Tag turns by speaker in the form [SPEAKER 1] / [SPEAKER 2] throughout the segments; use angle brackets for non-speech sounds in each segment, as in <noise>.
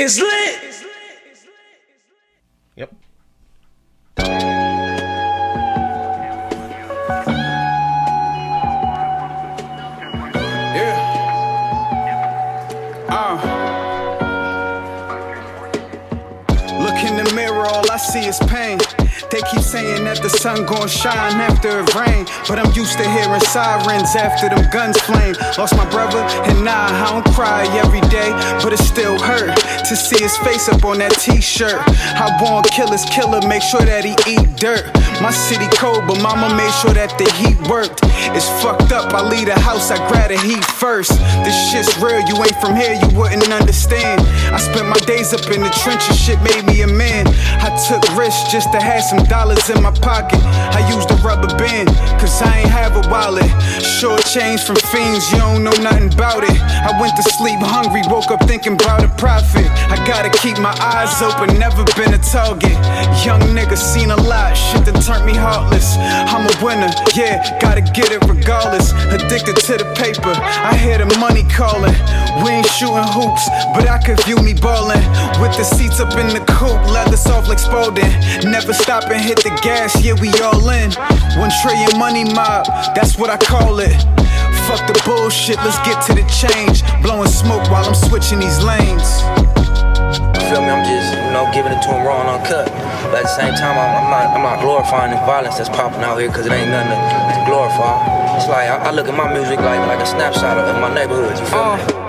[SPEAKER 1] It's lit.
[SPEAKER 2] Yep.
[SPEAKER 3] Yeah. Uh. Look in the mirror, all I see is pain. They keep saying that the sun gon' shine after it rain, but I'm used to hearing sirens after them guns flame. Lost my brother, and nah, I don't cry every day, but it still hurt to see his face up on that T-shirt. I want killer's killer, make sure that he eat dirt. My city cold, but mama made sure that the heat worked. It's fucked up. I leave the house, I grab the heat first. This shit's real. You ain't from here, you wouldn't understand. I spent my days up in the trenches. Shit made me a man. I took risks just to have some dollars in my pocket. I used a rubber band, cause I ain't have a wallet. Short change from fiends, you don't know nothing about it. I went to sleep hungry, woke up thinking about a profit. I gotta keep my eyes open, never been a target. Young nigga seen a lot, shit that turned me heartless. I'm a winner, yeah, gotta get it regardless. Addicted to the paper, I hear the money calling. We ain't shooting hoops, but I could view me ballin'. With the seats up in the coupe, leather soft like Spalding. Never stop and hit the gas, yeah, we all in. One trillion money mob, that's what I call it. Fuck the bullshit, let's get to the change. Blowing smoke while I'm switching these lanes.
[SPEAKER 4] You feel me? I'm just, you know, giving it to him raw and uncut. But at the same time, I'm, I'm not, I'm not glorifying the violence that's popping out here because it ain't nothing to, to glorify. It's like I, I look at my music like like a snapshot of, of my neighborhood. You feel me?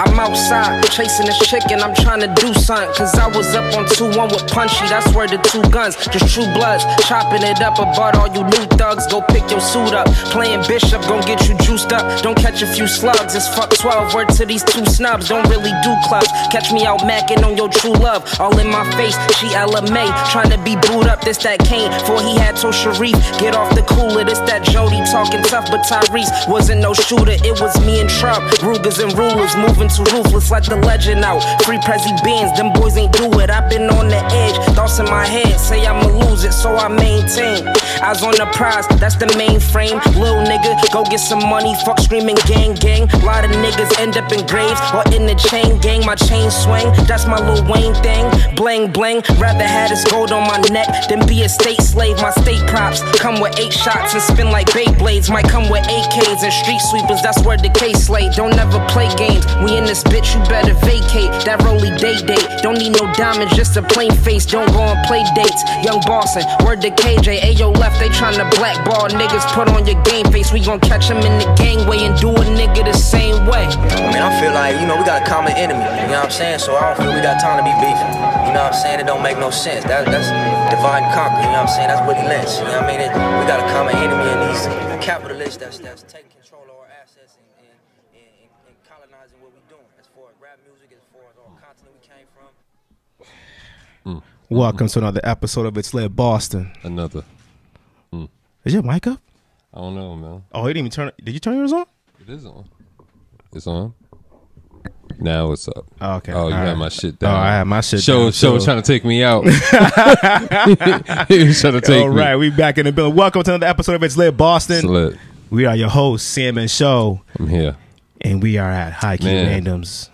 [SPEAKER 5] I'm outside chasing this chicken. I'm trying to do something. Cause I was up on 2 1 with Punchy. That's where the two guns, just true bloods. Chopping it up about all you new thugs. Go pick your suit up. Playing Bishop, gon' get you juiced up. Don't catch a few slugs. It's fuck 12. Word to these two snubs. Don't really do clubs. Catch me out macking on your true love. All in my face. She LMA. Trying to be booed up. This that Kane. For he had to Sharif. Get off the cooler. This that Jody talking tough. But Tyrese wasn't no shooter. It was me and Trump. Rugers and rulers moving too ruthless like the legend out. Free Prezi Benz, them boys ain't do it. I've been on the edge, thoughts in my head say I'ma lose it, so I maintain. Eyes on the prize, that's the main frame. Little nigga, go get some money, fuck screaming gang gang. Lot of niggas end up in graves or in the chain gang. My chain swing, that's my Lil Wayne thing. Bling bling, rather had this gold on my neck than be a state slave. My state props come with eight shots and spin like Beyblades. Might come with AKs and street sweepers, that's where the case lay. Don't ever play games. We in this bitch, you better vacate. That roly day date. Don't need no diamonds, just a plain face. Don't go on play dates. Young Boston, word to KJ. Ayo left, they tryna blackball niggas. Put on your game face. We gon' catch 'em in the gangway and do a nigga the same way.
[SPEAKER 4] I mean, I feel like, you know, we got a common enemy. You know what I'm saying? So I don't feel we got time to be beefing. You know what I'm saying? It don't make no sense. That, that's divide and conquer. You know what I'm saying? That's Willie Lynch. You know what I mean? It, we got a common enemy in these capitalists that's, that's taking control of our assets and, and, and, and, and colonizing what we're doing. As far as rap music, as far as our continent we came from.
[SPEAKER 6] Mm.
[SPEAKER 2] Welcome to another episode of It's Lit Boston.
[SPEAKER 6] Another. Mm.
[SPEAKER 2] Is your mic up?
[SPEAKER 6] I don't know, man.
[SPEAKER 2] Oh, he didn't even turn. it- Did you turn yours on?
[SPEAKER 6] It is on. It's on. Now it's up.
[SPEAKER 2] Oh, okay.
[SPEAKER 6] Oh, you
[SPEAKER 2] All
[SPEAKER 6] had
[SPEAKER 2] right.
[SPEAKER 6] my shit down.
[SPEAKER 2] Oh, I had my shit
[SPEAKER 6] Show,
[SPEAKER 2] down,
[SPEAKER 6] Show was
[SPEAKER 2] so-
[SPEAKER 6] trying to take
[SPEAKER 2] <laughs>
[SPEAKER 6] me out. <laughs> he was trying to take
[SPEAKER 2] All
[SPEAKER 6] me.
[SPEAKER 2] right, we back in the building. Welcome to another episode of It's Lit
[SPEAKER 6] It's
[SPEAKER 2] Boston.
[SPEAKER 6] lit.
[SPEAKER 2] We are your hosts, Sam and Show,
[SPEAKER 6] I'm here.
[SPEAKER 2] and we are at High Key
[SPEAKER 6] Man.
[SPEAKER 2] Random's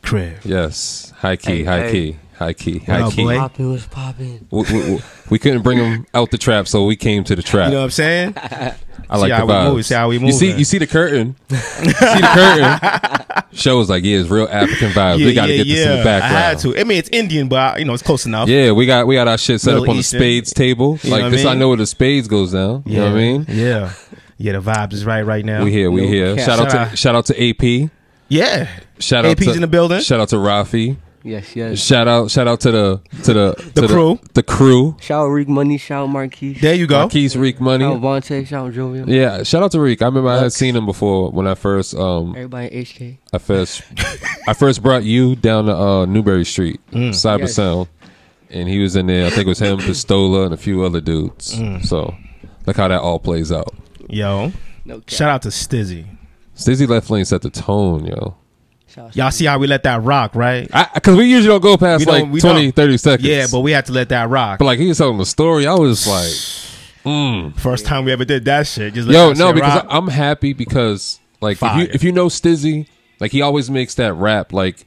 [SPEAKER 2] crib.
[SPEAKER 6] Yes. High key, high
[SPEAKER 4] hey.
[SPEAKER 6] key, high key, high
[SPEAKER 2] up,
[SPEAKER 6] key.
[SPEAKER 2] boy?
[SPEAKER 4] Poppin' was poppin'.
[SPEAKER 6] We, we- we- we couldn't bring him out the trap, so we came to the trap.
[SPEAKER 2] You know what I'm
[SPEAKER 4] <laughs>
[SPEAKER 2] saying?
[SPEAKER 6] I like
[SPEAKER 2] see how
[SPEAKER 6] the
[SPEAKER 2] we
[SPEAKER 6] vibes.
[SPEAKER 2] move, see how we
[SPEAKER 6] You see,
[SPEAKER 2] moving.
[SPEAKER 6] you see the
[SPEAKER 4] <laughs>
[SPEAKER 6] curtain. you see the curtain. Show was like, yeah, it's real African vibes. we got to get this in the background.
[SPEAKER 2] I had to. I mean, it's Indian, but I, you know, it's close enough.
[SPEAKER 6] Yeah, we got we got our shit set
[SPEAKER 2] Middle
[SPEAKER 6] up on the
[SPEAKER 2] Eastern.
[SPEAKER 6] spades table.
[SPEAKER 2] You know
[SPEAKER 6] like
[SPEAKER 2] what I
[SPEAKER 6] this, I
[SPEAKER 2] mean?
[SPEAKER 6] know where the spades goes down. You know what I mean?
[SPEAKER 2] Yeah. Yeah, the vibes is right right now.
[SPEAKER 6] We here, we here.
[SPEAKER 7] cap.
[SPEAKER 6] Shout
[SPEAKER 2] Shout
[SPEAKER 6] out to
[SPEAKER 2] out.
[SPEAKER 6] shout out to AP.
[SPEAKER 2] Yeah.
[SPEAKER 6] Shout out
[SPEAKER 2] AP's
[SPEAKER 6] to,
[SPEAKER 2] in the building.
[SPEAKER 6] Shout out to Rafi.
[SPEAKER 7] Yes, yes.
[SPEAKER 6] Shout out shout out to the to the to
[SPEAKER 2] crew.
[SPEAKER 6] The, crew.
[SPEAKER 7] Shout out Reek Money, shout out Marquise,
[SPEAKER 2] There you go.
[SPEAKER 6] Keys Reek
[SPEAKER 7] shout out
[SPEAKER 6] Money.
[SPEAKER 7] Vontae, shout out Jovial.
[SPEAKER 6] Yeah, shout out to Reek. I remember I had seen him before when I first um
[SPEAKER 7] Everybody in HK.
[SPEAKER 6] I first I first brought you down to uh Newberry Street,
[SPEAKER 2] Mm.
[SPEAKER 6] Cyber
[SPEAKER 7] Yes.
[SPEAKER 6] Sound. And he was in there. I think it
[SPEAKER 2] <clears throat>
[SPEAKER 6] was him, Pistola, and a few other dudes.
[SPEAKER 2] Mm.
[SPEAKER 6] So look how that all plays out.
[SPEAKER 2] Yo.
[SPEAKER 7] No cap.
[SPEAKER 2] Shout out to Stizzy.
[SPEAKER 6] Stizzy Left Lane set the tone, yo.
[SPEAKER 7] Shout out.
[SPEAKER 2] Y'all see how we let that rock, right?
[SPEAKER 6] Because we usually don't go past
[SPEAKER 2] We don't-
[SPEAKER 6] like
[SPEAKER 2] we
[SPEAKER 6] 20,
[SPEAKER 2] don't.
[SPEAKER 6] 30 seconds.
[SPEAKER 2] Yeah, but we had to let that rock.
[SPEAKER 6] But like he was telling the story, I was just
[SPEAKER 2] First time we ever did that shit. Just
[SPEAKER 6] like,
[SPEAKER 2] let
[SPEAKER 6] "Yo,
[SPEAKER 2] that
[SPEAKER 6] no,"
[SPEAKER 2] shit
[SPEAKER 6] because
[SPEAKER 2] rock.
[SPEAKER 6] I, I'm happy because like if
[SPEAKER 2] Fire.
[SPEAKER 6] you if you know Stizzy, like he always makes that rap like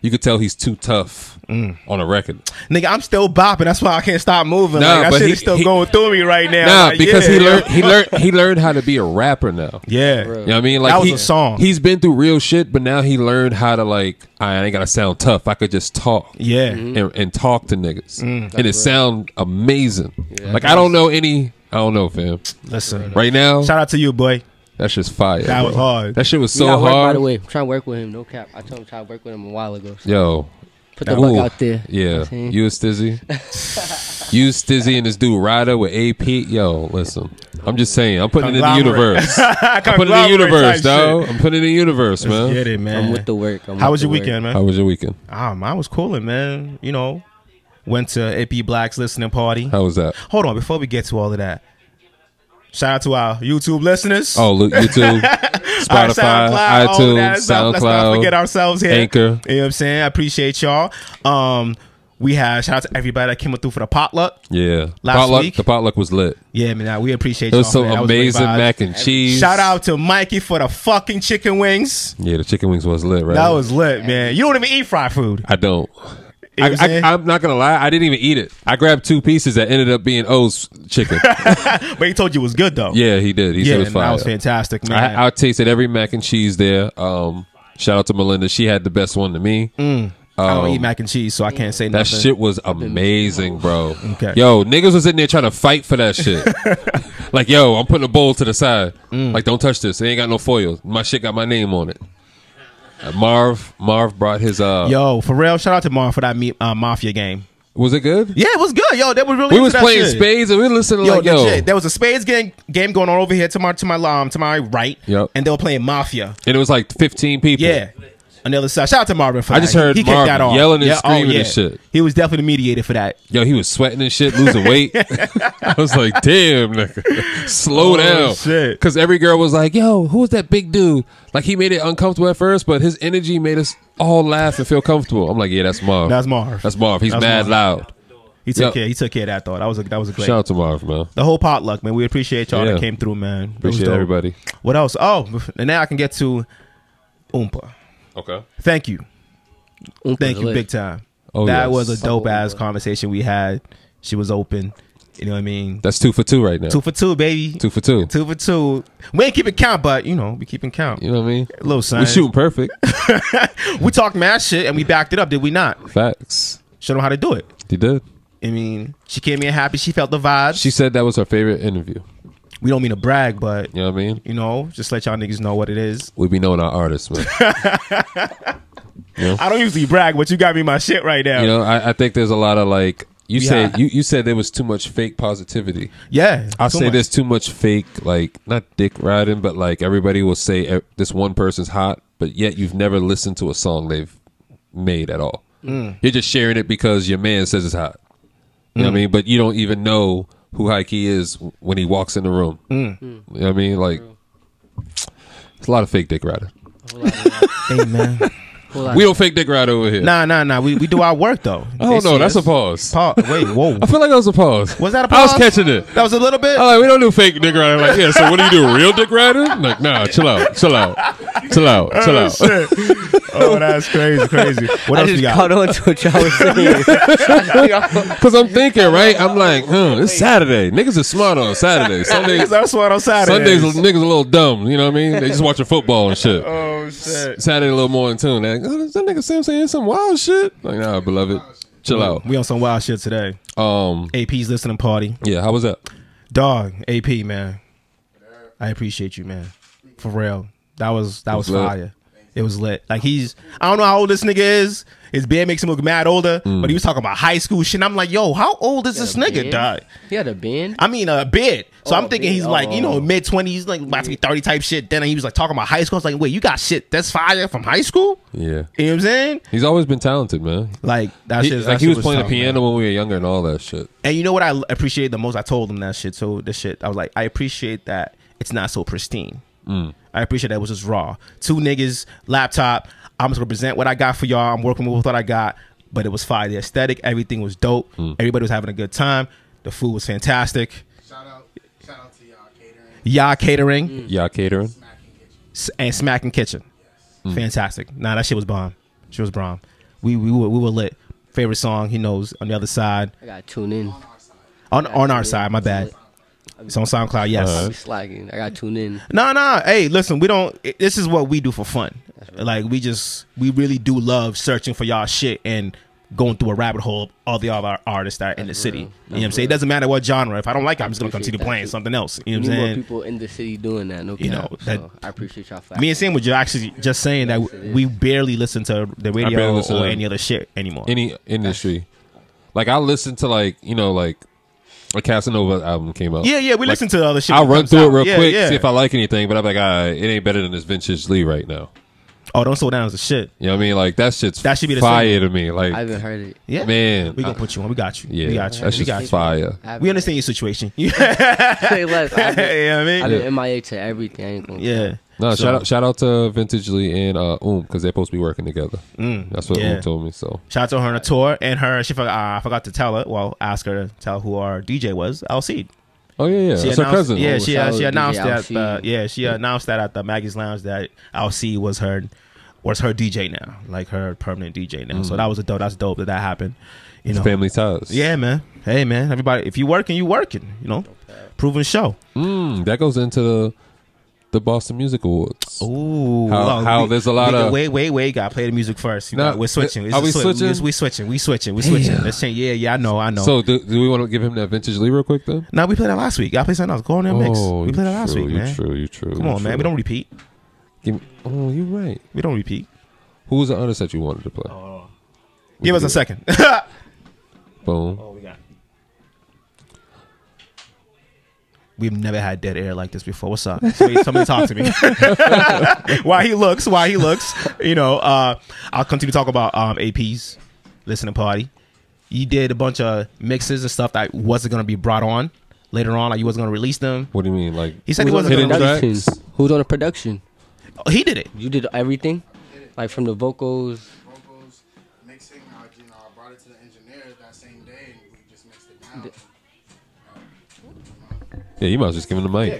[SPEAKER 6] you could tell he's too tough on a record.
[SPEAKER 2] Nigga, I'm still bopping. That's why I can't stop moving.
[SPEAKER 6] Nah,
[SPEAKER 2] like, that
[SPEAKER 6] but
[SPEAKER 2] shit
[SPEAKER 6] he-
[SPEAKER 2] is still
[SPEAKER 6] he-
[SPEAKER 2] going through me right now.
[SPEAKER 6] Nah,
[SPEAKER 2] Like,
[SPEAKER 6] because
[SPEAKER 2] yeah,
[SPEAKER 6] he
[SPEAKER 2] yo.
[SPEAKER 6] learned he learned he learned how to be a rapper now.
[SPEAKER 2] Yeah.
[SPEAKER 6] You know what I mean? Like
[SPEAKER 2] That was
[SPEAKER 6] he,
[SPEAKER 2] a song.
[SPEAKER 6] He's been through real shit, but now he learned how to like I ain't gotta sound tough. I could just talk.
[SPEAKER 2] Yeah. Mm.
[SPEAKER 6] And, and talk to niggas. and it sound amazing. like I don't know any I don't know, fam.
[SPEAKER 2] Listen.
[SPEAKER 6] Right now,
[SPEAKER 2] Shout out to you, boy.
[SPEAKER 6] that shit's fire.
[SPEAKER 2] That was
[SPEAKER 6] bro.
[SPEAKER 2] hard.
[SPEAKER 6] That shit was
[SPEAKER 7] So
[SPEAKER 6] so
[SPEAKER 7] work, by
[SPEAKER 6] hard.
[SPEAKER 7] the way, I'm trying to work with him. No cap. I told him to try to work with him a while ago. So
[SPEAKER 6] Yo,
[SPEAKER 7] put the
[SPEAKER 6] Ooh.
[SPEAKER 7] luck out there. You know
[SPEAKER 6] Yeah,
[SPEAKER 7] what I'm saying?
[SPEAKER 6] you and
[SPEAKER 2] <laughs>
[SPEAKER 6] Stizzy, you and Stizzy and this dude Ryder with AP. Yo, listen, I'm just saying, I'm putting it in the
[SPEAKER 2] Conglomerate. <laughs>
[SPEAKER 6] universe.
[SPEAKER 2] I
[SPEAKER 6] I'm putting it in the universe, dog. I'm putting it in the universe, man.
[SPEAKER 2] Get it, man.
[SPEAKER 7] I'm with the work. I'm
[SPEAKER 2] How
[SPEAKER 7] with
[SPEAKER 2] was
[SPEAKER 7] the
[SPEAKER 2] your
[SPEAKER 7] work.
[SPEAKER 2] weekend, man?
[SPEAKER 6] How was your weekend?
[SPEAKER 2] Ah, mine was cooling, man. You know, went to AP Black's listening party.
[SPEAKER 6] How was that?
[SPEAKER 2] Hold on, before we get to all of that, shout out to our YouTube listeners.
[SPEAKER 6] Oh, look,
[SPEAKER 2] <laughs>
[SPEAKER 6] YouTube,
[SPEAKER 2] Our
[SPEAKER 6] Spotify,
[SPEAKER 2] all of that
[SPEAKER 6] iTunes,
[SPEAKER 2] stuff. Let's not forget
[SPEAKER 6] SoundCloud.
[SPEAKER 2] ourselves here.
[SPEAKER 6] Anchor.
[SPEAKER 2] You know what I'm saying? I appreciate y'all. Um, we have shout out to everybody that came through for the potluck.
[SPEAKER 6] Yeah,
[SPEAKER 2] Last
[SPEAKER 6] potluck.
[SPEAKER 2] week.
[SPEAKER 6] The potluck was lit.
[SPEAKER 2] Yeah, man, we appreciate
[SPEAKER 6] It
[SPEAKER 2] y'all.
[SPEAKER 6] was some
[SPEAKER 2] man. That great
[SPEAKER 6] amazing
[SPEAKER 2] vibes.
[SPEAKER 6] mac and cheese.
[SPEAKER 2] Shout out to Mikey for the fucking chicken wings.
[SPEAKER 6] Yeah, the chicken wings was lit, right?
[SPEAKER 2] That was lit, man. You don't even eat fried food. <laughs>
[SPEAKER 6] I don't.
[SPEAKER 2] You know what I'm
[SPEAKER 6] I,
[SPEAKER 2] saying?
[SPEAKER 6] I, I'm not gonna lie. I didn't even eat it. I grabbed two pieces that ended up being O's
[SPEAKER 2] <laughs>
[SPEAKER 6] chicken.
[SPEAKER 2] but he told you it was good though.
[SPEAKER 6] yeah, he did. He
[SPEAKER 2] yeah,
[SPEAKER 6] said it
[SPEAKER 2] man,
[SPEAKER 6] was fire.
[SPEAKER 2] that was fantastic, man.
[SPEAKER 6] I, I tasted every mac and cheese there. Um, shout out to Melinda. She had the best one to me.
[SPEAKER 2] Mm.
[SPEAKER 6] Um,
[SPEAKER 2] I
[SPEAKER 6] Oh.
[SPEAKER 2] don't eat mac and cheese, so I can't say
[SPEAKER 6] That
[SPEAKER 2] nothing.
[SPEAKER 6] shit was amazing, bro.
[SPEAKER 2] Okay.
[SPEAKER 6] Yo, niggas was in there trying to fight for
[SPEAKER 2] <laughs>
[SPEAKER 6] that shit. like, yo, I'm putting a bowl to the side.
[SPEAKER 2] Mm.
[SPEAKER 6] Like, don't touch this. It ain't got no foil. My shit got my name on it. Uh, Marv, Marv brought his. uh
[SPEAKER 2] Yo, for real, shout out to Marv for that me, uh, mafia game.
[SPEAKER 6] Was it good?
[SPEAKER 2] Yeah, it was good. Yo, that was really.
[SPEAKER 6] we
[SPEAKER 2] into
[SPEAKER 6] was
[SPEAKER 2] that
[SPEAKER 6] playing
[SPEAKER 2] shit.
[SPEAKER 6] spades and we listening
[SPEAKER 2] Yo,
[SPEAKER 6] like, yo,
[SPEAKER 2] legit, there was a spades game, game going on over here to my to my um to my right.
[SPEAKER 6] Yep.
[SPEAKER 2] And they were playing mafia.
[SPEAKER 6] and it was like 15 people.
[SPEAKER 2] Yeah. On the other side, shout out to Marvin for
[SPEAKER 6] I
[SPEAKER 2] that.
[SPEAKER 6] just heard
[SPEAKER 2] he kicked
[SPEAKER 6] Marvin
[SPEAKER 2] that off. oh,
[SPEAKER 6] yelling and screaming and shit.
[SPEAKER 2] He was definitely the mediator for that.
[SPEAKER 6] Yo, he was sweating and shit, losing
[SPEAKER 2] <laughs>
[SPEAKER 6] weight. <laughs> I was like, damn, nigga, slow
[SPEAKER 2] Oh,
[SPEAKER 6] down.
[SPEAKER 2] shit.
[SPEAKER 6] Because every girl was like, yo, who's that big dude? Like, he made it uncomfortable at first, but his energy made us all laugh and feel comfortable. I'm like, yeah, that's Marv.
[SPEAKER 2] That's Marv.
[SPEAKER 6] That's Marv. He's
[SPEAKER 2] That's
[SPEAKER 6] mad
[SPEAKER 2] Marv.
[SPEAKER 6] loud.
[SPEAKER 2] He took
[SPEAKER 6] Yo.
[SPEAKER 2] care. He took care of that though. That was a that was a great.
[SPEAKER 6] Shout out to Marv, man.
[SPEAKER 2] the whole potluck, man. We appreciate y'all
[SPEAKER 6] Yeah.
[SPEAKER 2] that came through, man. It was
[SPEAKER 6] Appreciate
[SPEAKER 2] dope.
[SPEAKER 6] everybody.
[SPEAKER 2] What else? Oh, and now I can get to Oompa.
[SPEAKER 6] Okay.
[SPEAKER 2] Thank you.
[SPEAKER 7] Oompa
[SPEAKER 2] Thank you,
[SPEAKER 7] lit.
[SPEAKER 2] big time.
[SPEAKER 6] Oh,
[SPEAKER 2] that
[SPEAKER 6] yes.
[SPEAKER 2] was a dope
[SPEAKER 7] Oh,
[SPEAKER 2] ass
[SPEAKER 7] yeah.
[SPEAKER 2] conversation we had. She was open. You know what I mean?
[SPEAKER 6] That's two for two right now.
[SPEAKER 2] Two
[SPEAKER 6] Two,
[SPEAKER 2] for two, baby.
[SPEAKER 6] for two.
[SPEAKER 2] Two for two. We ain't keeping count, but you know, we keeping count.
[SPEAKER 6] You know what I mean?
[SPEAKER 2] Little son.
[SPEAKER 6] We shooting perfect.
[SPEAKER 2] We talked mad shit and we backed it up, did we not?
[SPEAKER 6] Facts.
[SPEAKER 2] Showed them how to do it.
[SPEAKER 6] You did.
[SPEAKER 2] I mean, she came in happy. She felt the vibes.
[SPEAKER 6] She said that was her favorite interview.
[SPEAKER 2] we don't mean to brag, but
[SPEAKER 6] You know what I mean?
[SPEAKER 2] you know, just let y'all niggas know what it is.
[SPEAKER 6] We be knowing our
[SPEAKER 2] <laughs>
[SPEAKER 6] artists, man.
[SPEAKER 2] I don't usually brag, but you got me my shit right now.
[SPEAKER 6] you know, I, I think there's a lot of like you said
[SPEAKER 2] Yeah.
[SPEAKER 6] you, you said there was too much fake positivity.
[SPEAKER 2] yeah.
[SPEAKER 6] I'll
[SPEAKER 2] too
[SPEAKER 6] say
[SPEAKER 2] much.
[SPEAKER 6] there's too much fake, like not dick riding, but like everybody will say eh, this one person's hot, but yet you've never listened to a song they've made at all.
[SPEAKER 2] Mm.
[SPEAKER 6] You're just sharing it because your man says it's hot. You know what I mean? But you don't even know who Heike is when he walks in the room.
[SPEAKER 2] Mm.
[SPEAKER 6] You know what I mean? Like, it's a lot of fake dick rider.
[SPEAKER 2] Hey,
[SPEAKER 6] <laughs>
[SPEAKER 2] man.
[SPEAKER 7] Hold on.
[SPEAKER 6] We don't fake dick rider over here.
[SPEAKER 2] nah, nah, nah. We, we do our work though.
[SPEAKER 6] oh,
[SPEAKER 2] They
[SPEAKER 6] no,
[SPEAKER 2] see
[SPEAKER 6] that's a
[SPEAKER 2] us.
[SPEAKER 6] pause.
[SPEAKER 2] Pa- wait, whoa.
[SPEAKER 6] I feel like that was a pause.
[SPEAKER 2] Was that a
[SPEAKER 6] I
[SPEAKER 2] pause?
[SPEAKER 6] was catching it.
[SPEAKER 2] That was a little bit.
[SPEAKER 6] Oh, like, we don't do fake dick riding. Like, yeah, so what do you do? Real dick riding? Like, nah, chill out, chill out, chill out, chill out.
[SPEAKER 2] oh, that's crazy, crazy. What
[SPEAKER 7] I
[SPEAKER 2] else you
[SPEAKER 7] just
[SPEAKER 2] got?
[SPEAKER 7] caught on to what
[SPEAKER 2] <laughs>
[SPEAKER 7] y'all
[SPEAKER 6] <laughs>
[SPEAKER 7] was saying.
[SPEAKER 6] Because I'm thinking, right? I'm like, hmm, it's Saturday. Niggas are smart
[SPEAKER 2] <laughs>
[SPEAKER 6] on Saturday. Sundays,
[SPEAKER 2] That's what on Saturday.
[SPEAKER 6] Sundays, niggas a little dumb. You know what I mean? They just watching football and shit.
[SPEAKER 2] Oh shit.
[SPEAKER 6] Saturday, a little more in tune. Like, oh, that nigga Sam saying some wild shit. Like, nah, beloved, chill out.
[SPEAKER 2] We on some wild shit today.
[SPEAKER 6] Um,
[SPEAKER 2] AP's listening party.
[SPEAKER 6] yeah, how was that?
[SPEAKER 2] Dog, AP man. I appreciate you, man. For real. That was that was,
[SPEAKER 6] was lit.
[SPEAKER 2] fire. It was lit. Like he's I don't know how old this nigga is. His beard makes him look mad older,
[SPEAKER 6] Mm.
[SPEAKER 2] but he was talking about high school shit. and I'm like, yo, how old is this
[SPEAKER 7] a
[SPEAKER 2] nigga,
[SPEAKER 7] beard?
[SPEAKER 2] dog?
[SPEAKER 7] He had a band.
[SPEAKER 2] I mean, a bit. So
[SPEAKER 7] Oh,
[SPEAKER 2] I'm thinking
[SPEAKER 7] bit.
[SPEAKER 2] he's like, you
[SPEAKER 7] Oh.
[SPEAKER 2] know, mid 20s, like about to be 30 type shit. Then he was like talking about high school. I was like, wait, you got shit that's fire from high school?
[SPEAKER 6] Yeah,
[SPEAKER 2] You know what I'm saying?
[SPEAKER 6] he's always been talented, man.
[SPEAKER 2] Like, that
[SPEAKER 6] He-
[SPEAKER 2] shit
[SPEAKER 6] like
[SPEAKER 2] that
[SPEAKER 6] he
[SPEAKER 2] shit
[SPEAKER 6] was playing the
[SPEAKER 2] tough, man.
[SPEAKER 6] piano when we were younger and all that shit.
[SPEAKER 2] And you know what I l- appreciated the most? I told him that shit. So this shit, I was like, I appreciate that it's not so pristine. I appreciate that it was just raw. Two niggas, laptop. I'm just gonna present what I got for y'all. I'm working with what I got, but it was fire. The aesthetic, everything was dope.
[SPEAKER 6] Hmm.
[SPEAKER 2] Everybody was having a good time. The food was fantastic.
[SPEAKER 1] Shout out, shout out to y'all catering,
[SPEAKER 2] Y'all catering
[SPEAKER 6] Y'all catering? Hmm.
[SPEAKER 1] smack and kitchen.
[SPEAKER 2] s- and smacking kitchen. Fantastic. Nah, that shit was bomb. She was bomb. we we were we were lit. Favorite song he knows on the other side
[SPEAKER 7] I gotta tune in.
[SPEAKER 2] on on our side. My bad. It's on SoundCloud. Oh, Yes.
[SPEAKER 7] I'm slacking. I gotta tune in.
[SPEAKER 2] No, no. Hey, listen, we don't. i- This is what we do for fun. Like we just, we really do love searching for y'all shit and going through a rabbit hole. of All the other artists that are in the city. You know what I'm saying? It doesn't matter what genre. If I don't like it, I'm just gonna come to
[SPEAKER 7] appreciate
[SPEAKER 2] you
[SPEAKER 7] that,
[SPEAKER 2] playing
[SPEAKER 7] too.
[SPEAKER 2] something else. You
[SPEAKER 7] We
[SPEAKER 2] know what
[SPEAKER 7] need
[SPEAKER 2] I'm
[SPEAKER 7] more
[SPEAKER 2] saying?
[SPEAKER 7] people in the city doing that. No,
[SPEAKER 2] You
[SPEAKER 7] you
[SPEAKER 2] know, that-
[SPEAKER 7] so I appreciate y'all. For
[SPEAKER 2] Me and Sam were ju- actually just saying that
[SPEAKER 7] Yes, it is.
[SPEAKER 2] we barely listen to the radio
[SPEAKER 6] barely listen
[SPEAKER 2] or
[SPEAKER 6] to-
[SPEAKER 2] any other shit anymore.
[SPEAKER 6] any industry. Like I listen to like you know like a Casanova album came out.
[SPEAKER 2] yeah, yeah, we listen to the other shit.
[SPEAKER 6] I'll
[SPEAKER 2] when
[SPEAKER 6] run
[SPEAKER 2] comes
[SPEAKER 6] through
[SPEAKER 2] out.
[SPEAKER 6] it real
[SPEAKER 2] Yeah,
[SPEAKER 6] quick,
[SPEAKER 2] yeah.
[SPEAKER 6] see if I like anything. But I'm like, ah, it ain't better than this Vintage Lee right now.
[SPEAKER 2] Oh, don't slow down is a shit.
[SPEAKER 6] You know what I mean? Like that shit's
[SPEAKER 2] That should be the
[SPEAKER 6] fire
[SPEAKER 2] single.
[SPEAKER 6] to me. Like
[SPEAKER 7] I haven't heard it.
[SPEAKER 2] Yeah,
[SPEAKER 6] man,
[SPEAKER 2] we gonna
[SPEAKER 6] I-
[SPEAKER 2] put you on. We got you.
[SPEAKER 6] yeah,
[SPEAKER 2] we got you.
[SPEAKER 6] that's
[SPEAKER 2] We
[SPEAKER 6] just
[SPEAKER 2] got you.
[SPEAKER 6] fire.
[SPEAKER 7] I haven't-
[SPEAKER 2] We understand your
[SPEAKER 7] <laughs>
[SPEAKER 2] situation. <laughs> yeah,
[SPEAKER 7] Say
[SPEAKER 2] <laughs>
[SPEAKER 7] less. I've been,
[SPEAKER 2] you know what I
[SPEAKER 7] I've
[SPEAKER 2] mean,
[SPEAKER 7] been MIA to everything. I ain't gonna
[SPEAKER 2] yeah.
[SPEAKER 6] No,
[SPEAKER 2] So-
[SPEAKER 6] shout out shout out to Vintage Lee and uh, Oom because they're supposed to be working together. That's what
[SPEAKER 2] Mm, yeah.
[SPEAKER 6] Oom told me. So
[SPEAKER 2] Shout out to her on a tour and her. She forgot. Uh, I forgot to tell her. Well, ask her to tell who our DJ was. LC.
[SPEAKER 6] oh yeah, yeah,
[SPEAKER 2] She
[SPEAKER 6] that's
[SPEAKER 2] announced.
[SPEAKER 6] her cousin.
[SPEAKER 2] Yeah,
[SPEAKER 7] Oh,
[SPEAKER 2] she
[SPEAKER 7] shout
[SPEAKER 2] uh,
[SPEAKER 7] out
[SPEAKER 2] she
[SPEAKER 7] to
[SPEAKER 2] announced
[SPEAKER 7] DJ
[SPEAKER 2] that. Uh,
[SPEAKER 7] LC.
[SPEAKER 2] yeah, she announced that at the Maggie's Lounge that LC was her was her DJ now, like her permanent DJ now. So that was a dope. That's dope that that happened. You know.
[SPEAKER 6] Mm. family ties.
[SPEAKER 2] Yeah, man. Hey, man. Everybody, if you working, you working. You know, proven show.
[SPEAKER 6] Mm, that goes into the the Boston Music Awards.
[SPEAKER 2] Ooh,
[SPEAKER 6] How- how there's a lot
[SPEAKER 2] we-
[SPEAKER 6] of-
[SPEAKER 2] wait, wait, wait. Got to play the music first. You
[SPEAKER 6] Nah, eh,
[SPEAKER 2] know, we're switching.
[SPEAKER 6] are
[SPEAKER 2] a
[SPEAKER 6] we switching?
[SPEAKER 2] We, we switching. We switching. We switching. Let's change. Yeah, yeah. I know. I know.
[SPEAKER 6] So do, do we want to give him that Vintage Lee real quick then?
[SPEAKER 2] No, we played that last week. Y'all played something else. Go on there, mix. We
[SPEAKER 6] Oh, you
[SPEAKER 2] played that last
[SPEAKER 6] true,
[SPEAKER 2] week,
[SPEAKER 6] you
[SPEAKER 2] man.
[SPEAKER 6] True, you true.
[SPEAKER 2] Come
[SPEAKER 6] you
[SPEAKER 2] on, man.
[SPEAKER 6] true.
[SPEAKER 2] We don't repeat.
[SPEAKER 6] Give me, oh, you're right.
[SPEAKER 2] We don't repeat.
[SPEAKER 6] Who was the artist that you wanted to play?
[SPEAKER 1] Oh.
[SPEAKER 6] We
[SPEAKER 2] Give
[SPEAKER 6] can
[SPEAKER 2] us
[SPEAKER 6] do
[SPEAKER 2] a
[SPEAKER 6] it.
[SPEAKER 2] second.
[SPEAKER 6] <laughs> Boom.
[SPEAKER 2] Oh, We've never had dead air like this before. What's up? Somebody, somebody talk to me. <laughs> while he looks, while he looks, you know, uh, I'll continue to talk about um, APs, listening party. You did a bunch of mixes and stuff that wasn't going to be brought on later on. Like you wasn't going to release them.
[SPEAKER 6] What do you mean? Like
[SPEAKER 2] He said he
[SPEAKER 7] Who's on
[SPEAKER 2] wasn't
[SPEAKER 7] the
[SPEAKER 6] hidden
[SPEAKER 2] going to.
[SPEAKER 6] track?
[SPEAKER 7] production?
[SPEAKER 6] tracks?
[SPEAKER 7] Who's on the production?
[SPEAKER 2] He did it.
[SPEAKER 7] You did everything, like from the vocals.
[SPEAKER 1] vocals, mixing. I, you know, I brought it to the engineers that same day, and we just mixed it down.
[SPEAKER 6] Yeah, you might as well just give him the mic.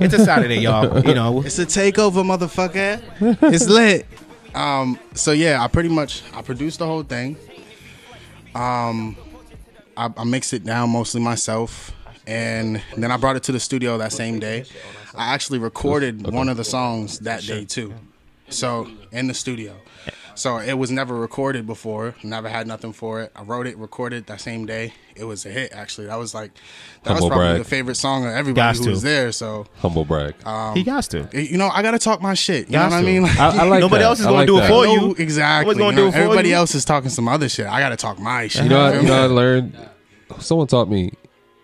[SPEAKER 2] It's a Saturday,
[SPEAKER 6] <laughs>
[SPEAKER 2] y'all. You know,
[SPEAKER 1] <laughs> It's a takeover, motherfucker. it's lit. Um, so yeah, I pretty much I produced the whole thing. Um, I, I mixed it down mostly myself, and then I brought it to the studio that same day. I actually recorded one of the songs that day too, so in the studio. So it was never recorded before. Never had nothing for it. I wrote it, recorded that same day. It was a hit. Actually, that was like that
[SPEAKER 6] Humble
[SPEAKER 1] was probably
[SPEAKER 6] brag.
[SPEAKER 1] the favorite song of everybody
[SPEAKER 2] Gots
[SPEAKER 1] who
[SPEAKER 2] to.
[SPEAKER 1] was there. So
[SPEAKER 6] Humble brag.
[SPEAKER 2] he got to.
[SPEAKER 1] Um, you know, I gotta talk my shit. You know what I
[SPEAKER 2] Gots to.
[SPEAKER 1] mean? Like, <laughs>
[SPEAKER 6] I, I like
[SPEAKER 2] Nobody
[SPEAKER 6] that.
[SPEAKER 2] else is
[SPEAKER 6] I
[SPEAKER 2] gonna
[SPEAKER 6] like
[SPEAKER 2] do it
[SPEAKER 6] that.
[SPEAKER 2] for
[SPEAKER 1] I
[SPEAKER 2] you.
[SPEAKER 1] know exactly.
[SPEAKER 2] What's gonna
[SPEAKER 1] you know,
[SPEAKER 2] do it for
[SPEAKER 1] everybody
[SPEAKER 2] you?
[SPEAKER 1] else is talking some other shit. I gotta talk my shit.
[SPEAKER 6] You know, what,
[SPEAKER 1] feel
[SPEAKER 6] you know what I
[SPEAKER 1] me?
[SPEAKER 6] learned? Someone taught me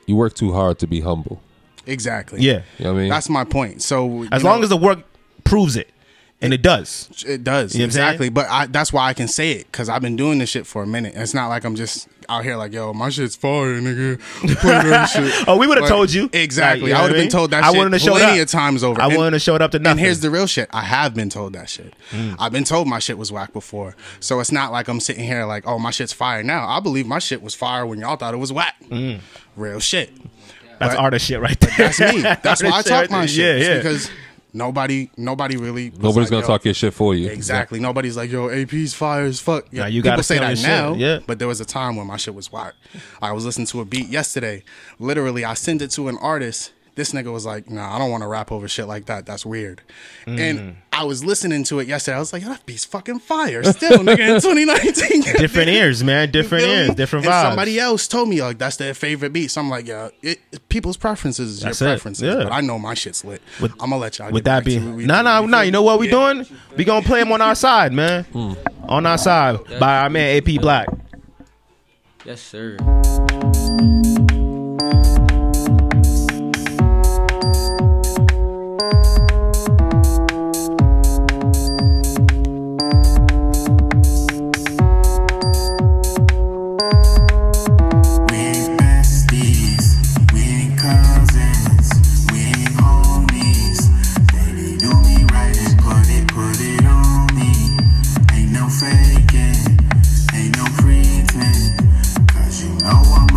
[SPEAKER 6] you work too hard to be humble.
[SPEAKER 1] exactly.
[SPEAKER 2] Yeah.
[SPEAKER 6] You know what I mean?
[SPEAKER 1] that's my point. So
[SPEAKER 2] As
[SPEAKER 1] you
[SPEAKER 2] long
[SPEAKER 1] know,
[SPEAKER 2] as the work proves it, and it does.
[SPEAKER 1] it does
[SPEAKER 2] You know what I'm saying?
[SPEAKER 1] exactly, but I, that's why I can say it because I've been doing this shit for a minute. It's not like I'm just out here like, yo, my shit's fire, nigga. Put
[SPEAKER 2] <laughs>
[SPEAKER 1] it on shit.
[SPEAKER 2] Oh, we would've
[SPEAKER 1] But-
[SPEAKER 2] told you. Like,
[SPEAKER 1] exactly.
[SPEAKER 2] you know
[SPEAKER 1] I
[SPEAKER 2] what I
[SPEAKER 1] would have been
[SPEAKER 2] mean?
[SPEAKER 1] told that.
[SPEAKER 2] I
[SPEAKER 1] showed
[SPEAKER 2] wouldn't have showed
[SPEAKER 1] plenty
[SPEAKER 2] up.
[SPEAKER 1] of times over.
[SPEAKER 2] I
[SPEAKER 1] And-
[SPEAKER 2] wouldn't have showed up to
[SPEAKER 1] And
[SPEAKER 2] nothing. Mm.
[SPEAKER 1] here's the real shit. I have been told that shit. I've been told my shit was whack before. So it's not like I'm sitting here like, oh, my shit's fire now. I believe my shit was fire when y'all thought it was whack.
[SPEAKER 2] Mm.
[SPEAKER 1] Real shit.
[SPEAKER 2] That's
[SPEAKER 1] But-
[SPEAKER 2] artist shit right there. <laughs>
[SPEAKER 1] That's me. That's why I
[SPEAKER 2] Artist
[SPEAKER 1] talk
[SPEAKER 2] right
[SPEAKER 1] my
[SPEAKER 2] there.
[SPEAKER 1] shit.
[SPEAKER 2] Yeah,
[SPEAKER 1] It's
[SPEAKER 2] yeah.
[SPEAKER 1] Because nobody, nobody really. was
[SPEAKER 6] Nobody's
[SPEAKER 1] like,
[SPEAKER 6] gonna
[SPEAKER 1] yo,
[SPEAKER 6] talk your shit for you.
[SPEAKER 1] Exactly. Nobody's like, yo, AP's fire as fuck. Yeah,
[SPEAKER 2] Nah, you
[SPEAKER 1] people
[SPEAKER 2] gotta
[SPEAKER 1] say
[SPEAKER 2] feel
[SPEAKER 1] that
[SPEAKER 2] your shit,
[SPEAKER 1] now.
[SPEAKER 2] yeah.
[SPEAKER 1] But there was a time when my shit was whack. I was listening to a beat yesterday. Literally, I sent it to an artist. This nigga was like, nah, I don't want to rap over shit like that. That's weird.
[SPEAKER 2] Mm.
[SPEAKER 1] And I was listening to it yesterday. I was like, yo, that beat's fucking fire. Still, nigga, in <laughs> 2019.
[SPEAKER 2] <laughs> Different ears, man. Different
[SPEAKER 1] You feel me?
[SPEAKER 2] ears. Different
[SPEAKER 1] And
[SPEAKER 2] vibes.
[SPEAKER 1] somebody else told me like that's their favorite beat. So I'm like, yeah, it, people's preferences is
[SPEAKER 2] That's it.
[SPEAKER 1] your preferences.
[SPEAKER 2] Yeah.
[SPEAKER 1] But I know my shit's lit.
[SPEAKER 2] With-
[SPEAKER 1] I'm gonna let y'all.
[SPEAKER 2] With
[SPEAKER 1] get
[SPEAKER 2] that
[SPEAKER 1] back to what
[SPEAKER 2] being,
[SPEAKER 1] we-
[SPEAKER 2] nah, nah,
[SPEAKER 1] we
[SPEAKER 2] nah.
[SPEAKER 1] feel.
[SPEAKER 2] You know what we
[SPEAKER 1] Yeah.
[SPEAKER 2] doing? We gonna play him on our side, man. On our side by our man AP Black.
[SPEAKER 7] Yes, sir.
[SPEAKER 8] We ain't besties, we ain't cousins, we ain't homies. Baby, do me right and put it, put it on me. Ain't no faking, ain't no pretend. Cause you know I'm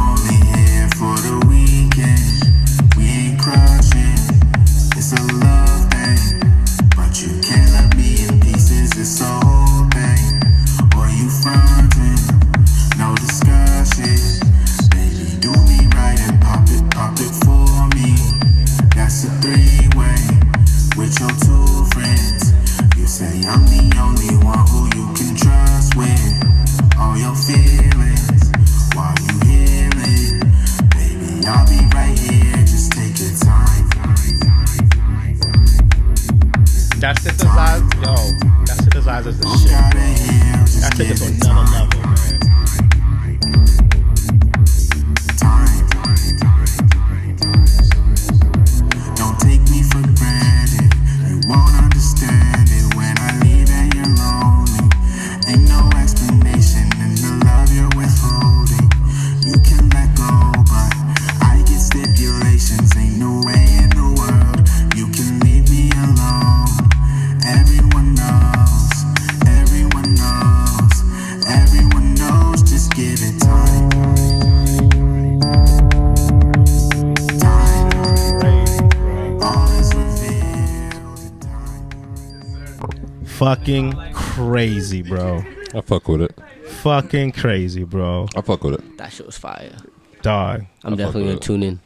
[SPEAKER 2] took it to another level.
[SPEAKER 8] Don't take me for granted. You won't understand it when I leave and you're lonely. Ain't no explanation in the love you're withholding. You can let go, but I get stipulations. Ain't no way in the world you can leave me alone. Everyone knows, everyone knows, everyone knows. Just give it time. Time. All is revealed in time.
[SPEAKER 2] Fucking crazy, bro.
[SPEAKER 6] I fuck with it.
[SPEAKER 2] Fucking crazy, bro.
[SPEAKER 6] I fuck with it.
[SPEAKER 7] That shit was fire.
[SPEAKER 2] Dog.
[SPEAKER 7] I'm
[SPEAKER 6] I fuck
[SPEAKER 7] definitely gonna
[SPEAKER 6] with it.
[SPEAKER 7] tune in.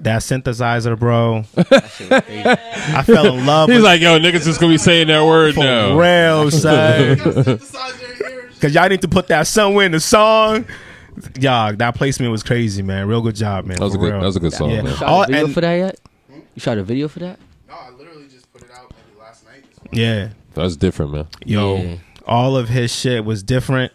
[SPEAKER 2] That synthesizer,
[SPEAKER 7] <laughs>
[SPEAKER 2] bro. I fell in love
[SPEAKER 6] He's
[SPEAKER 2] with
[SPEAKER 6] like, yo, niggas is gonna be saying that word
[SPEAKER 2] for
[SPEAKER 6] now. <laughs>
[SPEAKER 2] real, son. Cause y'all need to put that somewhere in the song. Y'all, that placement was crazy, man. Real good job, man.
[SPEAKER 6] That was a
[SPEAKER 2] for
[SPEAKER 6] good.
[SPEAKER 2] real.
[SPEAKER 6] That was a good song.
[SPEAKER 2] Yeah.
[SPEAKER 6] Man.
[SPEAKER 7] Shot
[SPEAKER 2] All-
[SPEAKER 7] a video
[SPEAKER 2] and-
[SPEAKER 7] for that yet? You shot a video for that?
[SPEAKER 1] No, I literally just put it out maybe last night. this morning.
[SPEAKER 2] yeah.
[SPEAKER 6] That's different, man.
[SPEAKER 2] Yo,
[SPEAKER 7] Yeah.
[SPEAKER 2] all of his shit was different.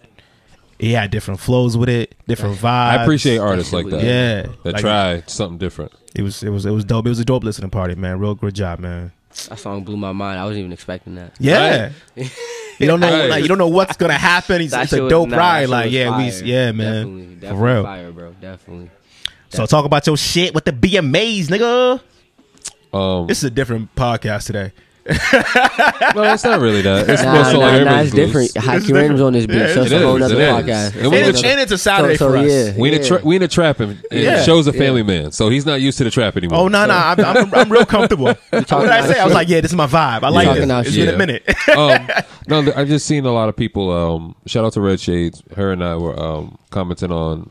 [SPEAKER 2] He had different flows with it, different vibes.
[SPEAKER 6] I appreciate artists like that.
[SPEAKER 2] Yeah.
[SPEAKER 6] that
[SPEAKER 2] Like,
[SPEAKER 6] try something different.
[SPEAKER 2] It was it was it was dope. It was a dope listening party, man. Real good job, man.
[SPEAKER 7] That song blew my mind. I wasn't even expecting that.
[SPEAKER 2] Yeah. you don't know
[SPEAKER 6] <laughs> Right.
[SPEAKER 2] like you don't know what's gonna happen. It's,
[SPEAKER 7] That
[SPEAKER 2] it's
[SPEAKER 7] shit
[SPEAKER 2] a
[SPEAKER 7] was-
[SPEAKER 2] dope
[SPEAKER 7] nah, that
[SPEAKER 2] ride.
[SPEAKER 7] shit
[SPEAKER 2] Like
[SPEAKER 7] was
[SPEAKER 2] yeah,
[SPEAKER 7] fire.
[SPEAKER 2] we yeah, man.
[SPEAKER 7] Definitely, definitely
[SPEAKER 2] For real.
[SPEAKER 7] fire, bro. Definitely.
[SPEAKER 2] So talk about your shit with the BMAs, nigga.
[SPEAKER 6] Um,
[SPEAKER 2] This is a different podcast today.
[SPEAKER 6] no, it's not really that. It's
[SPEAKER 7] Nah,
[SPEAKER 6] more so
[SPEAKER 7] nah,
[SPEAKER 6] like
[SPEAKER 7] nah,
[SPEAKER 6] everybody's
[SPEAKER 7] it's different.
[SPEAKER 6] blues.
[SPEAKER 7] Hakeem Raymond's on this
[SPEAKER 2] Yeah,
[SPEAKER 7] bitch. So it's
[SPEAKER 6] it
[SPEAKER 7] a whole
[SPEAKER 6] is,
[SPEAKER 7] nother
[SPEAKER 6] it is. It
[SPEAKER 7] podcast.
[SPEAKER 6] was
[SPEAKER 7] It's a
[SPEAKER 2] And
[SPEAKER 6] Well,
[SPEAKER 2] it's,
[SPEAKER 7] whole
[SPEAKER 2] and it's a Saturday
[SPEAKER 7] so,
[SPEAKER 2] for us.
[SPEAKER 7] yeah.
[SPEAKER 6] We in a tra- we in a trap and, and
[SPEAKER 2] Yeah.
[SPEAKER 6] shows a
[SPEAKER 7] Yeah.
[SPEAKER 6] family man, so he's not used to the trap anymore.
[SPEAKER 2] Oh no, no, I'm, I'm, I'm real
[SPEAKER 6] <laughs>
[SPEAKER 2] comfortable. what did I
[SPEAKER 7] about
[SPEAKER 2] say? I was
[SPEAKER 7] shit.
[SPEAKER 2] like, yeah, this is my vibe. I like
[SPEAKER 7] talking
[SPEAKER 2] this.
[SPEAKER 7] about
[SPEAKER 2] It's been a
[SPEAKER 6] shit.
[SPEAKER 2] minute.
[SPEAKER 6] <laughs>
[SPEAKER 2] <laughs>
[SPEAKER 6] um, no, th- I've just seen a lot of people. Um, shout out to Red Shades. Her and I were um, commenting on.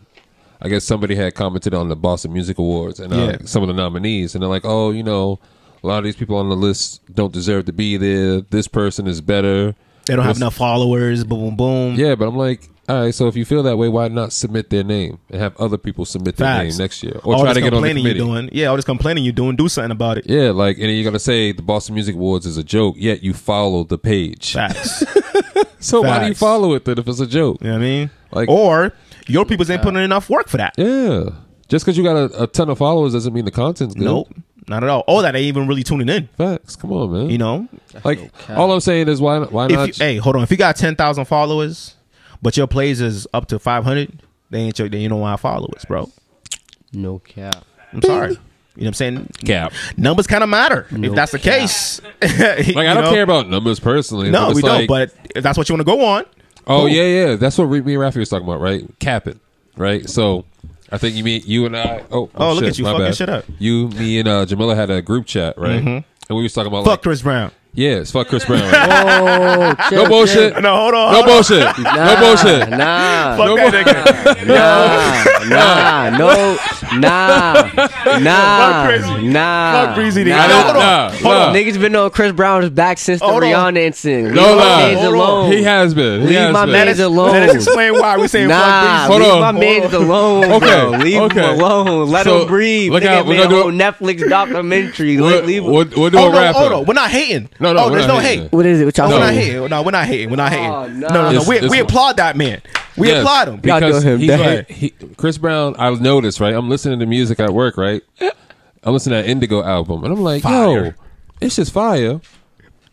[SPEAKER 6] I guess somebody had commented on the Boston Music Awards and uh,
[SPEAKER 2] Yeah.
[SPEAKER 6] some of the nominees, and they're like, "Oh, you know, a lot of these people on the list don't deserve to be there. This person is better."
[SPEAKER 2] they don't have
[SPEAKER 6] This-
[SPEAKER 2] enough followers. Boom, boom, boom.
[SPEAKER 6] Yeah, but I'm like, all right. So if you feel that way, why not submit their name and have other people submit their
[SPEAKER 2] Facts.
[SPEAKER 6] name next year, or
[SPEAKER 2] all
[SPEAKER 6] try
[SPEAKER 2] this
[SPEAKER 6] to get on the
[SPEAKER 2] complaining
[SPEAKER 6] committee?
[SPEAKER 2] you doing, yeah, all this complaining you doing, do something about it.
[SPEAKER 6] Yeah, like, and then you're gonna say the Boston Music Awards is a joke, yet you follow the page.
[SPEAKER 2] Facts.
[SPEAKER 6] So why do you
[SPEAKER 2] Facts.
[SPEAKER 6] follow it then if it's a joke?
[SPEAKER 2] you know what I mean?
[SPEAKER 6] Like-
[SPEAKER 2] or your people's ain't putting in enough work for that.
[SPEAKER 6] Yeah. Just because you got a, a ton of followers doesn't mean the content's good.
[SPEAKER 2] Nope, not at all. Or that they even really tuning in.
[SPEAKER 6] Facts. Come on, man.
[SPEAKER 2] You know,
[SPEAKER 6] like all I'm saying is why why not?
[SPEAKER 2] if you, hey, hold on, if you got ten thousand followers, but your plays is up to five hundred, they ain't your, then you don't want followers, bro.
[SPEAKER 7] No cap.
[SPEAKER 2] I'm sorry. You know what I'm saying? <laughs>
[SPEAKER 6] cap.
[SPEAKER 2] Numbers kind of matter if that's the case. <laughs> like
[SPEAKER 6] Like I don't care about numbers personally.
[SPEAKER 2] No,
[SPEAKER 6] it's
[SPEAKER 2] we
[SPEAKER 6] like-
[SPEAKER 2] don't. But if that's what you want to go on,
[SPEAKER 6] oh yeah, yeah. That's what me and Rafi was talking about, right? Cap it, right? So I think you mean you and I. Oh,
[SPEAKER 2] Oh, look
[SPEAKER 6] shit,
[SPEAKER 2] at you
[SPEAKER 6] my
[SPEAKER 2] fucking
[SPEAKER 6] bad.
[SPEAKER 2] shit up. Mm-hmm.
[SPEAKER 6] You, me, and uh, Jamila had a group chat, right? And we was talking about
[SPEAKER 2] fuck
[SPEAKER 6] like,
[SPEAKER 2] Chris Brown.
[SPEAKER 6] yeah, it's fuck Chris <laughs>
[SPEAKER 2] <laughs>
[SPEAKER 6] Brown. right?
[SPEAKER 7] Oh,
[SPEAKER 6] no bullshit.
[SPEAKER 2] No, hold on. hold
[SPEAKER 6] No
[SPEAKER 2] on.
[SPEAKER 6] bullshit. No bullshit.
[SPEAKER 7] Nah,
[SPEAKER 2] Fuck
[SPEAKER 6] No
[SPEAKER 2] that nigga.
[SPEAKER 6] <laughs>
[SPEAKER 7] nah, nah, no, nah, nah,
[SPEAKER 2] Breezy.
[SPEAKER 7] nah.
[SPEAKER 2] Fuck Breezy
[SPEAKER 7] nah.
[SPEAKER 2] nigga. No, hold on.
[SPEAKER 6] Ah, Nah,
[SPEAKER 2] hold
[SPEAKER 6] nah.
[SPEAKER 2] on.
[SPEAKER 7] Niggas been on Chris Brown's back since the
[SPEAKER 2] Hold on.
[SPEAKER 7] Rihanna incident.
[SPEAKER 6] No
[SPEAKER 7] Leave my
[SPEAKER 6] lie.
[SPEAKER 7] mans
[SPEAKER 2] Hold on.
[SPEAKER 7] alone.
[SPEAKER 6] He has been. He
[SPEAKER 7] Leave
[SPEAKER 6] has
[SPEAKER 7] my
[SPEAKER 6] been.
[SPEAKER 2] Let
[SPEAKER 7] mans
[SPEAKER 2] us-
[SPEAKER 7] alone.
[SPEAKER 2] Let us explain why we saying
[SPEAKER 7] Nah,
[SPEAKER 2] fuck Breezy.
[SPEAKER 6] Hold
[SPEAKER 7] leave
[SPEAKER 6] on.
[SPEAKER 7] my mans alone, bro.
[SPEAKER 6] Okay,
[SPEAKER 7] Leave
[SPEAKER 6] okay.
[SPEAKER 7] him alone. Let
[SPEAKER 6] So,
[SPEAKER 7] him breathe.
[SPEAKER 6] look
[SPEAKER 7] Look Nigga
[SPEAKER 6] out, we're
[SPEAKER 7] made a
[SPEAKER 6] gonna
[SPEAKER 7] whole Netflix documentary.
[SPEAKER 6] What,
[SPEAKER 7] Like, leave him.
[SPEAKER 6] what, what do
[SPEAKER 2] Hold
[SPEAKER 6] a
[SPEAKER 2] on,
[SPEAKER 6] rapper?
[SPEAKER 2] Oh, hold on. We're not hating.
[SPEAKER 6] No, no,
[SPEAKER 2] Oh,
[SPEAKER 6] we're
[SPEAKER 2] there's
[SPEAKER 6] not
[SPEAKER 2] no
[SPEAKER 6] hating.
[SPEAKER 2] hate.
[SPEAKER 7] What is it? What y'all
[SPEAKER 2] No, we're
[SPEAKER 7] saying?
[SPEAKER 2] not hating. No, we're not hating. We're not hating.
[SPEAKER 7] Oh,
[SPEAKER 2] no,
[SPEAKER 7] no.
[SPEAKER 2] no, no.
[SPEAKER 6] This-
[SPEAKER 2] We,
[SPEAKER 6] this
[SPEAKER 2] we
[SPEAKER 6] one.
[SPEAKER 2] applaud that man. We
[SPEAKER 6] Yes,
[SPEAKER 2] applaud him.
[SPEAKER 7] Y'all
[SPEAKER 6] Because
[SPEAKER 7] do him
[SPEAKER 6] he,
[SPEAKER 7] dirty.
[SPEAKER 6] he- Chris Brown, I noticed, right? I'm listening to music at work, right? I'm listening to that Indigo album, and I'm like, yo,
[SPEAKER 2] Fire.
[SPEAKER 6] it's just fire.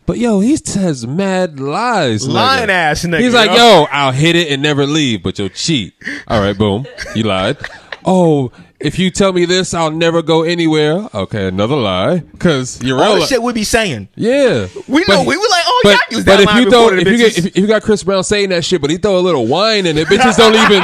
[SPEAKER 6] But yo, he says mad lies. nigga.
[SPEAKER 2] Lying ass nigga.
[SPEAKER 6] He's like, yo, I'll hit it and never leave, but you'll cheat. All right, boom. You lied. Oh, if you tell me this, I'll never go anywhere. Okay, another lie. Because you're
[SPEAKER 2] All the shit we be saying.
[SPEAKER 6] Yeah,
[SPEAKER 2] We know- we were like, oh,
[SPEAKER 6] but,
[SPEAKER 2] y'all use
[SPEAKER 6] but
[SPEAKER 2] that
[SPEAKER 6] if
[SPEAKER 2] line
[SPEAKER 6] you throw,
[SPEAKER 2] before the
[SPEAKER 6] if you, get,
[SPEAKER 2] bitches.
[SPEAKER 6] if, if you got Chris Brown saying that shit, but he throw a little wine in it, bitches don't
[SPEAKER 2] <laughs>
[SPEAKER 6] even.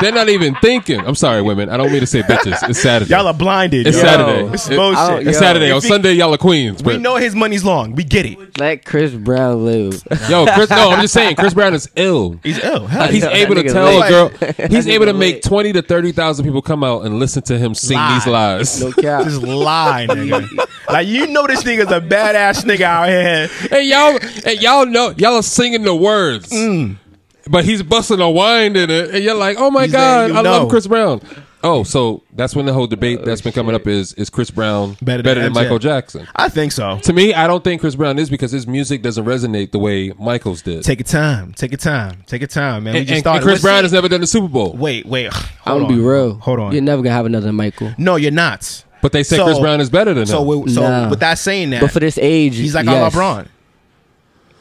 [SPEAKER 6] They're not even thinking. I'm sorry, women. I don't mean to say bitches. It's Saturday.
[SPEAKER 2] Y'all are blinded.
[SPEAKER 6] It's
[SPEAKER 2] yo.
[SPEAKER 6] Saturday.
[SPEAKER 2] It's
[SPEAKER 6] It-
[SPEAKER 2] bullshit.
[SPEAKER 7] Yo.
[SPEAKER 6] It's Saturday. On
[SPEAKER 2] If he-
[SPEAKER 6] Sunday, y'all are queens.
[SPEAKER 2] We
[SPEAKER 6] But
[SPEAKER 2] know his money's long. We get it.
[SPEAKER 7] Let Chris Brown live.
[SPEAKER 6] yo, Chris. No, I'm just saying, Chris Brown is ill.
[SPEAKER 2] He's ill. Hell,
[SPEAKER 6] Like, he's
[SPEAKER 7] That
[SPEAKER 6] able to
[SPEAKER 7] nigga
[SPEAKER 6] tell
[SPEAKER 7] lit.
[SPEAKER 6] a
[SPEAKER 2] <laughs>
[SPEAKER 6] girl. He's
[SPEAKER 7] <laughs> That
[SPEAKER 6] able to
[SPEAKER 7] nigga
[SPEAKER 6] make
[SPEAKER 7] lit.
[SPEAKER 6] twenty to thirty thousand people come out and listen to him sing these lies. <laughs> Oh
[SPEAKER 7] No cap.
[SPEAKER 2] just lie, nigga. like you know this nigga's a badass nigga out here.
[SPEAKER 6] And y'all, and y'all know y'all are singing the words, but he's busting a wine in it, and you're like, "Oh my
[SPEAKER 2] Mm. He's
[SPEAKER 6] god,
[SPEAKER 2] letting you
[SPEAKER 6] I love
[SPEAKER 2] know.
[SPEAKER 6] Chris Brown." Oh, so that's when the whole debate that's been coming up is is Chris Brown better
[SPEAKER 2] Better than
[SPEAKER 6] than,
[SPEAKER 2] MJ.
[SPEAKER 6] Michael Jackson?
[SPEAKER 2] I think so.
[SPEAKER 6] To me, I don't think Chris Brown is because his music doesn't resonate the way Michael's did.
[SPEAKER 2] Take your time. Take your time. Take your time, man. We
[SPEAKER 6] and,
[SPEAKER 2] just
[SPEAKER 6] and-
[SPEAKER 2] started.
[SPEAKER 6] and Chris
[SPEAKER 2] Let's
[SPEAKER 6] Brown
[SPEAKER 2] see.
[SPEAKER 6] has never done the Super Bowl,
[SPEAKER 2] Wait, wait.
[SPEAKER 7] I'm
[SPEAKER 2] Hold
[SPEAKER 7] gonna
[SPEAKER 2] on.
[SPEAKER 7] be real.
[SPEAKER 2] Hold on.
[SPEAKER 7] You're never gonna have another Michael.
[SPEAKER 2] no, you're not.
[SPEAKER 6] but they say
[SPEAKER 2] So-
[SPEAKER 6] Chris Brown is better than
[SPEAKER 2] So,
[SPEAKER 6] him.
[SPEAKER 2] we, so
[SPEAKER 7] Nah.
[SPEAKER 2] without saying that,
[SPEAKER 7] But for this age,
[SPEAKER 2] he's like
[SPEAKER 7] yes.
[SPEAKER 2] our LeBron.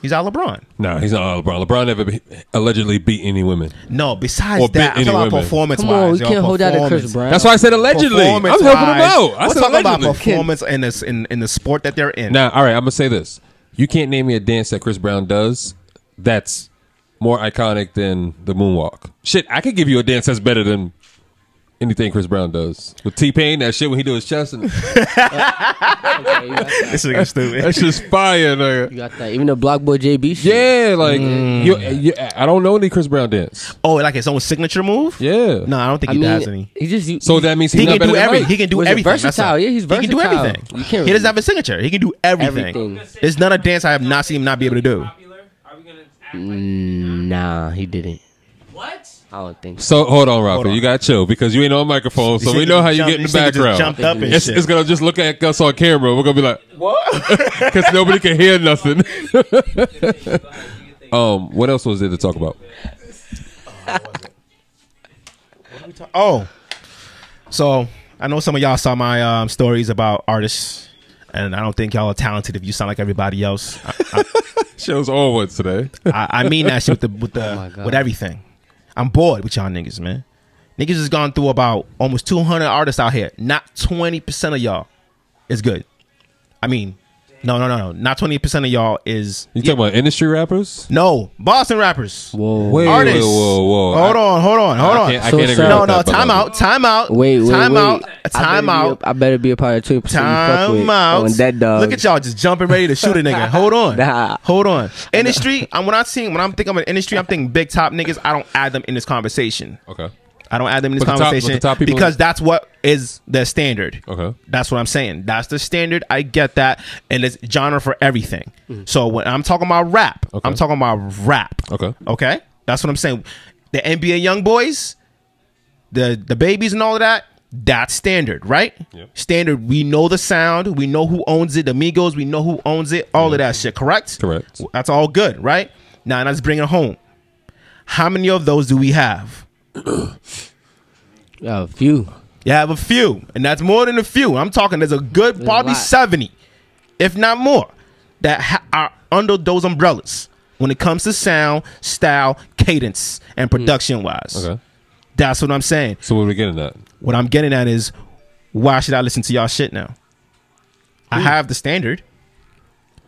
[SPEAKER 2] He's our LeBron.
[SPEAKER 6] no, he's not uh, LeBron. LeBron never be, allegedly beat any women.
[SPEAKER 2] No, besides
[SPEAKER 6] Or
[SPEAKER 2] that,
[SPEAKER 6] beat
[SPEAKER 2] I'm
[SPEAKER 6] any
[SPEAKER 2] talking about
[SPEAKER 6] women.
[SPEAKER 2] performance
[SPEAKER 7] Come
[SPEAKER 2] wise.
[SPEAKER 7] on, we can't hold that to Chris Brown.
[SPEAKER 6] That's why I said allegedly. I'm helping him out. I
[SPEAKER 2] We're
[SPEAKER 6] said
[SPEAKER 2] talking about
[SPEAKER 6] allegedly.
[SPEAKER 2] performance in, this, in, in the sport that they're in.
[SPEAKER 6] Now, all right, I'm gonna say this: you can't name me a dance that Chris Brown does that's more iconic than the moonwalk. Shit, I could give you a dance that's better than anything Chris Brown does with T Pain. That shit when he do his
[SPEAKER 2] <laughs>
[SPEAKER 6] chest, and <laughs>
[SPEAKER 7] Okay, you, got that.
[SPEAKER 2] this nigga stupid.
[SPEAKER 6] that's just fire, nigga.
[SPEAKER 7] You got that. Even the Block Boy JB shit.
[SPEAKER 6] Yeah, like
[SPEAKER 2] Mm.
[SPEAKER 6] you, you, I don't know any Chris Brown dance.
[SPEAKER 2] Oh, like his own signature move?
[SPEAKER 6] Yeah,
[SPEAKER 2] No, I don't think
[SPEAKER 7] I
[SPEAKER 2] he
[SPEAKER 7] mean,
[SPEAKER 2] does any.
[SPEAKER 7] he just
[SPEAKER 6] So that means he's
[SPEAKER 2] He
[SPEAKER 6] not
[SPEAKER 2] can
[SPEAKER 6] better
[SPEAKER 2] do
[SPEAKER 6] than
[SPEAKER 2] everything.
[SPEAKER 6] Mike?
[SPEAKER 2] He can do
[SPEAKER 7] Was it
[SPEAKER 2] everything. That's
[SPEAKER 7] versatile?
[SPEAKER 2] all.
[SPEAKER 7] Yeah, he's
[SPEAKER 2] He can do
[SPEAKER 7] versatile.
[SPEAKER 2] everything.
[SPEAKER 7] You can't
[SPEAKER 2] he doesn't
[SPEAKER 7] really-
[SPEAKER 2] have a signature. He can do everything.
[SPEAKER 7] Everything.
[SPEAKER 2] There's not a dance I have not seen him not be able to do.
[SPEAKER 7] mm, Nah, he didn't. What? I don't think. So.
[SPEAKER 6] So hold on, Rafa.
[SPEAKER 2] on.
[SPEAKER 6] You got to chill because you ain't on microphone, so
[SPEAKER 2] This
[SPEAKER 6] we
[SPEAKER 2] nigga
[SPEAKER 6] know
[SPEAKER 2] just
[SPEAKER 6] how you
[SPEAKER 2] jumped-
[SPEAKER 6] get in the
[SPEAKER 2] this nigga just
[SPEAKER 6] background.
[SPEAKER 2] Jumped up and
[SPEAKER 6] It's,
[SPEAKER 2] shit.
[SPEAKER 6] it's gonna just look at us on camera. We're gonna be like, <laughs> what? Because nobody can hear nothing. <laughs> um, what else was there to talk about?
[SPEAKER 2] Oh, so I know some of y'all saw my um, stories about artists, and I don't think y'all are talented if you sound like everybody else. I,
[SPEAKER 6] <laughs> Shows all once today.
[SPEAKER 2] I, I mean that shit with the with
[SPEAKER 7] <laughs> Oh my
[SPEAKER 2] the
[SPEAKER 7] God.
[SPEAKER 2] with everything. I'm bored with y'all niggas, man. Niggas has gone through about almost 200 artists out here. Not 20 percent of y'all is good. I mean, no, no, no, no. Not 20 percent of y'all is
[SPEAKER 6] You talking about industry rappers?
[SPEAKER 2] no Boston rappers.
[SPEAKER 7] Whoa.
[SPEAKER 6] Wait,
[SPEAKER 2] Artists.
[SPEAKER 6] whoa, whoa, whoa.
[SPEAKER 2] Hold
[SPEAKER 6] I-
[SPEAKER 2] on, hold on, hold
[SPEAKER 6] I
[SPEAKER 2] on.
[SPEAKER 6] can't- I
[SPEAKER 7] So
[SPEAKER 6] can't agree
[SPEAKER 7] sorry.
[SPEAKER 2] no,
[SPEAKER 6] with
[SPEAKER 2] no,
[SPEAKER 6] that,
[SPEAKER 2] time
[SPEAKER 6] brother.
[SPEAKER 2] out, time out,
[SPEAKER 7] Wait, wait,
[SPEAKER 2] time
[SPEAKER 7] wait.
[SPEAKER 2] out,
[SPEAKER 7] I
[SPEAKER 2] time
[SPEAKER 7] better be
[SPEAKER 2] out.
[SPEAKER 7] a- I better be a part of two percent.
[SPEAKER 2] Time out.
[SPEAKER 7] On that dog.
[SPEAKER 2] Look at y'all just jumping, ready to shoot a nigga.
[SPEAKER 7] <laughs>
[SPEAKER 2] Hold on.
[SPEAKER 7] Nah.
[SPEAKER 2] Hold on. Industry. I'm when I seeing when I'm thinking of an industry, I'm thinking big top niggas. I don't add them in this conversation.
[SPEAKER 6] Okay.
[SPEAKER 2] I don't add them in this
[SPEAKER 6] But the top- but the
[SPEAKER 2] conversation
[SPEAKER 6] top people-
[SPEAKER 2] because that's what is the standard.
[SPEAKER 6] Okay.
[SPEAKER 2] That's what I'm saying. That's the standard. I get that, and it's genre for everything. So when I'm talking about rap,
[SPEAKER 6] Mm. Okay.
[SPEAKER 2] I'm talking about rap.
[SPEAKER 6] Okay.
[SPEAKER 2] Okay. That's what I'm saying. The NBA young boys, the the babies and all of that, that's standard, right?
[SPEAKER 6] Yep.
[SPEAKER 2] Standard. We know the sound. We know who owns it. The Migos. We know who owns it. All of that shit. Correct.
[SPEAKER 6] Mm-hmm. Correct.
[SPEAKER 2] That's all good, right? Now, and I just bring it home. How many of those do we have?
[SPEAKER 7] Yeah, <clears throat> a few.
[SPEAKER 2] You have a few, and that's more than a few. I'm talking there's a good
[SPEAKER 7] a
[SPEAKER 2] probably
[SPEAKER 7] lot.
[SPEAKER 2] 70, if not more, that ha- are under those umbrellas when it comes to sound, style, cadence, and
[SPEAKER 7] Hmm.
[SPEAKER 2] production wise.
[SPEAKER 6] Okay.
[SPEAKER 2] That's what I'm saying.
[SPEAKER 6] So what are we getting at?
[SPEAKER 2] What I'm getting at is why should I listen to y'all shit now? I have the standard.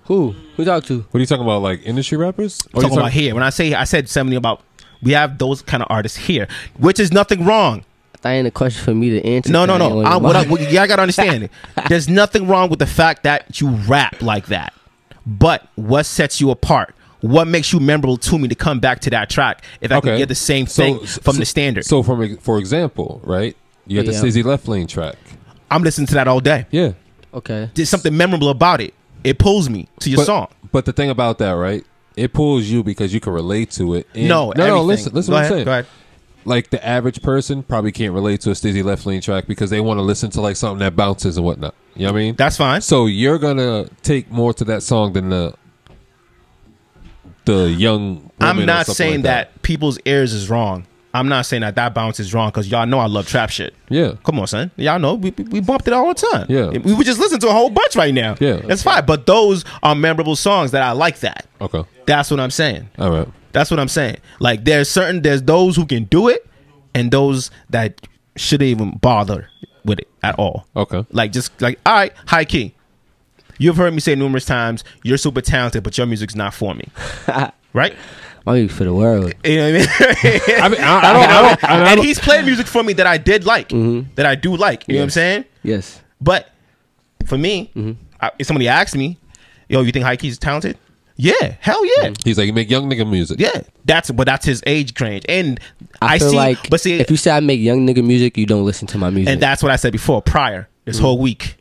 [SPEAKER 7] Who? Who talk to?
[SPEAKER 6] What are you talking about? Like industry rappers? Or
[SPEAKER 2] I'm
[SPEAKER 6] you
[SPEAKER 2] talking about here. When I say I said 70 about we have those kind of artists here, which is nothing wrong.
[SPEAKER 7] That ain't a question for me to answer.
[SPEAKER 2] No, no,
[SPEAKER 7] That
[SPEAKER 2] no.
[SPEAKER 7] ain't
[SPEAKER 2] I,
[SPEAKER 7] on
[SPEAKER 2] what I,
[SPEAKER 7] my-
[SPEAKER 2] what, yeah, I gotta understand
[SPEAKER 7] <laughs>
[SPEAKER 2] it. There's nothing wrong with the fact that you rap like that, but what sets you apart? What makes you memorable to me to come back to that track if I can get the same
[SPEAKER 6] So-
[SPEAKER 2] thing from the standard?
[SPEAKER 6] So from for example, right? You got
[SPEAKER 7] Yeah.
[SPEAKER 6] the Sizzy Left Lane track.
[SPEAKER 2] I'm listening to that all day.
[SPEAKER 6] Yeah.
[SPEAKER 7] okay.
[SPEAKER 2] There's something memorable about it. It pulls me to your
[SPEAKER 6] but,
[SPEAKER 2] song.
[SPEAKER 6] But the thing about that, right? It pulls you because you can relate to it. And,
[SPEAKER 2] No,
[SPEAKER 6] no, no.
[SPEAKER 2] everything.
[SPEAKER 6] Listen, listen.
[SPEAKER 2] Go
[SPEAKER 6] what
[SPEAKER 2] ahead,
[SPEAKER 6] I'm saying.
[SPEAKER 2] go ahead.
[SPEAKER 6] Like the average person probably can't relate to a Stizzy Left Lane track because they want to listen to like something that bounces and whatnot. You know what I mean?
[SPEAKER 2] That's fine.
[SPEAKER 6] So you're gonna take more to that song than the the young. woman or
[SPEAKER 2] I'm not
[SPEAKER 6] something
[SPEAKER 2] saying
[SPEAKER 6] like
[SPEAKER 2] that. people's ears is wrong. I'm not saying that that bounce is wrong because y'all know I love trap shit.
[SPEAKER 6] Yeah.
[SPEAKER 2] Come on, son. Y'all know we, we- we bumped it all the time.
[SPEAKER 6] Yeah.
[SPEAKER 2] We would just listen to a whole bunch right now.
[SPEAKER 6] Yeah.
[SPEAKER 2] That's fine. But those are memorable songs that I like that.
[SPEAKER 6] Okay.
[SPEAKER 2] That's what I'm saying.
[SPEAKER 6] All right.
[SPEAKER 2] That's what I'm saying. Like there's certain there's those who can do it and those that shouldn't even bother with it at all.
[SPEAKER 6] Okay.
[SPEAKER 2] Like just like all right, high key. You've heard me say numerous times, you're super talented, but your music's not for me. right?
[SPEAKER 7] Only for the world.
[SPEAKER 2] You know what I mean?
[SPEAKER 6] I, mean,
[SPEAKER 2] <laughs>
[SPEAKER 6] I, I don't. I don't. I
[SPEAKER 2] and
[SPEAKER 6] don't
[SPEAKER 2] he's played music for me that I did like, that I do like. You know what I'm saying?
[SPEAKER 7] Yes.
[SPEAKER 2] But for me, I, if somebody asks me, "Yo, you think Heike's talented?" Yeah, hell yeah,
[SPEAKER 6] Mm-hmm. he's like, you make young nigga music.
[SPEAKER 2] yeah. That's but that's his age range, and I,
[SPEAKER 7] feel
[SPEAKER 2] see.
[SPEAKER 7] like
[SPEAKER 2] but see,
[SPEAKER 7] if you say I make young nigga music, you don't listen to my music.
[SPEAKER 2] and that's what I said before. Prior this
[SPEAKER 6] Mm-hmm.
[SPEAKER 2] whole week,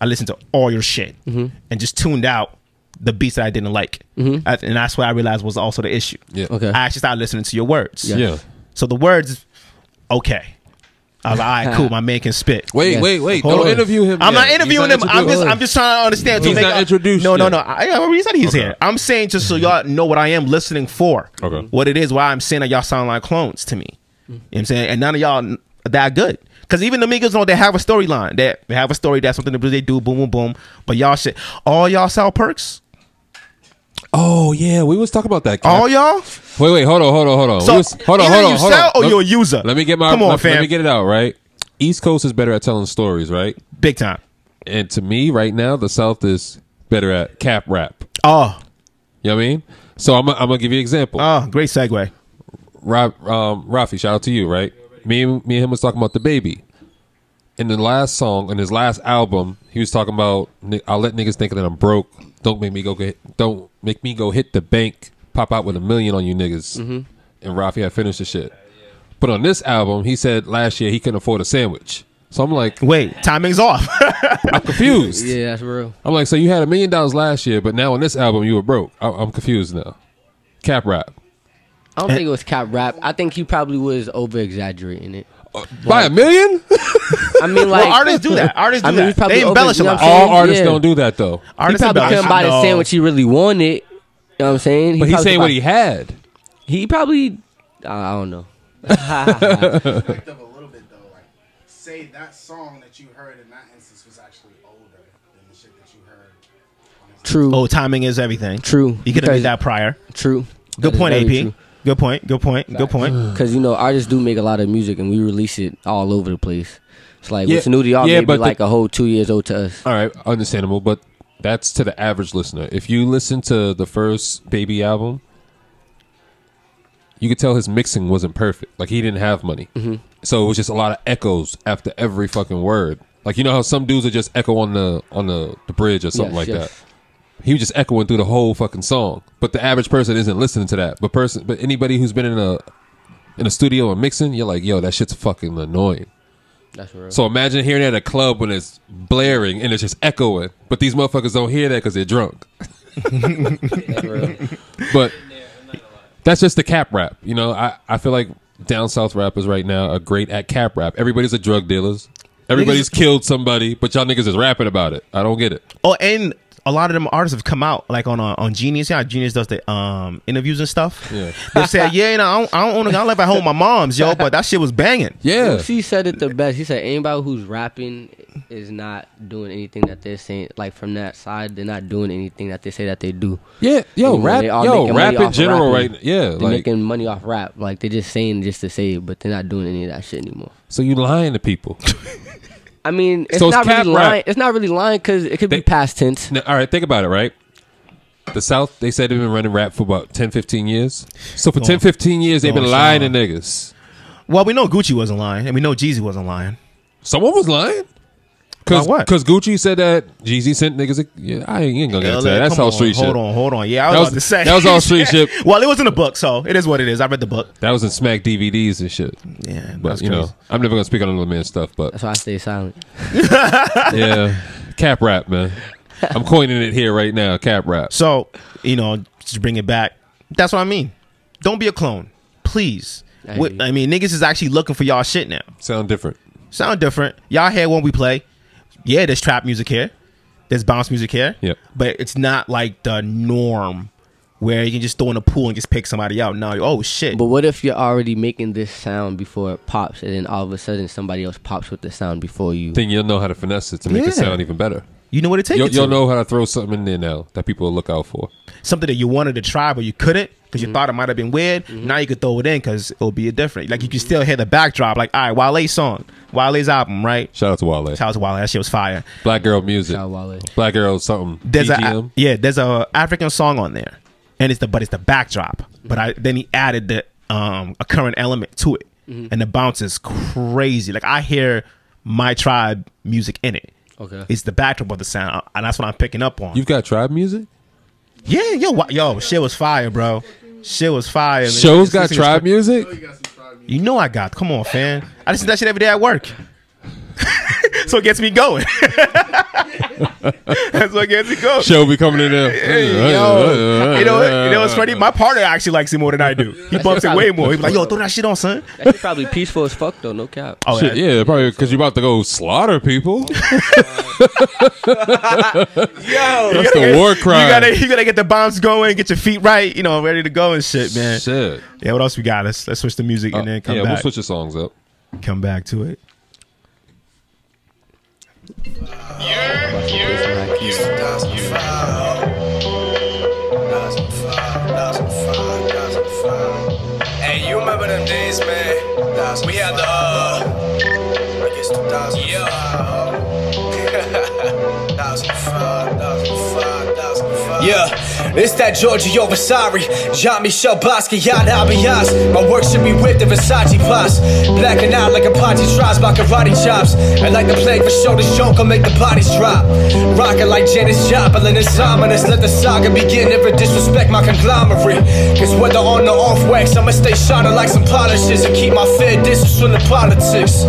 [SPEAKER 2] I listened to all your shit and just tuned out the beats that I didn't like, I- and that's what I realized was also the issue.
[SPEAKER 6] Mm-hmm. Yeah.
[SPEAKER 7] Okay.
[SPEAKER 2] I actually started listening to your words.
[SPEAKER 6] Yeah.
[SPEAKER 2] So the words, okay. I was like, all
[SPEAKER 6] <laughs>
[SPEAKER 2] right, cool. My man can spit.
[SPEAKER 6] Wait,
[SPEAKER 7] Yes.
[SPEAKER 6] wait, wait!
[SPEAKER 2] Hold
[SPEAKER 6] Don't
[SPEAKER 2] on.
[SPEAKER 6] interview him.
[SPEAKER 2] I'm
[SPEAKER 6] yet.
[SPEAKER 2] not
[SPEAKER 6] He's
[SPEAKER 2] interviewing him. I'm
[SPEAKER 6] interviewed.
[SPEAKER 2] just, I'm just trying to understand. to
[SPEAKER 6] He's
[SPEAKER 2] make
[SPEAKER 6] not
[SPEAKER 2] a-
[SPEAKER 6] introduced
[SPEAKER 2] No, no,
[SPEAKER 6] yet.
[SPEAKER 2] no. I, I already said he's here. I'm saying just so y'all know what I am listening for.
[SPEAKER 6] Okay.
[SPEAKER 2] What it is, why I'm saying that y'all sound like clones to me. You know what I'm saying? And none of y'all n- are that good. Because even the Migos know they have a storyline. They, they have a story. That's something that they do. Boom, boom, boom. But y'all shit. All y'all sell perks?
[SPEAKER 6] Oh yeah, we was talking about that. Cap.
[SPEAKER 2] All y'all?
[SPEAKER 6] Wait, wait, hold on, hold on, hold on.
[SPEAKER 2] So,
[SPEAKER 6] We was- hold on,
[SPEAKER 2] either
[SPEAKER 6] hold on,
[SPEAKER 2] you
[SPEAKER 6] hold
[SPEAKER 2] sell
[SPEAKER 6] on.
[SPEAKER 2] or
[SPEAKER 6] Let-
[SPEAKER 2] you're a user.
[SPEAKER 6] Let me get my.
[SPEAKER 2] Come on,
[SPEAKER 6] let,
[SPEAKER 2] fam.
[SPEAKER 6] let me get it out right. East Coast is better at telling stories, right?
[SPEAKER 2] Big time.
[SPEAKER 6] And to me, right now, the South is better at cap rap.
[SPEAKER 2] Oh,
[SPEAKER 6] You know what I mean? So I'm, I'm gonna give you an example.
[SPEAKER 2] oh, great segue.
[SPEAKER 6] Rob, um, Rafi, shout out to you, right? Me, and me and him was talking about the baby. In the last song, in his last album, he was talking about "Ni- I'll let niggas think that I'm broke. Don't make me go get. Don't make me go hit the bank. Pop out with a million on you niggas.
[SPEAKER 2] Mm-hmm.
[SPEAKER 6] And Rafi had finished the shit. But on this album, he said last year he couldn't afford a sandwich. So I'm like,
[SPEAKER 2] Wait, timing's off. <laughs>
[SPEAKER 6] I'm confused.
[SPEAKER 7] Yeah, that's real.
[SPEAKER 6] I'm like, so you had a million dollars last year, but now on this album you were broke. I- I'm confused now. Cap rap.
[SPEAKER 7] I don't think
[SPEAKER 6] Eh.
[SPEAKER 7] it was cap rap. I think he probably was over exaggerating it.
[SPEAKER 2] Uh,
[SPEAKER 6] By a million?
[SPEAKER 7] I mean,
[SPEAKER 2] <laughs>
[SPEAKER 7] like
[SPEAKER 2] well, artists do that. Artists do
[SPEAKER 7] I mean, he's
[SPEAKER 2] that.
[SPEAKER 7] probably
[SPEAKER 2] They
[SPEAKER 7] over-
[SPEAKER 2] embellish a
[SPEAKER 7] you know
[SPEAKER 2] lot.
[SPEAKER 7] what I'm
[SPEAKER 6] All
[SPEAKER 7] Yeah.
[SPEAKER 6] artists don't do that though.
[SPEAKER 7] he
[SPEAKER 2] Artists
[SPEAKER 7] probably
[SPEAKER 2] embellish.
[SPEAKER 7] couldn't buy the
[SPEAKER 2] No.
[SPEAKER 7] sandwich he really wanted. You know what I'm saying?
[SPEAKER 6] But he's
[SPEAKER 7] probably
[SPEAKER 6] saying
[SPEAKER 7] could
[SPEAKER 6] what
[SPEAKER 7] buy-
[SPEAKER 6] he had.
[SPEAKER 7] He probably. I don't know.
[SPEAKER 1] backed up a little bit though. Like, say that song that you heard in that instance was actually older than the shit that you heard.
[SPEAKER 7] True.
[SPEAKER 2] Oh, timing is everything.
[SPEAKER 7] True.
[SPEAKER 2] You could have
[SPEAKER 7] Because-
[SPEAKER 2] made that prior.
[SPEAKER 7] True.
[SPEAKER 2] <laughs> Good point, AP. Good point. Good point. Good
[SPEAKER 7] <laughs>
[SPEAKER 2] point.
[SPEAKER 7] Because you know, artists do make a lot of music, and we release it all over the place. It's like what's
[SPEAKER 6] Yeah,
[SPEAKER 7] new to y'all
[SPEAKER 6] yeah,
[SPEAKER 7] may
[SPEAKER 6] but
[SPEAKER 7] be
[SPEAKER 6] the-
[SPEAKER 7] like a whole two years old to us.
[SPEAKER 6] All right, understandable, but that's to the average listener. If you listen to the first baby album, you could tell his mixing wasn't perfect. Like he didn't have money.
[SPEAKER 7] Mm-hmm.
[SPEAKER 6] So it was just a lot of echoes after every fucking word. Like you know how some dudes are just echo on the on the, the bridge or something like
[SPEAKER 7] Yes, yes.
[SPEAKER 6] that. he was just echoing through the whole fucking song. But the average person isn't listening to that. But person, but anybody who's been in a in a studio and mixing, you're like, yo, that shit's fucking annoying.
[SPEAKER 7] That's real.
[SPEAKER 6] So imagine hearing that at a club when it's blaring and it's just echoing. But these motherfuckers don't hear that because they're drunk.
[SPEAKER 7] That's real.
[SPEAKER 6] But that's just the cap rap. You know, I, I feel like down south rappers right now are great at cap rap. Everybody's a drug dealers. Everybody's killed somebody, but y'all niggas is rapping about it. I don't get it.
[SPEAKER 2] Oh, and a lot of them artists have come out like on uh, on Genius. Yeah, Genius does the um interviews and stuff.
[SPEAKER 6] Yeah.
[SPEAKER 2] They said, yeah, you know, I don't, I don't own a gun. I live at home with my mom's, yo, but that shit was banging.
[SPEAKER 6] Yeah.
[SPEAKER 7] He said it the best. He said anybody who's rapping is not doing anything that they're saying. Like from that side, they're not doing anything that they say that they do.
[SPEAKER 6] Yeah. Yo,
[SPEAKER 7] You know,
[SPEAKER 6] rap.
[SPEAKER 7] they all
[SPEAKER 6] Yo,
[SPEAKER 7] making money
[SPEAKER 6] rap in
[SPEAKER 7] off of
[SPEAKER 6] general
[SPEAKER 7] rapping.
[SPEAKER 6] right Yeah.
[SPEAKER 7] They're
[SPEAKER 6] like,
[SPEAKER 7] making money off rap. Like they're just saying just to say it, but they're not doing any of that shit anymore.
[SPEAKER 6] So you lying to people.
[SPEAKER 7] I mean, <laughs> it's
[SPEAKER 6] So it's
[SPEAKER 7] not
[SPEAKER 6] cap
[SPEAKER 7] really
[SPEAKER 6] rap.
[SPEAKER 7] lying. It's not really lying because it could
[SPEAKER 6] They-
[SPEAKER 7] be past tense.
[SPEAKER 6] now, all right, think about it, right? The South, they said they've been running rap for about 10, 15 years. So for 10, 15 years, they've been
[SPEAKER 2] Going
[SPEAKER 6] lying to
[SPEAKER 2] strong.
[SPEAKER 6] niggas.
[SPEAKER 2] Oh, Well, we know Gucci wasn't lying, and we know Jeezy wasn't lying.
[SPEAKER 6] Someone was lying. Cause,
[SPEAKER 2] About what?
[SPEAKER 6] Cause Gucci said that Jeezy sent niggas. A, yeah, I ain't, you ain't gonna get
[SPEAKER 2] Yeah,
[SPEAKER 6] into that. That's
[SPEAKER 2] come
[SPEAKER 6] all
[SPEAKER 2] on,
[SPEAKER 6] street
[SPEAKER 2] Hold
[SPEAKER 6] shit.
[SPEAKER 2] on, hold on. Yeah, I was,
[SPEAKER 6] That was-
[SPEAKER 2] about to say
[SPEAKER 6] that was
[SPEAKER 2] <laughs>
[SPEAKER 6] all street shit.
[SPEAKER 2] Well, it was in the book, so it is what it is. I read the book.
[SPEAKER 6] That was in Smack DVDs and shit.
[SPEAKER 2] Yeah,
[SPEAKER 6] But you know, I'm never gonna speak on another man's stuff. But
[SPEAKER 7] That's why I
[SPEAKER 2] <laughs>
[SPEAKER 7] stay silent.
[SPEAKER 6] yeah, cap rap, man. I'm coining it here right now. Cap rap.
[SPEAKER 2] So, you know, just bring it back. That's what I mean. Don't be a clone, please.
[SPEAKER 7] I
[SPEAKER 2] What-
[SPEAKER 7] hear you.
[SPEAKER 2] I mean, niggas is actually looking for y'all shit now.
[SPEAKER 6] Sound different.
[SPEAKER 2] Sound different. Y'all hear when we play. Yeah, there's trap music here. There's bounce music here.
[SPEAKER 6] Yep.
[SPEAKER 2] But it's not like the norm where you can just throw in a pool and just pick somebody out. No, oh shit.
[SPEAKER 7] But what if you're already making this sound before it pops, and then all of a sudden somebody else pops with the sound before you?
[SPEAKER 6] Then you'll know how to finesse it to make
[SPEAKER 2] Yeah.
[SPEAKER 6] it sound even better.
[SPEAKER 2] you know what it takes.
[SPEAKER 6] You'll, you'll know how to throw something in there now that people will look out for.
[SPEAKER 2] something that you wanted to try but you couldn't because you thought it might have been weird. Now you could throw it in because it'll be a different. Like you can still hear the backdrop. Like all right, Wale song, Wale's album, right?
[SPEAKER 6] Shout out to Wale.
[SPEAKER 2] Shout out to Wale. That shit was fire.
[SPEAKER 6] Black girl music.
[SPEAKER 7] Shout out Wale.
[SPEAKER 6] Black girl something. E
[SPEAKER 2] There's
[SPEAKER 6] BGM.
[SPEAKER 2] a yeah, there's a African song on there, and it's the but it's the backdrop. But I then he added the um a current element to it, and the bounce is crazy. Like I hear my tribe music in it.
[SPEAKER 7] Okay.
[SPEAKER 2] It's the backdrop of the sound, uh, and that's what I'm picking up on.
[SPEAKER 6] You've got tribe music.
[SPEAKER 2] yeah, yo, wa- yo, shit was fire, bro. Shit was fire. man.
[SPEAKER 6] Shows got
[SPEAKER 2] This is-
[SPEAKER 6] tribe music.
[SPEAKER 2] You know I got. Come on, <laughs> fam. I listen to that shit every day at work. so it gets me going. That's what gets it goes.
[SPEAKER 6] Show be coming in there.
[SPEAKER 2] Oh. <laughs> Hey, yo. You know, what- you know what's funny? My partner actually likes it more than I do. He bumps it way more. He's like, yo, throw that shit on, son.
[SPEAKER 6] <laughs>
[SPEAKER 7] That shit probably peaceful as fuck though, no cap.
[SPEAKER 2] Oh,
[SPEAKER 6] Shit, yeah, probably because you're about to go slaughter people.
[SPEAKER 2] Yo,
[SPEAKER 6] That's the war cry.
[SPEAKER 2] You gotta, you gotta get the bombs going, get your feet right, you know, ready to go and shit, man.
[SPEAKER 6] Shit. Uh,
[SPEAKER 2] Yeah, what else we got? Let's let's switch the music and then come
[SPEAKER 6] yeah, we'll
[SPEAKER 2] back.
[SPEAKER 6] switch the songs up.
[SPEAKER 2] come back to it.
[SPEAKER 9] Hey, you remember them days, man? We had the uh, yeah. Yeah, it's that Giorgio Vasari, Jean Michel Basquiat, Abiyaz. My work should be whipped in Versace plus. Blacking out like Apache tries by karate chops. And like the plague for shoulders, joke, I'll make the bodies drop. Rocking like Janis Joplin, it's ominous. Let the saga begin, never disrespect my conglomerate. Cause whether on or off wax, I'ma stay shining like some polishes and keep my fair distance from the politics.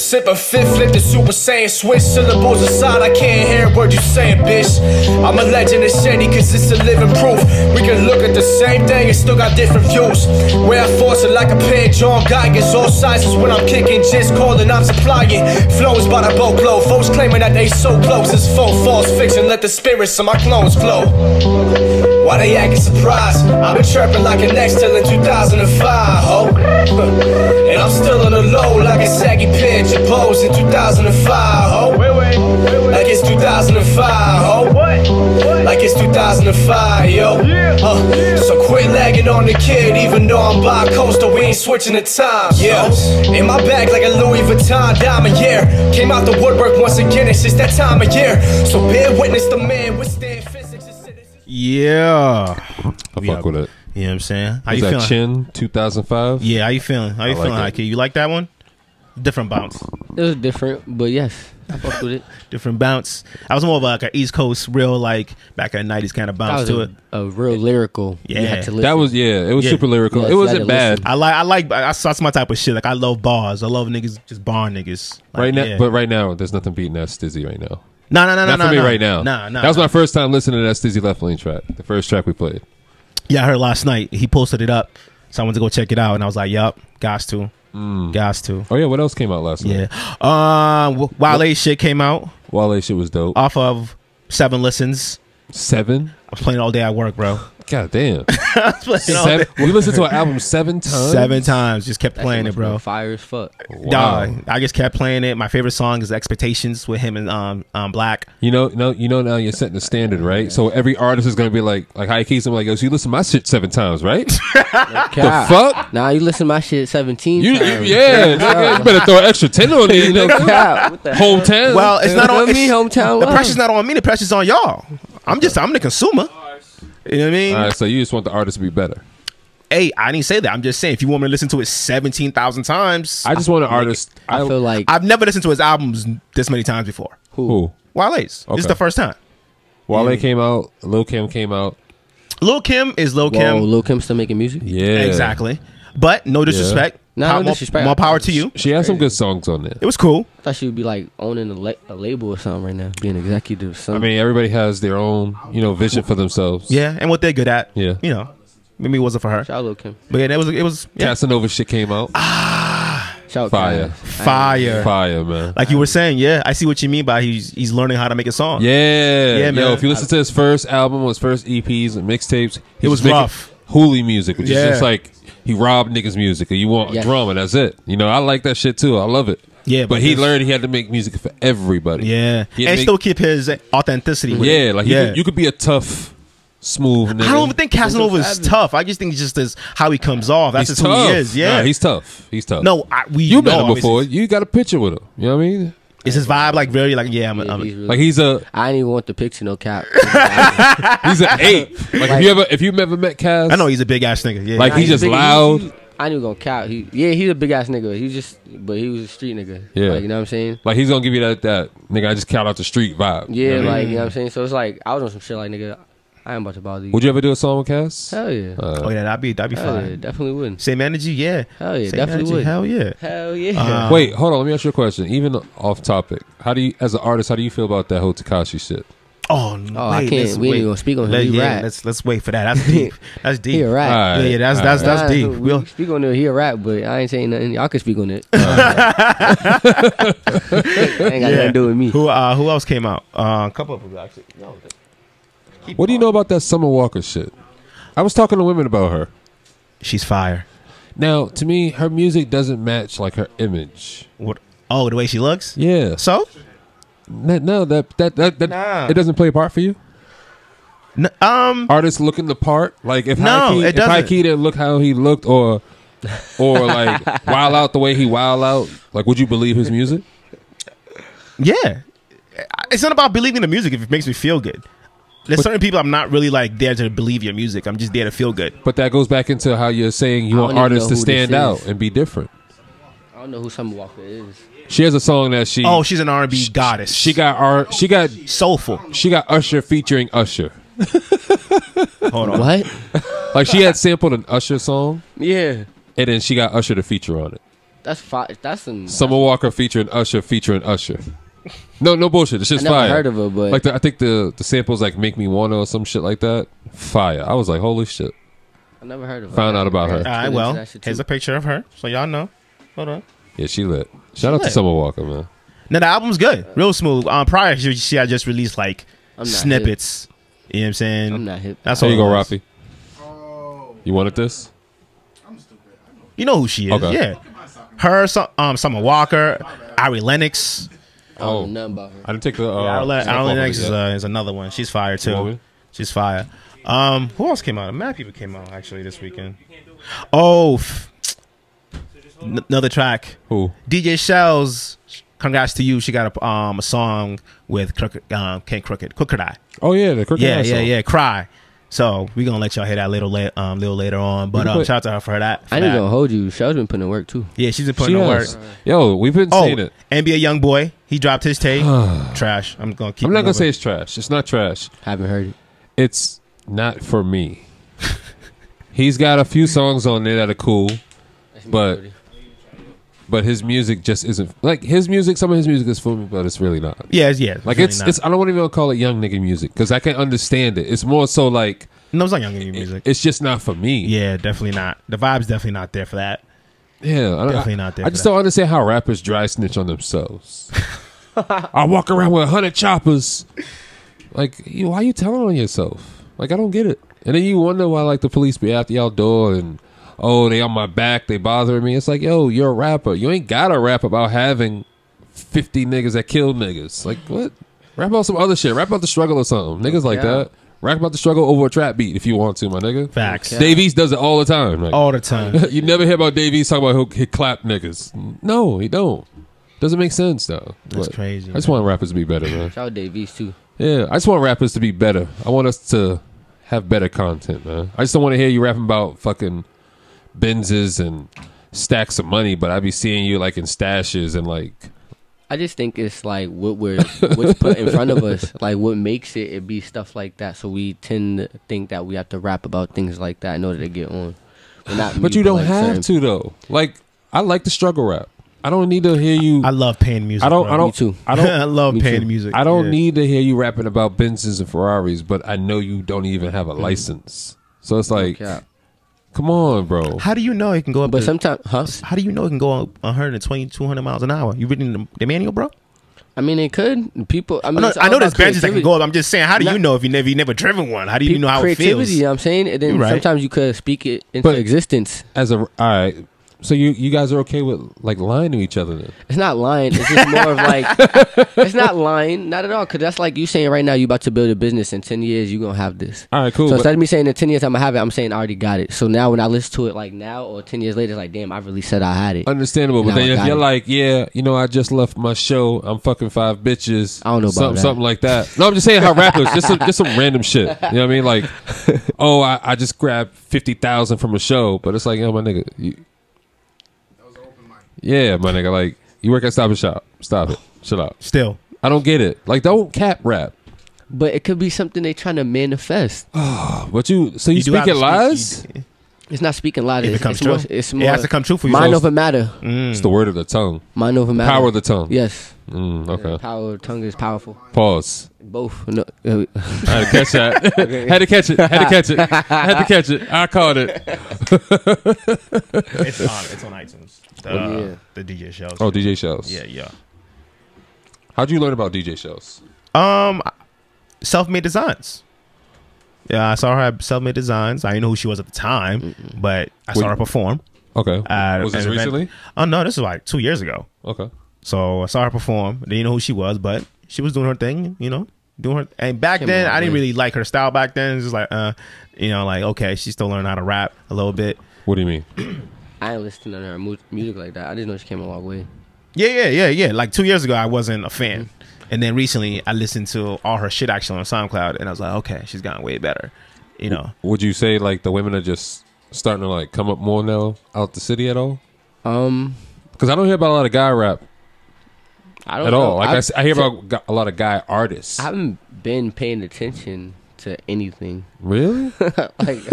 [SPEAKER 9] Sip a fifth, flip the Super Saiyan, switch syllables aside. I can't hear a word you saying, bitch. I'm a legend of shady, cause it's a living proof. We can look at the same thing and still got different views. Where I force it like a pair John Guy's all sizes when I'm kicking, just calling, I'm supplying. Flows by the boatload, folks claiming that they so close. It's faux false fiction, let the spirits of my clones flow. Why they acting surprised? I've been chirping like an X till in 2005, ho. <laughs> and I'm still on the low like a saggy pitch of pose in 2005, ho. Like it's 2005, ho. Like it's 2005, yo. Uh, so quit lagging on the kid, even though I'm bi coastal, we ain't switching the time. Yeah, in my bag like a Louis Vuitton diamond, yeah. Came out the woodwork once again, it's just that time of year. So bear witness the man withstand physics and citizens.
[SPEAKER 2] Yeah.
[SPEAKER 6] I
[SPEAKER 2] Yeah.
[SPEAKER 6] fuck with it.
[SPEAKER 2] You know what I'm saying? How
[SPEAKER 6] Is
[SPEAKER 2] you
[SPEAKER 6] that
[SPEAKER 2] feeling?
[SPEAKER 6] Chin 2005?
[SPEAKER 2] Yeah, how you feeling? How you
[SPEAKER 6] I like
[SPEAKER 2] feeling,
[SPEAKER 6] it.
[SPEAKER 2] like You like that one? Different bounce.
[SPEAKER 7] It was different, but yes, I fucked with it.
[SPEAKER 2] <laughs> Different bounce. I was more of like an East Coast real like back in the nineties kind of
[SPEAKER 7] That
[SPEAKER 2] bounce
[SPEAKER 7] was
[SPEAKER 2] to it.
[SPEAKER 7] a, a real lyrical. You
[SPEAKER 2] Yeah.
[SPEAKER 7] had to listen.
[SPEAKER 6] That was yeah. It was
[SPEAKER 2] Yeah.
[SPEAKER 6] super lyrical.
[SPEAKER 7] Yeah,
[SPEAKER 6] it
[SPEAKER 7] so I
[SPEAKER 6] wasn't
[SPEAKER 7] had to
[SPEAKER 6] bad
[SPEAKER 7] listen.
[SPEAKER 2] I like I like I, that's my type of shit. Like I love bars. I love niggas just bar niggas. Like,
[SPEAKER 6] right now,
[SPEAKER 2] yeah.
[SPEAKER 6] but right now there's nothing beating that Stizzy right now.
[SPEAKER 2] no no no no
[SPEAKER 6] Not
[SPEAKER 2] no,
[SPEAKER 6] for me
[SPEAKER 2] no.
[SPEAKER 6] right now.
[SPEAKER 2] Nah nah.
[SPEAKER 6] that was
[SPEAKER 2] nah.
[SPEAKER 6] my first time listening to that Stizzy Left Lane track. The first track we played.
[SPEAKER 2] Yeah, I heard last night. He posted it up. So I went to go check it out, and I was like, "Yup, guys too, guys too."
[SPEAKER 6] Oh yeah, what else came out last
[SPEAKER 2] Yeah.
[SPEAKER 6] night?
[SPEAKER 2] Um, W- Wale shit came out
[SPEAKER 6] Wale shit was dope.
[SPEAKER 2] off of Seven Listens.
[SPEAKER 6] Seven.
[SPEAKER 2] I was playing all day at work, bro.
[SPEAKER 6] <laughs> God damn.
[SPEAKER 2] <laughs> I was playing all
[SPEAKER 6] Seven.
[SPEAKER 2] day.
[SPEAKER 6] We listened to an album seven times.
[SPEAKER 2] Seven times, just kept
[SPEAKER 7] That shit
[SPEAKER 2] playing it,
[SPEAKER 7] must
[SPEAKER 2] bro.
[SPEAKER 7] be Fire as fuck.
[SPEAKER 6] Wow.
[SPEAKER 2] Dog, I just kept playing it. My favorite
[SPEAKER 6] <laughs>
[SPEAKER 2] song is "Expectations" with him and um, um Black.
[SPEAKER 6] You know, no, you know now you're setting the standard, right? So every artist is gonna be like, like high keys. I'm like, yo, so you listen to my shit seven times,
[SPEAKER 2] <laughs>
[SPEAKER 6] right? the
[SPEAKER 7] Cap.
[SPEAKER 6] fuck?
[SPEAKER 7] Nah, you listen to my shit 17
[SPEAKER 6] You, you
[SPEAKER 7] times.
[SPEAKER 6] yeah, nigga, you better throw an extra ten on it. You know,
[SPEAKER 7] Cap, what the hell?
[SPEAKER 6] hometown.
[SPEAKER 2] Well, it's not on
[SPEAKER 7] What me,
[SPEAKER 2] it's-
[SPEAKER 7] hometown
[SPEAKER 2] The
[SPEAKER 7] love?
[SPEAKER 2] pressure's not on me. The pressure's on y'all. I'm just I'm the consumer. <laughs> You know what I mean?
[SPEAKER 6] All right, so you just want the artist to be better.
[SPEAKER 2] Hey, I didn't say that. I'm just saying if you want me to listen to it 17,000 times,
[SPEAKER 6] I just want an artist.
[SPEAKER 7] I feel like
[SPEAKER 2] I've never listened to his albums this many times before.
[SPEAKER 6] who
[SPEAKER 2] Wale's. This
[SPEAKER 6] Okay.
[SPEAKER 2] is the first time.
[SPEAKER 6] Wale came out, Lil Kim came out.
[SPEAKER 2] Lil Kim is Lil
[SPEAKER 7] whoa,
[SPEAKER 2] Kim.
[SPEAKER 7] Lil Kim still making music.
[SPEAKER 6] Yeah,
[SPEAKER 2] Exactly. But no disrespect.
[SPEAKER 7] No,
[SPEAKER 2] Pow-
[SPEAKER 7] no
[SPEAKER 2] more-
[SPEAKER 7] disrespect.
[SPEAKER 2] More power to you.
[SPEAKER 6] She had some good songs on there.
[SPEAKER 2] It was cool.
[SPEAKER 7] I thought she would be like owning a, la- a label or something right now, being executive. Or
[SPEAKER 6] I
[SPEAKER 7] something.
[SPEAKER 6] mean, everybody has their own, you know, vision for themselves.
[SPEAKER 2] Yeah, and what they're good at.
[SPEAKER 6] Yeah.
[SPEAKER 2] You know, maybe it wasn't for her.
[SPEAKER 7] shout out Lil Kim.
[SPEAKER 2] But yeah, it was, it was yeah. Ah.
[SPEAKER 6] Casanova shit came out.
[SPEAKER 7] Shout out
[SPEAKER 6] Fire.
[SPEAKER 7] Kanye.
[SPEAKER 2] fire.
[SPEAKER 6] Fire, man.
[SPEAKER 2] Like you were saying, yeah, I see what you mean by he's he's learning how to make a song.
[SPEAKER 6] Yeah,
[SPEAKER 2] Yeah, man.
[SPEAKER 6] Yo, if you listen to his first album, his first EPs and mixtapes, he
[SPEAKER 2] was
[SPEAKER 6] making
[SPEAKER 2] rough.
[SPEAKER 6] Hooli music, which
[SPEAKER 2] Yeah.
[SPEAKER 6] is just like he robbed niggas' music. You want
[SPEAKER 7] Yes.
[SPEAKER 6] drama? That's it. You know, I like that shit too. I love it.
[SPEAKER 2] Yeah,
[SPEAKER 6] but,
[SPEAKER 2] but
[SPEAKER 6] he
[SPEAKER 2] this-
[SPEAKER 6] learned he had to make music for everybody.
[SPEAKER 2] Yeah.
[SPEAKER 6] He had
[SPEAKER 2] and
[SPEAKER 6] to make-
[SPEAKER 2] still keep his authenticity. With
[SPEAKER 6] yeah,
[SPEAKER 2] it.
[SPEAKER 6] like You, could, you could be a tough, smooth. Nigga.
[SPEAKER 2] I don't even think Casanova is tough. I just think it's just as how he comes off. That's
[SPEAKER 6] he's
[SPEAKER 2] just
[SPEAKER 6] tough.
[SPEAKER 2] who he is. Yeah,
[SPEAKER 6] Nah, he's tough. He's tough.
[SPEAKER 2] no. I, we
[SPEAKER 6] you met
[SPEAKER 2] know,
[SPEAKER 6] him before.
[SPEAKER 2] obviously.
[SPEAKER 6] You got a picture with him. You know what I mean?
[SPEAKER 2] Is his vibe like really like yeah? I'm,
[SPEAKER 7] Yeah,
[SPEAKER 2] I'm,
[SPEAKER 7] he's really-
[SPEAKER 6] Like he's a
[SPEAKER 7] I didn't even want the picture, no cap. <laughs>
[SPEAKER 6] he's an ape. Like, if you ever if you've never met Cass,
[SPEAKER 2] I know he's a big ass nigga. Yeah,
[SPEAKER 6] Like, he
[SPEAKER 7] He's
[SPEAKER 6] just
[SPEAKER 7] big-
[SPEAKER 6] loud.
[SPEAKER 7] he- I knew gonna cap. He, yeah, he's a big ass nigga. He just, but he was a street nigga.
[SPEAKER 6] Yeah.
[SPEAKER 7] like, you know what I'm saying.
[SPEAKER 6] like he's gonna give you that that nigga. I just count out the street vibe.
[SPEAKER 7] Yeah,
[SPEAKER 6] You know what I mean?
[SPEAKER 7] like you know what I'm saying. So it's like I was on some shit like nigga. I ain't about to bother you.
[SPEAKER 6] Would you ever do a song with Uh, Cass?
[SPEAKER 7] Hell yeah.
[SPEAKER 2] oh yeah, that'd be that'd be
[SPEAKER 7] Hell yeah,
[SPEAKER 2] fine.
[SPEAKER 7] definitely wouldn't.
[SPEAKER 2] Same energy, yeah.
[SPEAKER 7] Hell yeah,
[SPEAKER 2] Same
[SPEAKER 7] definitely
[SPEAKER 2] energy,
[SPEAKER 7] would.
[SPEAKER 2] Hell yeah.
[SPEAKER 7] Hell yeah.
[SPEAKER 2] Uh,
[SPEAKER 6] Wait, hold on. Let me ask you a question. Even off topic, how do you, as an artist, how do you feel about that whole Takashi shit?
[SPEAKER 2] Oh, no,
[SPEAKER 7] Oh, I can't- we ain't gonna speak on him.
[SPEAKER 2] Let,
[SPEAKER 7] He
[SPEAKER 2] yeah,
[SPEAKER 7] rap.
[SPEAKER 2] let's let's wait for that. That's
[SPEAKER 7] <laughs>
[SPEAKER 2] deep. That's deep.
[SPEAKER 7] He a rap.
[SPEAKER 6] All right,
[SPEAKER 2] Yeah, yeah, that's
[SPEAKER 6] all
[SPEAKER 2] that's
[SPEAKER 6] right.
[SPEAKER 2] that's deep. <laughs>
[SPEAKER 7] We
[SPEAKER 2] We'll,
[SPEAKER 7] speak on it here, rap, but I ain't saying nothing. Y'all can speak on it. <laughs> ain't got nothing
[SPEAKER 2] yeah.
[SPEAKER 7] to do with me.
[SPEAKER 2] Who uh, who else came out? Uh, a couple of people actually. No,
[SPEAKER 6] What do you know about that Summer Walker shit? I was talking to women about her.
[SPEAKER 2] she's fire.
[SPEAKER 6] Now, to me, her music doesn't match like her image.
[SPEAKER 2] What? Oh, the way she looks.
[SPEAKER 6] Yeah.
[SPEAKER 2] So
[SPEAKER 6] No, no, that that that, that
[SPEAKER 2] Nah.
[SPEAKER 6] it doesn't play a part for you.
[SPEAKER 2] N- um,
[SPEAKER 6] Artists looking the part, like if
[SPEAKER 2] No,
[SPEAKER 6] High
[SPEAKER 2] it
[SPEAKER 6] if
[SPEAKER 2] doesn't.
[SPEAKER 6] High Key didn't look how he looked, or
[SPEAKER 2] <laughs>
[SPEAKER 6] or like wild out the way he wild out, like would you believe his music?
[SPEAKER 2] yeah, it's not about believing the music if it makes me feel good. There's certain people I'm not really like there to believe your music. I'm just there to feel good.
[SPEAKER 6] But that goes back into how you're saying you
[SPEAKER 7] I
[SPEAKER 6] want
[SPEAKER 7] don't even
[SPEAKER 6] artists
[SPEAKER 7] know
[SPEAKER 6] to
[SPEAKER 7] who this
[SPEAKER 6] stand out
[SPEAKER 7] is.
[SPEAKER 6] and be different.
[SPEAKER 7] I don't know who Summer Walker is.
[SPEAKER 6] She has a song that she
[SPEAKER 2] Oh, she's an R&B goddess.
[SPEAKER 6] she got art she got
[SPEAKER 2] soulful.
[SPEAKER 6] she got Usher featuring Usher.
[SPEAKER 2] <laughs> Hold on.
[SPEAKER 7] What?
[SPEAKER 6] <laughs> Like she had sampled an Usher song
[SPEAKER 7] Yeah.
[SPEAKER 6] and then she got Usher to feature on it.
[SPEAKER 7] That's fi- That's some.
[SPEAKER 6] Summer Walker featuring Usher featuring Usher. No, no bullshit. It's just
[SPEAKER 7] I never
[SPEAKER 6] fire.
[SPEAKER 7] heard of her, but-
[SPEAKER 6] like the, I think the the samples like "Make Me Wanna" or some shit like that. Fire. I was like, holy shit.
[SPEAKER 7] I never heard of her.
[SPEAKER 6] Found out about her.
[SPEAKER 2] All right. Well, here's a picture of her, so y'all know. Hold on.
[SPEAKER 6] Yeah, she lit. Shout out to
[SPEAKER 2] lit.
[SPEAKER 6] Summer Walker, man.
[SPEAKER 2] No, the album's good, real smooth. Um, prior she, she had just released like
[SPEAKER 7] Uh, I'm not
[SPEAKER 2] snippets. You know what I'm saying?
[SPEAKER 7] I'm not hip.
[SPEAKER 2] That's
[SPEAKER 6] There
[SPEAKER 2] all
[SPEAKER 6] you go,
[SPEAKER 2] it was.
[SPEAKER 6] Rafi. You wanted this?
[SPEAKER 2] You know who she is?
[SPEAKER 6] Okay.
[SPEAKER 2] Yeah, her, Su- um, Summer Walker, Ari Lennox.
[SPEAKER 7] I don't know nothing about her.
[SPEAKER 6] Oh. I didn't take the. Uh,
[SPEAKER 2] Ari, Le-
[SPEAKER 6] snap
[SPEAKER 2] Ari
[SPEAKER 6] off of
[SPEAKER 2] Lennox
[SPEAKER 6] it
[SPEAKER 2] is,
[SPEAKER 6] yet.
[SPEAKER 2] uh, is another one. She's fire too.
[SPEAKER 6] Woman.
[SPEAKER 2] She's fire. Um, who else came out? A mad people came out actually this weekend. Oh, f- n- another track.
[SPEAKER 6] Who?
[SPEAKER 2] DJ Shells. Congrats to you. She got a um a song with Crooked, um, King Crooked, Crooked Eye.
[SPEAKER 6] Oh yeah, the crooked
[SPEAKER 2] Yeah,
[SPEAKER 6] ass
[SPEAKER 2] yeah,
[SPEAKER 6] song.
[SPEAKER 2] yeah. Cry. So we gonna let y'all hear that little la- um little later on. But
[SPEAKER 6] can
[SPEAKER 2] um,
[SPEAKER 6] put-
[SPEAKER 2] shout out to her for that. for
[SPEAKER 7] I ain't
[SPEAKER 2] that.
[SPEAKER 7] gonna hold you. Shell's been putting in work too.
[SPEAKER 2] Yeah, she's been
[SPEAKER 6] She
[SPEAKER 2] putting in work.
[SPEAKER 6] has. Yo, we've been
[SPEAKER 2] Oh,
[SPEAKER 6] seeing it.
[SPEAKER 2] NBA young boy. He dropped his
[SPEAKER 6] <sighs>
[SPEAKER 2] tape. Trash. I'm gonna keep.
[SPEAKER 6] I'm not gonna say
[SPEAKER 2] moving.
[SPEAKER 6] it's trash. It's not trash.
[SPEAKER 7] Haven't heard it.
[SPEAKER 6] it's not for me. He's got a few songs on there that are cool, but but his music just isn't like his music. Some of his music is for me, but it's really not.
[SPEAKER 2] Yeah, it's- yeah.
[SPEAKER 6] Like
[SPEAKER 2] really
[SPEAKER 6] it's
[SPEAKER 2] not.
[SPEAKER 6] it's I don't want to even call it young nigga music because I can understand it. It's more so like
[SPEAKER 2] no, it's not young NBA music.
[SPEAKER 6] it's just not for me.
[SPEAKER 2] yeah, definitely not. The vibe's definitely not there for that.
[SPEAKER 6] yeah. I,
[SPEAKER 2] Definitely
[SPEAKER 6] I-
[SPEAKER 2] not there
[SPEAKER 6] I
[SPEAKER 2] for
[SPEAKER 6] just
[SPEAKER 2] that.
[SPEAKER 6] don't understand how rappers dry snitch on themselves. <laughs> I walk around with hundred choppers. Like, you, why you telling on yourself? Like, I don't get it. And then you wonder why, like, the police be after y'all door and oh, they on my back, they bothering me. It's like, yo, you're a rapper. You ain't gotta rap about having fifty niggas that kill niggas. Like, what? Rap about some other shit. Rap about the struggle or something. Niggas like
[SPEAKER 7] Yeah.
[SPEAKER 6] that. Rap about the struggle over a trap beat if you want to, my nigga.
[SPEAKER 2] Facts.
[SPEAKER 6] Davies does it all the time. Like,
[SPEAKER 2] <laughs> All the time.
[SPEAKER 6] <laughs> you never hear about Davies talking about he'll, he clap niggas. No, he don't. Doesn't make sense though.
[SPEAKER 2] That's crazy,
[SPEAKER 6] I just want rappers to be better, man.
[SPEAKER 7] Shout out Davies too.
[SPEAKER 6] Yeah, I just want rappers to be better. I want us to have better content, man. I just don't want to hear you rapping about fucking Benzes and stacks of money, but I be seeing you like in stashes and like
[SPEAKER 7] I just think it's like what we're what's put in front of
[SPEAKER 6] <laughs>
[SPEAKER 7] us, like what makes it it be stuff like that. So we tend to think that we have to rap about things like that in order to get on. We're not
[SPEAKER 6] But
[SPEAKER 7] mute
[SPEAKER 6] you don't
[SPEAKER 7] like
[SPEAKER 6] have
[SPEAKER 7] certain-
[SPEAKER 6] to though. Like I like the struggle rap. I don't need to hear you
[SPEAKER 2] I love pain music.
[SPEAKER 6] I don't
[SPEAKER 2] bro.
[SPEAKER 6] I don't
[SPEAKER 7] Me too.
[SPEAKER 6] I
[SPEAKER 2] <laughs>
[SPEAKER 6] don't
[SPEAKER 2] I love
[SPEAKER 7] Me
[SPEAKER 2] pain
[SPEAKER 7] too.
[SPEAKER 2] music.
[SPEAKER 6] I don't
[SPEAKER 2] Yeah.
[SPEAKER 6] need to hear you rapping about Benzes and Ferraris, but I know you don't even have a
[SPEAKER 2] Mm.
[SPEAKER 6] license. So it's like,
[SPEAKER 7] Yeah.
[SPEAKER 6] come on, bro.
[SPEAKER 2] How do you know it can go up?
[SPEAKER 7] But
[SPEAKER 2] to-
[SPEAKER 7] sometimes, huh?
[SPEAKER 2] How do you know it can go on 120, 200 miles an hour? You reading the, the manual, bro?
[SPEAKER 7] I mean, it could. People, I mean,
[SPEAKER 2] I know,
[SPEAKER 7] it's
[SPEAKER 2] I
[SPEAKER 7] all
[SPEAKER 2] know
[SPEAKER 7] about
[SPEAKER 2] there's benches that can
[SPEAKER 7] creativity.
[SPEAKER 2] go up. I'm just saying, how do you
[SPEAKER 7] Not-
[SPEAKER 2] know if you never you never driven one? How do you know how it
[SPEAKER 7] creativity,
[SPEAKER 2] feels?
[SPEAKER 7] you know what I'm saying? And then
[SPEAKER 2] You're right.
[SPEAKER 7] sometimes you could speak it into
[SPEAKER 6] But-
[SPEAKER 7] existence.
[SPEAKER 6] As a all right, so you you guys are okay with like lying to each other then?
[SPEAKER 7] It's not lying. It's just more
[SPEAKER 2] <laughs>
[SPEAKER 7] of like, it's not lying, not at all. Because that's like you saying right now, you about to build a business in ten years, you gonna have this.
[SPEAKER 6] All right, cool.
[SPEAKER 7] So
[SPEAKER 6] but-
[SPEAKER 7] instead of me saying in ten years I'm gonna have it, I'm saying I already got it. So now when I listen to it like now or ten years later, it's like damn, I really said I had it.
[SPEAKER 6] Uh, understandable, but
[SPEAKER 7] Nah,
[SPEAKER 6] then
[SPEAKER 7] I
[SPEAKER 6] if
[SPEAKER 7] got
[SPEAKER 6] you're
[SPEAKER 7] it.
[SPEAKER 6] like, yeah, you know, I just left my show. I'm fucking five bitches.
[SPEAKER 7] I don't know about
[SPEAKER 6] something,
[SPEAKER 7] that.
[SPEAKER 6] something like that. No, I'm just saying how rappers just some, just some random shit. You know what I mean?
[SPEAKER 7] <laughs>
[SPEAKER 6] Like, oh, I, I just grabbed fifty thousand from a show, but it's like, yo, my nigga, you, yeah, my nigga, like you work at Stop and Shop. Stop it. Chill out.
[SPEAKER 2] Still,
[SPEAKER 6] I don't get it. Like, don't cap rap.
[SPEAKER 7] but it could be something they trying to manifest.
[SPEAKER 6] <sighs> But you, so you,
[SPEAKER 2] do have to
[SPEAKER 6] speaking lies?
[SPEAKER 2] speak- you-
[SPEAKER 7] It's not speaking lies.
[SPEAKER 2] It
[SPEAKER 7] it's,
[SPEAKER 2] becomes
[SPEAKER 7] it's more-
[SPEAKER 2] true.
[SPEAKER 7] it's
[SPEAKER 2] It
[SPEAKER 7] more
[SPEAKER 2] has to come true for you.
[SPEAKER 7] Mind
[SPEAKER 2] So- Mm.
[SPEAKER 7] over matter.
[SPEAKER 6] It's the word of the tongue.
[SPEAKER 7] Mind over matter.
[SPEAKER 6] Power of the tongue.
[SPEAKER 7] Yes.
[SPEAKER 6] Mm,
[SPEAKER 7] The
[SPEAKER 6] okay.
[SPEAKER 7] power of tongue is powerful.
[SPEAKER 6] Pause.
[SPEAKER 7] Both. No, uh,
[SPEAKER 6] I <laughs> had to catch
[SPEAKER 7] <laughs>
[SPEAKER 6] that. <laughs> had to catch it. Had to catch it. Had to catch it. I caught it.
[SPEAKER 2] It's on. It's on iTunes. The,
[SPEAKER 7] Yeah.
[SPEAKER 2] the DJ shows.
[SPEAKER 6] Oh, DJ Shells.
[SPEAKER 2] Yeah, yeah.
[SPEAKER 6] How'd you learn about DJ Shells?
[SPEAKER 2] Um, self-made designs. Yeah, I saw her at self-made designs. I didn't know who she was at the time, but I saw
[SPEAKER 6] Wait.
[SPEAKER 2] her perform.
[SPEAKER 6] Okay.
[SPEAKER 2] at
[SPEAKER 6] was this
[SPEAKER 2] an event.
[SPEAKER 6] recently?
[SPEAKER 2] Oh no, this was like two years ago.
[SPEAKER 6] Okay.
[SPEAKER 2] So I saw her perform. Didn't know who she was, but she was doing her thing. You know, doing her. And back
[SPEAKER 7] Came
[SPEAKER 2] then,
[SPEAKER 7] a long
[SPEAKER 2] I didn't
[SPEAKER 7] way.
[SPEAKER 2] really like her style. Back then, it's just like, uh, you know, like okay, she's still learning how to rap a little bit.
[SPEAKER 6] What do you mean?
[SPEAKER 7] I ain't listening to her mu- music like that. I just know she came a long way.
[SPEAKER 2] Yeah, yeah, yeah, yeah. Like two years ago, I wasn't a fan,
[SPEAKER 6] Mm-hmm.
[SPEAKER 2] and then recently, I listened to all her shit actually on SoundCloud, and I was like, okay, she's gotten way better. You know,
[SPEAKER 6] Would you say like the women are just starting to like come up more now out the city at all?
[SPEAKER 7] Um,
[SPEAKER 6] Because I don't hear about a lot of guy rap
[SPEAKER 7] I don't
[SPEAKER 6] at
[SPEAKER 7] know.
[SPEAKER 6] all. Like I, s- I hear
[SPEAKER 7] to-
[SPEAKER 6] about gu- a lot of guy artists.
[SPEAKER 7] I haven't been paying attention to anything.
[SPEAKER 6] really?
[SPEAKER 7] <laughs> Like
[SPEAKER 6] <laughs>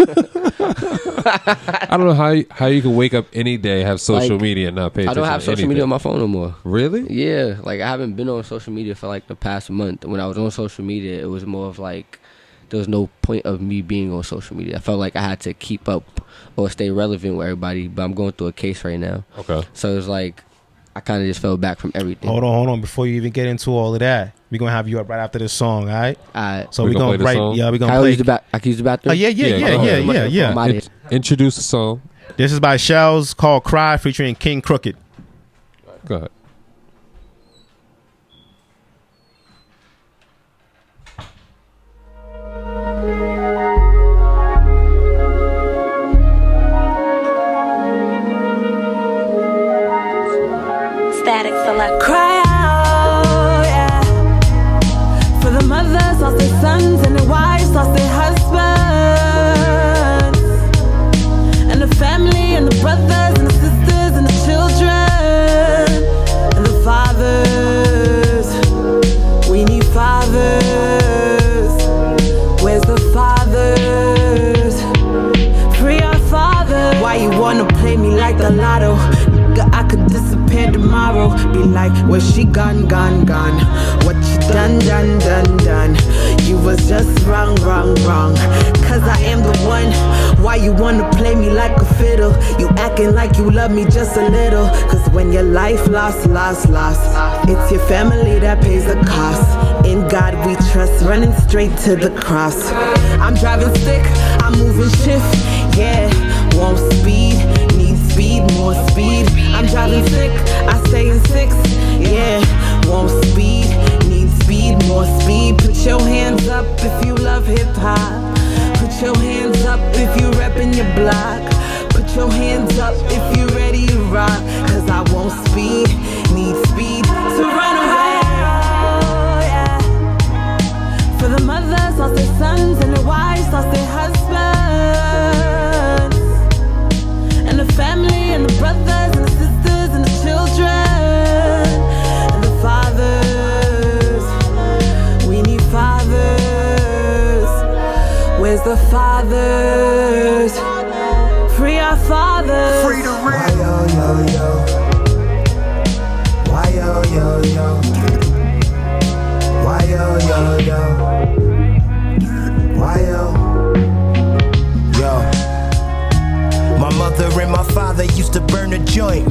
[SPEAKER 6] I don't know how you, how you can wake up any day have social
[SPEAKER 7] Like,
[SPEAKER 6] media and not pay
[SPEAKER 7] I
[SPEAKER 6] attention.
[SPEAKER 7] don't have
[SPEAKER 6] to
[SPEAKER 7] social
[SPEAKER 6] anything.
[SPEAKER 7] media on my phone no more.
[SPEAKER 6] Really?
[SPEAKER 7] Yeah, like I haven't been on social media for like the past month. When I was on social media, it was more of like there was no point of me being on social media. I felt like I had to keep up or stay relevant with everybody. But I'm going through a case right now,
[SPEAKER 6] Okay.
[SPEAKER 7] so it's like I kind of just fell back from everything.
[SPEAKER 2] hold on, hold on. Before you even get into all of that, we're gonna have you up right after this song, all right?
[SPEAKER 7] I,
[SPEAKER 2] So
[SPEAKER 6] We
[SPEAKER 2] we're
[SPEAKER 6] gonna
[SPEAKER 2] gonna,
[SPEAKER 6] play the
[SPEAKER 2] write.
[SPEAKER 6] song?
[SPEAKER 2] Yeah, we're
[SPEAKER 7] can
[SPEAKER 2] gonna
[SPEAKER 7] I
[SPEAKER 2] play.
[SPEAKER 7] use the back? I can use the bathroom.
[SPEAKER 2] oh yeah, yeah,
[SPEAKER 6] Yeah,
[SPEAKER 2] yeah,
[SPEAKER 6] go
[SPEAKER 2] yeah,
[SPEAKER 6] ahead.
[SPEAKER 2] yeah, yeah.
[SPEAKER 7] I'm outta here.
[SPEAKER 6] Introduce the song.
[SPEAKER 2] This is by Shells called Cry featuring King Crooked.
[SPEAKER 6] Go ahead.
[SPEAKER 10] static, so I cry out, yeah. For the mothers lost their sons and the wives lost their husbands, and the family and the brothers and the sisters and the children and the fathers. We need fathers. Where's the fathers? Free our fathers. Why you wanna play me like the lotto? Nigga, I could disappear tomorrow. Be like, where she gone, gone, gone? What you done, done, done, done? You was just wrong, wrong, wrong. Cause I am the one. Why you wanna play me like a fiddle? You acting like you love me just a little. Cause when your life lost, lost, lost, it's your family that pays the cost. In God we trust, running straight to the cross. I'm driving stick, I'm moving shift, yeah. Won't speed, need speed, more speed. I'm driving sick, I stay in six, yeah. Won't speed, need speed, more speed. Put your hands up if you love hip hop. Put your hands up if you reppin' your block. Put your hands up if you ready to rock. Cause I won't speed, need speed to run away. yeah. For the mothers lost their sons and the wives lost their husbands. And the family and the brothers and the sisters and the children and the fathers. We need fathers. Where's the fathers? Free our fathers.
[SPEAKER 8] Free the real. Why yo yo yo? Why yo yo yo? Why yo yo yo? Why yo? Yo. My mother and my father used to burn a joint.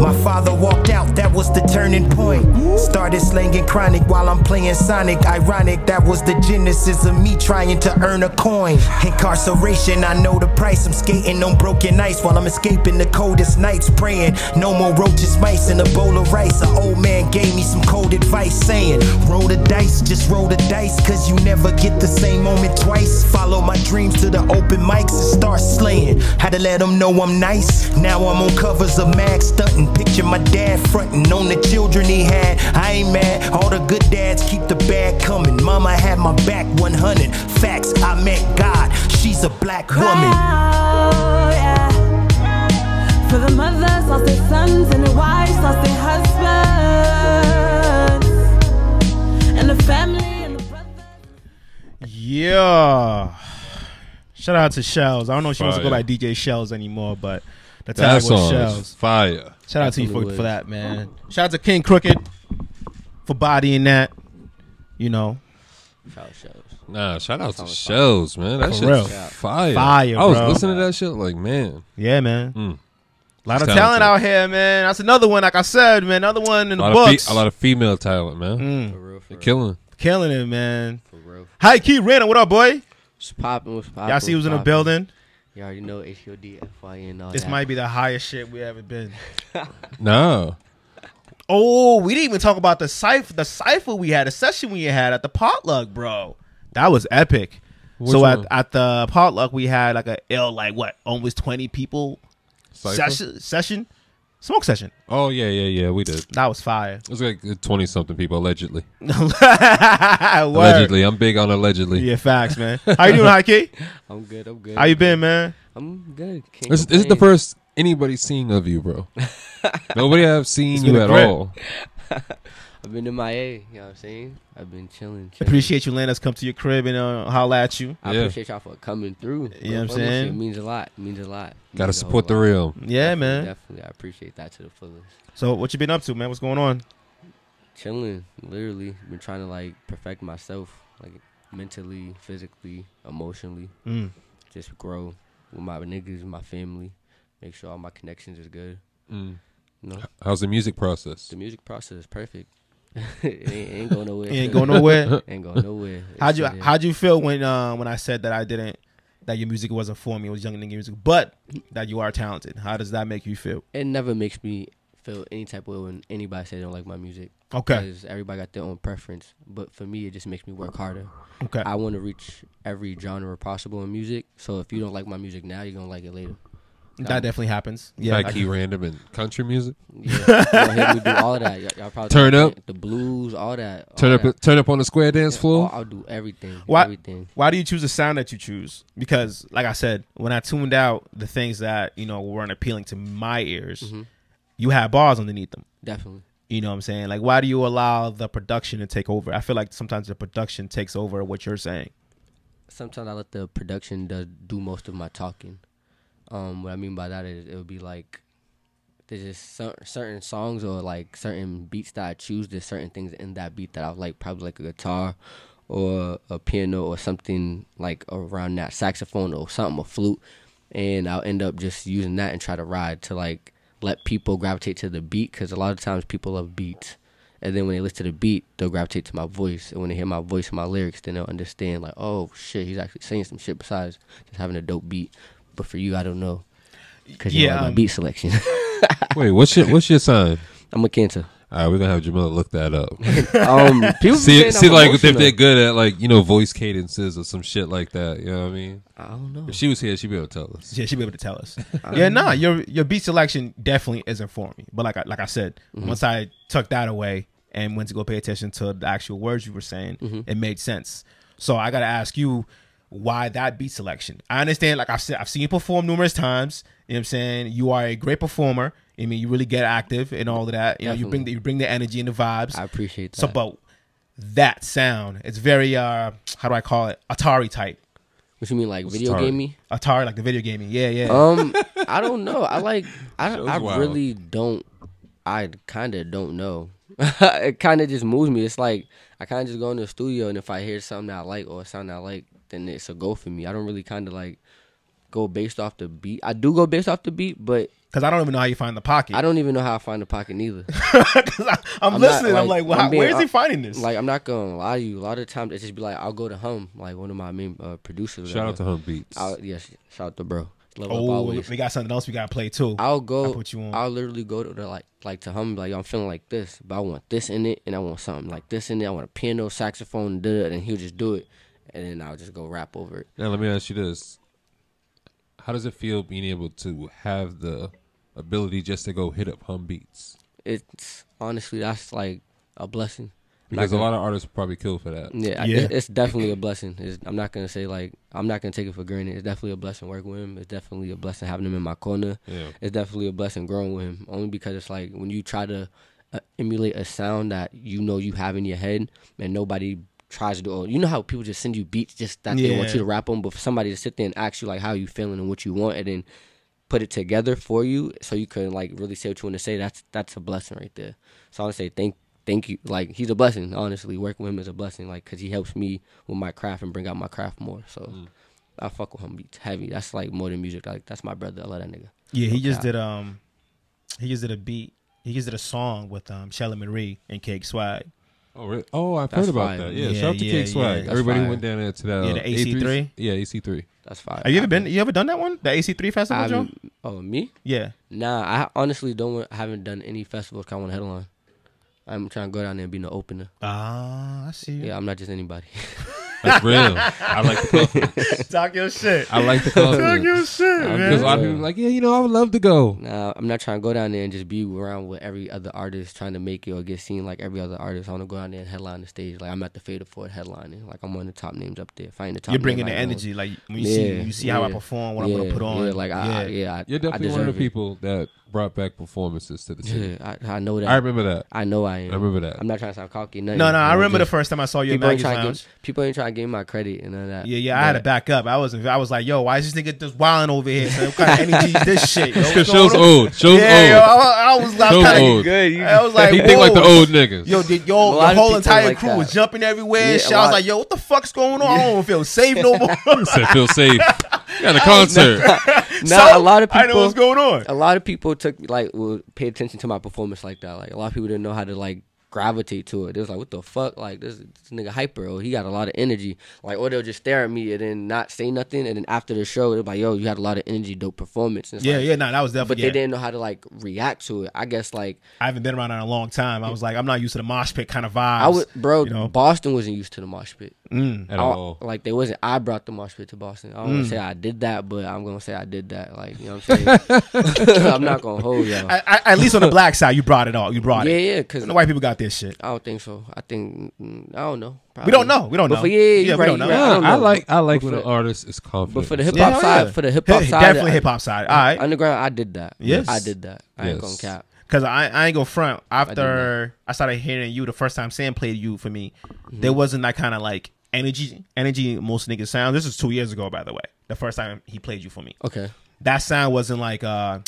[SPEAKER 8] My father walked out, that was the turning point. Started slanging chronic while I'm playing Sonic. Ironic, that was the genesis of me trying to earn a coin. Incarceration, I know the price. I'm skating on broken ice while I'm escaping the coldest nights. Praying, no more roaches, mice in a bowl of rice. An old man gave me some cold advice, saying, Roll the dice, just roll the dice, cause you never get the same moment twice. Follow my dreams to the open mics and start slaying. Had to let them know I'm nice. Now I'm on covers of Mag Stuntin'. Picture my dad frontin' on the children he had. I ain't mad. All the good dads keep the bad coming. Mama had my back 100. Facts, I met God. She's a black woman.
[SPEAKER 10] Proud, yeah. For the mothers lost their sons and the wives lost their husbands. And the family and the brothers.
[SPEAKER 2] Yeah. Shout out to Shells. I don't know if she wants to go by
[SPEAKER 6] Fire.
[SPEAKER 2] DJ Shells anymore, but the
[SPEAKER 6] That
[SPEAKER 2] tag was
[SPEAKER 6] song
[SPEAKER 2] Shells.
[SPEAKER 6] is fire.
[SPEAKER 2] Shout out to you for,
[SPEAKER 7] Absolutely.
[SPEAKER 2] for that, man. Shout out to King Crooked for bodying that. You know,
[SPEAKER 7] Foul shows.
[SPEAKER 6] Nah, shout out to Shells, man. That
[SPEAKER 2] For
[SPEAKER 6] shit's
[SPEAKER 2] real.
[SPEAKER 6] fire.
[SPEAKER 2] Fire,
[SPEAKER 6] I was
[SPEAKER 2] bro.
[SPEAKER 6] listening to that shit like, man.
[SPEAKER 2] yeah, man.
[SPEAKER 6] Mm.
[SPEAKER 2] A lot of
[SPEAKER 6] Talented.
[SPEAKER 2] talent out here, man. That's another one, like I said, man. Another one in
[SPEAKER 6] A
[SPEAKER 2] the
[SPEAKER 6] lot, of
[SPEAKER 2] books.
[SPEAKER 6] fe- a lot of female talent, man.
[SPEAKER 2] Mm.
[SPEAKER 7] For real, for
[SPEAKER 6] They're
[SPEAKER 7] real,
[SPEAKER 6] killing.
[SPEAKER 2] Killing it, man.
[SPEAKER 7] for real.
[SPEAKER 2] Hi, Key Renner. What up, boy?
[SPEAKER 7] What's popping? What's popping?
[SPEAKER 2] Y'all see who's in the
[SPEAKER 7] poppin'?
[SPEAKER 2] building?
[SPEAKER 7] You already know HOD, FY, and all
[SPEAKER 2] This
[SPEAKER 7] that.
[SPEAKER 2] might be the highest shit we ever
[SPEAKER 7] <laughs>
[SPEAKER 2] been.
[SPEAKER 6] No.
[SPEAKER 2] Oh, we didn't even talk about the cipher. The cipher we had, the session we had at the potluck, bro. That was epic. so
[SPEAKER 6] one?
[SPEAKER 2] at, at the potluck we had like a ill like what almost twenty people
[SPEAKER 6] Cypher?
[SPEAKER 2] session session smoke session.
[SPEAKER 6] Oh, yeah, yeah, yeah. We did.
[SPEAKER 2] That was fire.
[SPEAKER 6] It was like 20 something people,
[SPEAKER 2] <laughs>
[SPEAKER 6] allegedly.
[SPEAKER 2] Allegedly.
[SPEAKER 6] Allegedly. I'm big on allegedly.
[SPEAKER 2] Yeah, facts, man. How you doing, High Key?
[SPEAKER 7] <laughs> I'm good. I'm good.
[SPEAKER 2] How you been, man?
[SPEAKER 7] I'm good. Can't
[SPEAKER 6] This, this is the
[SPEAKER 7] complain.
[SPEAKER 6] first anybody's seen of you,
[SPEAKER 7] <laughs>
[SPEAKER 6] bro. Nobody have seen
[SPEAKER 2] been
[SPEAKER 6] you
[SPEAKER 2] a
[SPEAKER 6] at
[SPEAKER 2] grip.
[SPEAKER 6] all.
[SPEAKER 7] I've been in my A. You know what I'm saying? I've been chilling. chilling.
[SPEAKER 2] Appreciate you letting us come to your crib and uh, holla at you.
[SPEAKER 7] I
[SPEAKER 6] Yeah.
[SPEAKER 7] appreciate y'all for coming
[SPEAKER 2] You
[SPEAKER 7] through.
[SPEAKER 2] know what I'm
[SPEAKER 7] Honestly,
[SPEAKER 2] saying?
[SPEAKER 7] It means a lot. It means a lot. It
[SPEAKER 6] Gotta
[SPEAKER 7] means a
[SPEAKER 6] support the
[SPEAKER 7] whole lot.
[SPEAKER 6] real.
[SPEAKER 2] Yeah,
[SPEAKER 7] Definitely,
[SPEAKER 2] man.
[SPEAKER 7] Definitely. I appreciate that to the fullest.
[SPEAKER 2] So what you been up to, man? What's going on?
[SPEAKER 7] Chilling. Literally. Been trying to like perfect myself. Like mentally, physically, emotionally.
[SPEAKER 2] Mm.
[SPEAKER 7] Just grow with my niggas, my family. Make sure all my connections is good. You know?
[SPEAKER 6] Mm. How's the music process?
[SPEAKER 7] The music process is perfect. <laughs> it ain't, ain't going nowhere.
[SPEAKER 2] You ain't going nowhere.
[SPEAKER 7] <laughs> ain't going nowhere.
[SPEAKER 2] How'd
[SPEAKER 7] It's
[SPEAKER 2] you
[SPEAKER 7] here.
[SPEAKER 2] How'd you feel when uh, when I said that I didn't that your music wasn't for me? It was young nigga music, but that you are talented. How does that make you feel?
[SPEAKER 7] it never makes me feel any type of way when anybody say they don't like my music.
[SPEAKER 2] Okay,
[SPEAKER 7] Because everybody got their own preference. But for me, it just makes me work harder.
[SPEAKER 2] okay,
[SPEAKER 7] I want to reach every genre possible in music. So if you don't like my music now, you're going to like it later.
[SPEAKER 2] that definitely happens. Yeah,
[SPEAKER 6] like he random and country music.
[SPEAKER 7] Yeah. Y'all hear me do all of that. Y'all, y'all probably
[SPEAKER 6] Turn up.
[SPEAKER 7] The blues, all
[SPEAKER 6] <laughs>
[SPEAKER 7] that.
[SPEAKER 6] Turn
[SPEAKER 7] all
[SPEAKER 6] up,
[SPEAKER 7] that.
[SPEAKER 6] turn up on the square dance floor.
[SPEAKER 7] <laughs> I'll do everything.
[SPEAKER 2] Why-
[SPEAKER 7] Everything.
[SPEAKER 2] why do you choose the sound that you choose? Because, like I said, when I tuned out the things that you know weren't appealing to my ears,
[SPEAKER 7] Mm-hmm.
[SPEAKER 2] you had bars underneath them.
[SPEAKER 7] Definitely.
[SPEAKER 2] You know what I'm saying? Like, why do you allow the production to take over? I feel like sometimes the production takes over what you're saying.
[SPEAKER 7] sometimes I let the production does do most of my talking. Um, what I mean by that is it would be like there's just cer- certain songs or like certain beats that I choose. There's certain things in that beat that I like, probably like a guitar or a piano or something like around that saxophone or something, a flute, and I'll end up just using that and try to ride to like let people gravitate to the beat because a lot of times people love beats. And then when they listen to the beat, they'll gravitate to my voice. And when they hear my voice and my lyrics, then they'll understand, like, oh shit, he's actually saying some shit besides just having a dope beat. But for you, I don't know. Because you
[SPEAKER 2] Yeah,
[SPEAKER 7] don't like my
[SPEAKER 2] um,
[SPEAKER 7] beat selection.
[SPEAKER 6] Wait, what's your what's your sign?
[SPEAKER 7] I'm a cancer.
[SPEAKER 6] All right, we're gonna have Jamila look that up.
[SPEAKER 7] <laughs> Um, people be
[SPEAKER 6] see,
[SPEAKER 7] saying
[SPEAKER 6] see,
[SPEAKER 7] I'm
[SPEAKER 6] like if
[SPEAKER 7] emotional.
[SPEAKER 6] they're good at like you know voice cadences or some shit like that. You know what I mean?
[SPEAKER 7] I don't know.
[SPEAKER 6] If she was here, she'd be able to tell us.
[SPEAKER 2] Yeah, she'll be able to tell us.
[SPEAKER 7] <laughs>
[SPEAKER 2] yeah, nah, your your beat selection definitely isn't for me. But like I, like I said,
[SPEAKER 7] Mm-hmm.
[SPEAKER 2] once I tucked that away and went to go pay attention to the actual words you were saying,
[SPEAKER 7] Mm-hmm.
[SPEAKER 2] it made sense. So I got to ask you why that beat selection. I understand, like I've said, I've seen you perform numerous times. You know what I'm saying? You are a great performer. I mean, you really get active and all of that. You know, you bring the, you bring the energy and the vibes.
[SPEAKER 7] I appreciate that.
[SPEAKER 2] So, but that sound, it's very uh, how do I call it? Atari type.
[SPEAKER 7] what you mean, like video
[SPEAKER 6] tired.
[SPEAKER 7] gamey?
[SPEAKER 2] Atari, like the video gaming. Yeah, yeah. <laughs>
[SPEAKER 7] Um, I don't know. I like. I
[SPEAKER 6] Show's
[SPEAKER 7] I
[SPEAKER 6] wild.
[SPEAKER 7] really don't. I kind of don't know. <laughs> it kind of just moves me. It's like I kind of just go in the studio, and if I hear something that I like or a sound that I like, then it's a go for me. I don't really kind of like go based off the beat. I do go based off the beat, but
[SPEAKER 2] Because I don't even know how you find the pocket.
[SPEAKER 7] I don't even know how I find the pocket
[SPEAKER 2] <laughs>
[SPEAKER 7] neither.
[SPEAKER 2] Cause I, I'm,
[SPEAKER 7] I'm not,
[SPEAKER 2] listening. I'm like, well,
[SPEAKER 7] I'm
[SPEAKER 2] how-
[SPEAKER 7] being
[SPEAKER 2] where is he
[SPEAKER 7] hon-
[SPEAKER 2] finding this?
[SPEAKER 7] Like, I'm not gonna lie to you. A lot of times, it just be like, I'll go to hum, like one of my main uh, producers.
[SPEAKER 6] Shout out to Hump Beats.
[SPEAKER 7] I'll, yes, shout out to bro. Love up
[SPEAKER 2] oh,
[SPEAKER 7] always.
[SPEAKER 2] we got something else we gotta play too.
[SPEAKER 7] I'll go.
[SPEAKER 2] I put you on.
[SPEAKER 7] I'll literally go to the, like like to hum like I'm feeling like this, but I want this in it, and I want something like this in it. I want a piano, saxophone, da, and he'll just do it, and then I'll just go rap over it.
[SPEAKER 6] Now let me ask you this: How does it feel being able to have the ability just to go hit up hum beats?
[SPEAKER 7] It's honestly that's like a blessing. I'm not
[SPEAKER 6] Because a
[SPEAKER 7] gonna-
[SPEAKER 6] lot of artists probably kill for that.
[SPEAKER 7] Yeah,
[SPEAKER 2] Yeah.
[SPEAKER 7] yeah. it's definitely a blessing. It's, I'm not gonna say like I'm not gonna take it for granted. It's definitely a blessing working with him. It's definitely a blessing having him in my corner.
[SPEAKER 6] Yeah.
[SPEAKER 7] It's definitely a blessing growing with him. Only because it's like when you try to uh, emulate a sound that you know you have in your head and nobody tries to do. Or you know how people just send you beats just that they want
[SPEAKER 2] Yeah.
[SPEAKER 7] you to rap on, but for somebody to sit there and ask you like how you feeling and what you want, and then put it together for you so you can like really say what you want to say. That's that's a blessing right there. So I want to say thank thank you. Like he's a blessing, honestly. Working with him is a blessing, like because he helps me with my craft and bring out my craft more. So.
[SPEAKER 2] Mm.
[SPEAKER 7] I fuck with him beats heavy. That's like more than music. Like that's my brother. I love that nigga.
[SPEAKER 2] Yeah, he just
[SPEAKER 7] Okay.
[SPEAKER 2] did um, he just did a beat. He just did a song with um, Shelly Marie and Cake Swag.
[SPEAKER 6] Oh, really? oh, I've
[SPEAKER 7] That's
[SPEAKER 6] heard about
[SPEAKER 7] fire.
[SPEAKER 6] that. Yeah,
[SPEAKER 2] Yeah,
[SPEAKER 6] shout out to
[SPEAKER 2] yeah,
[SPEAKER 6] Cake Swag.
[SPEAKER 2] yeah, that's
[SPEAKER 6] Everybody who
[SPEAKER 7] fire.
[SPEAKER 6] went down there to that.
[SPEAKER 2] Yeah,
[SPEAKER 6] uh,
[SPEAKER 2] the AC3.
[SPEAKER 6] Yeah, AC3.
[SPEAKER 7] That's fine.
[SPEAKER 2] Have you ever been? You ever done that one? The AC3 festival,
[SPEAKER 7] I
[SPEAKER 2] Joe?
[SPEAKER 7] haven't- Oh me?
[SPEAKER 2] Yeah.
[SPEAKER 7] Nah, I honestly don't. Want, I haven't done any festivals. I want to headline. I'm trying to go down there and be an opener.
[SPEAKER 2] Ah, I see.
[SPEAKER 7] Yeah, I'm not
[SPEAKER 6] <laughs>
[SPEAKER 7] just anybody.
[SPEAKER 6] That's real. I like the
[SPEAKER 2] <laughs>
[SPEAKER 6] confidence.
[SPEAKER 2] Talk your shit.
[SPEAKER 6] I like the confidence.
[SPEAKER 2] shit,
[SPEAKER 6] Because a lot of people are like, yeah, you know, I would love to go.
[SPEAKER 7] nah, I'm not trying to go down there and just be around with every other artist trying to make it or get seen like every other artist. I want to go down there and headline the stage. Like I'm at the Fatal Ford headlining. Like I'm one of the top names up there. Find the top.
[SPEAKER 2] You're
[SPEAKER 7] name
[SPEAKER 2] bringing
[SPEAKER 7] I
[SPEAKER 2] the
[SPEAKER 7] know.
[SPEAKER 2] energy, like when you see you see how I
[SPEAKER 7] oh, yeah,
[SPEAKER 2] perform, what
[SPEAKER 7] yeah,
[SPEAKER 2] I'm gonna put on.
[SPEAKER 7] Yeah, like I, I yeah, I,
[SPEAKER 6] You're definitely
[SPEAKER 7] I
[SPEAKER 6] one of the
[SPEAKER 7] deserve it.
[SPEAKER 6] people that brought back performances to the city.
[SPEAKER 7] Yeah, I, I know that.
[SPEAKER 6] I remember that.
[SPEAKER 7] I know I am.
[SPEAKER 6] I remember that.
[SPEAKER 7] I'm not trying to sound cocky. Nothing.
[SPEAKER 2] No, no, I
[SPEAKER 7] I'm
[SPEAKER 2] remember the
[SPEAKER 7] just-
[SPEAKER 2] first time I saw you in
[SPEAKER 7] people ain't
[SPEAKER 2] Maggie's
[SPEAKER 7] trying to
[SPEAKER 2] Lounge.
[SPEAKER 7] give, people ain't trying to give me my credit and all that.
[SPEAKER 2] Yeah, yeah, I had to
[SPEAKER 7] But-
[SPEAKER 2] back up. I wasn't. I was like, "Yo, why is this nigga just wilding over here? So what kind of energy is this
[SPEAKER 6] <laughs>
[SPEAKER 2] shit?" Yo,
[SPEAKER 6] Because
[SPEAKER 2] what's
[SPEAKER 6] show's
[SPEAKER 2] going on?
[SPEAKER 6] old. Show's
[SPEAKER 2] Yeah, yo,
[SPEAKER 6] old.
[SPEAKER 2] I, I was like,
[SPEAKER 6] Show's
[SPEAKER 2] kinda,
[SPEAKER 6] old.
[SPEAKER 7] good. You-
[SPEAKER 2] I was like,
[SPEAKER 6] he think like the
[SPEAKER 2] whoa.
[SPEAKER 6] old niggas.
[SPEAKER 2] Yo, did yo,
[SPEAKER 7] lot
[SPEAKER 2] the
[SPEAKER 7] of
[SPEAKER 2] whole
[SPEAKER 7] people
[SPEAKER 2] entire
[SPEAKER 7] like
[SPEAKER 2] crew
[SPEAKER 7] that.
[SPEAKER 2] was jumping everywhere.
[SPEAKER 7] Yeah,
[SPEAKER 2] shit.
[SPEAKER 7] a
[SPEAKER 2] I was
[SPEAKER 7] lot-
[SPEAKER 2] like, yo, what the fuck's going on? I don't feel safe no
[SPEAKER 6] <laughs>
[SPEAKER 2] more.
[SPEAKER 6] I
[SPEAKER 7] <laughs>
[SPEAKER 6] feel safe.
[SPEAKER 2] <laughs>
[SPEAKER 6] Got a concert.
[SPEAKER 7] Now a lot of
[SPEAKER 2] I know
[SPEAKER 7] people
[SPEAKER 2] what's going on.
[SPEAKER 7] a lot of people took like would pay attention to my performance like that. Like a lot of people didn't know how to like gravitate to it. They was like, "What the fuck? Like this, this nigga hyper. Or he got a lot of energy. Like or they'll just stare at me and then not say nothing. And then after the show, they're like, "Yo, you had a lot of energy, dope performance." And it's
[SPEAKER 2] Yeah,
[SPEAKER 7] like-
[SPEAKER 2] yeah, no, that was
[SPEAKER 7] But
[SPEAKER 2] definitely.
[SPEAKER 7] they
[SPEAKER 2] yeah.
[SPEAKER 7] didn't know how to like react to it. I guess like
[SPEAKER 2] I haven't been around in a long time. I was like, I'm not used to the mosh pit kind of vibes.
[SPEAKER 7] I would, bro.
[SPEAKER 2] you know?
[SPEAKER 7] Boston wasn't used to the mosh pit.
[SPEAKER 6] At
[SPEAKER 7] I-
[SPEAKER 6] all.
[SPEAKER 7] Like they wasn't. I brought the mosh pit to Boston. I don't
[SPEAKER 6] Mm.
[SPEAKER 7] want to say I did that, but I'm gonna say I did that. Like you know what I'm
[SPEAKER 6] <laughs>
[SPEAKER 7] saying. <laughs> <laughs> I'm not gonna hold y'all.
[SPEAKER 2] I, I, <laughs> at least on the black side, you brought it all. You brought
[SPEAKER 7] yeah,
[SPEAKER 2] it.
[SPEAKER 7] yeah, because
[SPEAKER 2] The white people got this shit.
[SPEAKER 7] I don't think so. I think mm, I don't know.
[SPEAKER 2] We don't know. We don't
[SPEAKER 7] But
[SPEAKER 2] know.
[SPEAKER 7] for- yeah, you
[SPEAKER 2] we
[SPEAKER 7] right,
[SPEAKER 2] don't know.
[SPEAKER 7] you right. I don't
[SPEAKER 6] I
[SPEAKER 7] know.
[SPEAKER 6] like I like when
[SPEAKER 7] But for
[SPEAKER 6] an
[SPEAKER 7] the-
[SPEAKER 6] artist is confident.
[SPEAKER 7] But for the hip
[SPEAKER 2] Yeah,
[SPEAKER 7] hop
[SPEAKER 2] hell
[SPEAKER 7] side,
[SPEAKER 2] yeah.
[SPEAKER 7] for the hip hop
[SPEAKER 2] Hip-
[SPEAKER 7] side,
[SPEAKER 2] definitely
[SPEAKER 7] I-
[SPEAKER 2] hip hop side. All right.
[SPEAKER 7] Underground, I did that.
[SPEAKER 2] Yes.
[SPEAKER 7] I did that. I ain't gonna
[SPEAKER 6] Yes.
[SPEAKER 7] cap.
[SPEAKER 2] Cause I, I ain't gonna front.
[SPEAKER 7] didn't
[SPEAKER 2] After I, started hearing you the first time Sam played you for me,
[SPEAKER 7] Mm-hmm.
[SPEAKER 2] there wasn't that kind of like energy energy most niggas sound. This is two years ago, by the way. The first time he played you for me.
[SPEAKER 7] Okay.
[SPEAKER 2] That sound wasn't like uh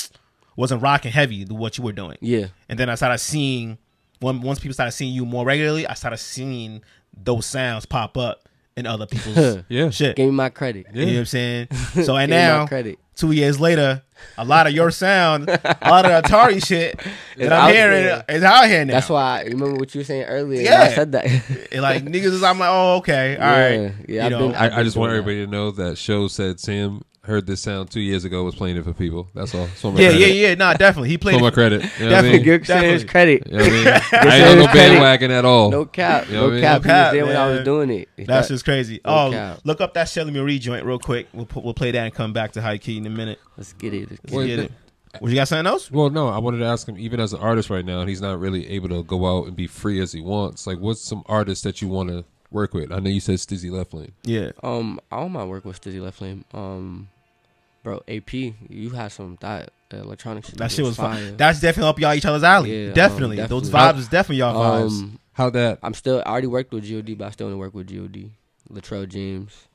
[SPEAKER 2] wasn't rock and heavy the what you were doing.
[SPEAKER 7] Yeah.
[SPEAKER 2] And then I started seeing when once people started seeing you more regularly, I started seeing those sounds pop up in other
[SPEAKER 7] <laughs>
[SPEAKER 2] people's
[SPEAKER 6] Yeah.
[SPEAKER 2] shit.
[SPEAKER 7] Give me my credit.
[SPEAKER 2] You know what I'm
[SPEAKER 7] <laughs>
[SPEAKER 2] saying? So and
[SPEAKER 7] Give me my
[SPEAKER 2] now
[SPEAKER 7] credit.
[SPEAKER 2] two years later, a lot of your sound, a lot of the
[SPEAKER 7] <laughs>
[SPEAKER 2] Atari shit that I'm
[SPEAKER 7] out
[SPEAKER 2] hearing
[SPEAKER 7] there.
[SPEAKER 2] is out here now.
[SPEAKER 7] That's why I remember what you were saying earlier.
[SPEAKER 2] Yeah.
[SPEAKER 7] Yeah.
[SPEAKER 2] <laughs>
[SPEAKER 7] I said that.
[SPEAKER 2] And,
[SPEAKER 7] <laughs>
[SPEAKER 2] like niggas is I'm like, oh okay, all
[SPEAKER 7] Yeah.
[SPEAKER 2] right.
[SPEAKER 7] Yeah,
[SPEAKER 2] you
[SPEAKER 7] I've
[SPEAKER 2] know,
[SPEAKER 7] been-
[SPEAKER 6] I, I just want
[SPEAKER 7] Yeah.
[SPEAKER 6] everybody to know that show said Sam heard this sound two years ago was playing it for people. That's all. So my
[SPEAKER 2] yeah,
[SPEAKER 6] credit.
[SPEAKER 2] yeah, yeah. Nah, definitely. He
[SPEAKER 6] For
[SPEAKER 2] played.
[SPEAKER 6] my
[SPEAKER 2] it.
[SPEAKER 6] credit. You know what I
[SPEAKER 2] Definitely
[SPEAKER 6] mean?
[SPEAKER 2] good.
[SPEAKER 7] Give Sam his
[SPEAKER 2] Definitely.
[SPEAKER 7] credit.
[SPEAKER 6] You know
[SPEAKER 2] <laughs>
[SPEAKER 6] what I mean? I ain't
[SPEAKER 7] Sam
[SPEAKER 6] on
[SPEAKER 7] his
[SPEAKER 6] no
[SPEAKER 7] credit.
[SPEAKER 6] bandwagon at all.
[SPEAKER 7] No cap.
[SPEAKER 6] You know what I
[SPEAKER 7] No
[SPEAKER 6] mean?
[SPEAKER 7] cap. He
[SPEAKER 2] cap,
[SPEAKER 7] was there when I was
[SPEAKER 2] man.
[SPEAKER 7] doing it.
[SPEAKER 2] That's
[SPEAKER 7] That-
[SPEAKER 2] just crazy.
[SPEAKER 7] No
[SPEAKER 2] oh,
[SPEAKER 7] cap.
[SPEAKER 2] look up that Shelly Marie joint real quick. We'll put, we'll play that and come back to high key in a minute.
[SPEAKER 7] Let's get it. Let's get
[SPEAKER 6] Well,
[SPEAKER 7] it.
[SPEAKER 2] Get
[SPEAKER 6] the-
[SPEAKER 2] it. What you got? Something else?
[SPEAKER 6] Well, no, I wanted to ask him. Even as an artist right now, he's not really able to go out and be free as he wants. Like, what's some artists that you want to work with? I know you said Stizzy Left Lane.
[SPEAKER 2] Yeah.
[SPEAKER 7] Um, all my work with Stizzy Left Lane. Um, bro, AP, you had some that electronic shit.
[SPEAKER 2] That shit was fire. That's definitely up y'all each other's alley.
[SPEAKER 7] Yeah, um,
[SPEAKER 2] definitely. Those vibes
[SPEAKER 7] definitely.
[SPEAKER 2] is definitely y'all vibes.
[SPEAKER 7] um,
[SPEAKER 6] How that?
[SPEAKER 7] I'm still. I already worked with God, but I still want to work with God. Latrell James.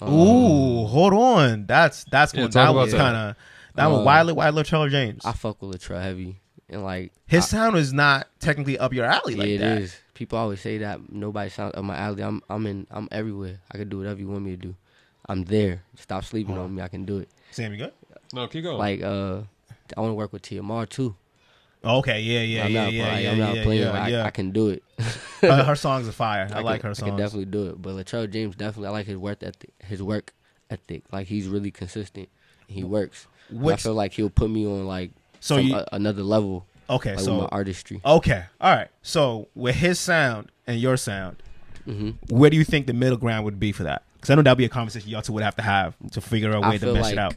[SPEAKER 7] Um,
[SPEAKER 2] Ooh, hold on. That's that's
[SPEAKER 6] Yeah,
[SPEAKER 2] one-
[SPEAKER 6] talk
[SPEAKER 2] that
[SPEAKER 6] about
[SPEAKER 2] was
[SPEAKER 6] that.
[SPEAKER 2] kind of that one.
[SPEAKER 7] Uh,
[SPEAKER 2] Wiley Wiley Charles James. <laughs>
[SPEAKER 7] I fuck with Latrell heavy, and like
[SPEAKER 2] His sound is not technically up your alley
[SPEAKER 7] yeah,
[SPEAKER 2] like
[SPEAKER 7] it is.
[SPEAKER 2] that.
[SPEAKER 7] People always say that nobody sounds on my alley. I'm, I'm in, I'm everywhere. I can do whatever you want me to do. I'm there. Stop sleeping on me. I can do it.
[SPEAKER 2] Sam, you good?
[SPEAKER 6] No, keep going.
[SPEAKER 7] Like, uh, I want to work with TMR too.
[SPEAKER 2] Okay, yeah, yeah,
[SPEAKER 7] I'm
[SPEAKER 2] yeah,
[SPEAKER 7] not,
[SPEAKER 2] yeah,
[SPEAKER 7] like,
[SPEAKER 2] yeah,
[SPEAKER 7] I'm not
[SPEAKER 2] yeah,
[SPEAKER 7] playing.
[SPEAKER 2] yeah,
[SPEAKER 7] I,
[SPEAKER 2] yeah.
[SPEAKER 7] I can do it. <laughs>
[SPEAKER 2] her, her songs are fire. I,
[SPEAKER 7] can-
[SPEAKER 2] like her songs.
[SPEAKER 7] I can definitely do it. But Latrell James definitely, I like his work ethic. His work ethic, like he's really consistent. He works. And I
[SPEAKER 2] Which-
[SPEAKER 7] feel like he'll put me on like
[SPEAKER 2] So
[SPEAKER 7] some,
[SPEAKER 2] you-
[SPEAKER 7] a- another level.
[SPEAKER 2] Okay,
[SPEAKER 7] like,
[SPEAKER 2] so-
[SPEAKER 7] with my artistry.
[SPEAKER 2] Okay, all right. So with his sound and your sound,
[SPEAKER 7] Mm-hmm.
[SPEAKER 2] where do you think the middle ground would be for that? Because I know that'd be a conversation y'all two would have to have to figure out a
[SPEAKER 7] I
[SPEAKER 2] way to
[SPEAKER 7] feel
[SPEAKER 2] mesh it
[SPEAKER 7] like-
[SPEAKER 2] out.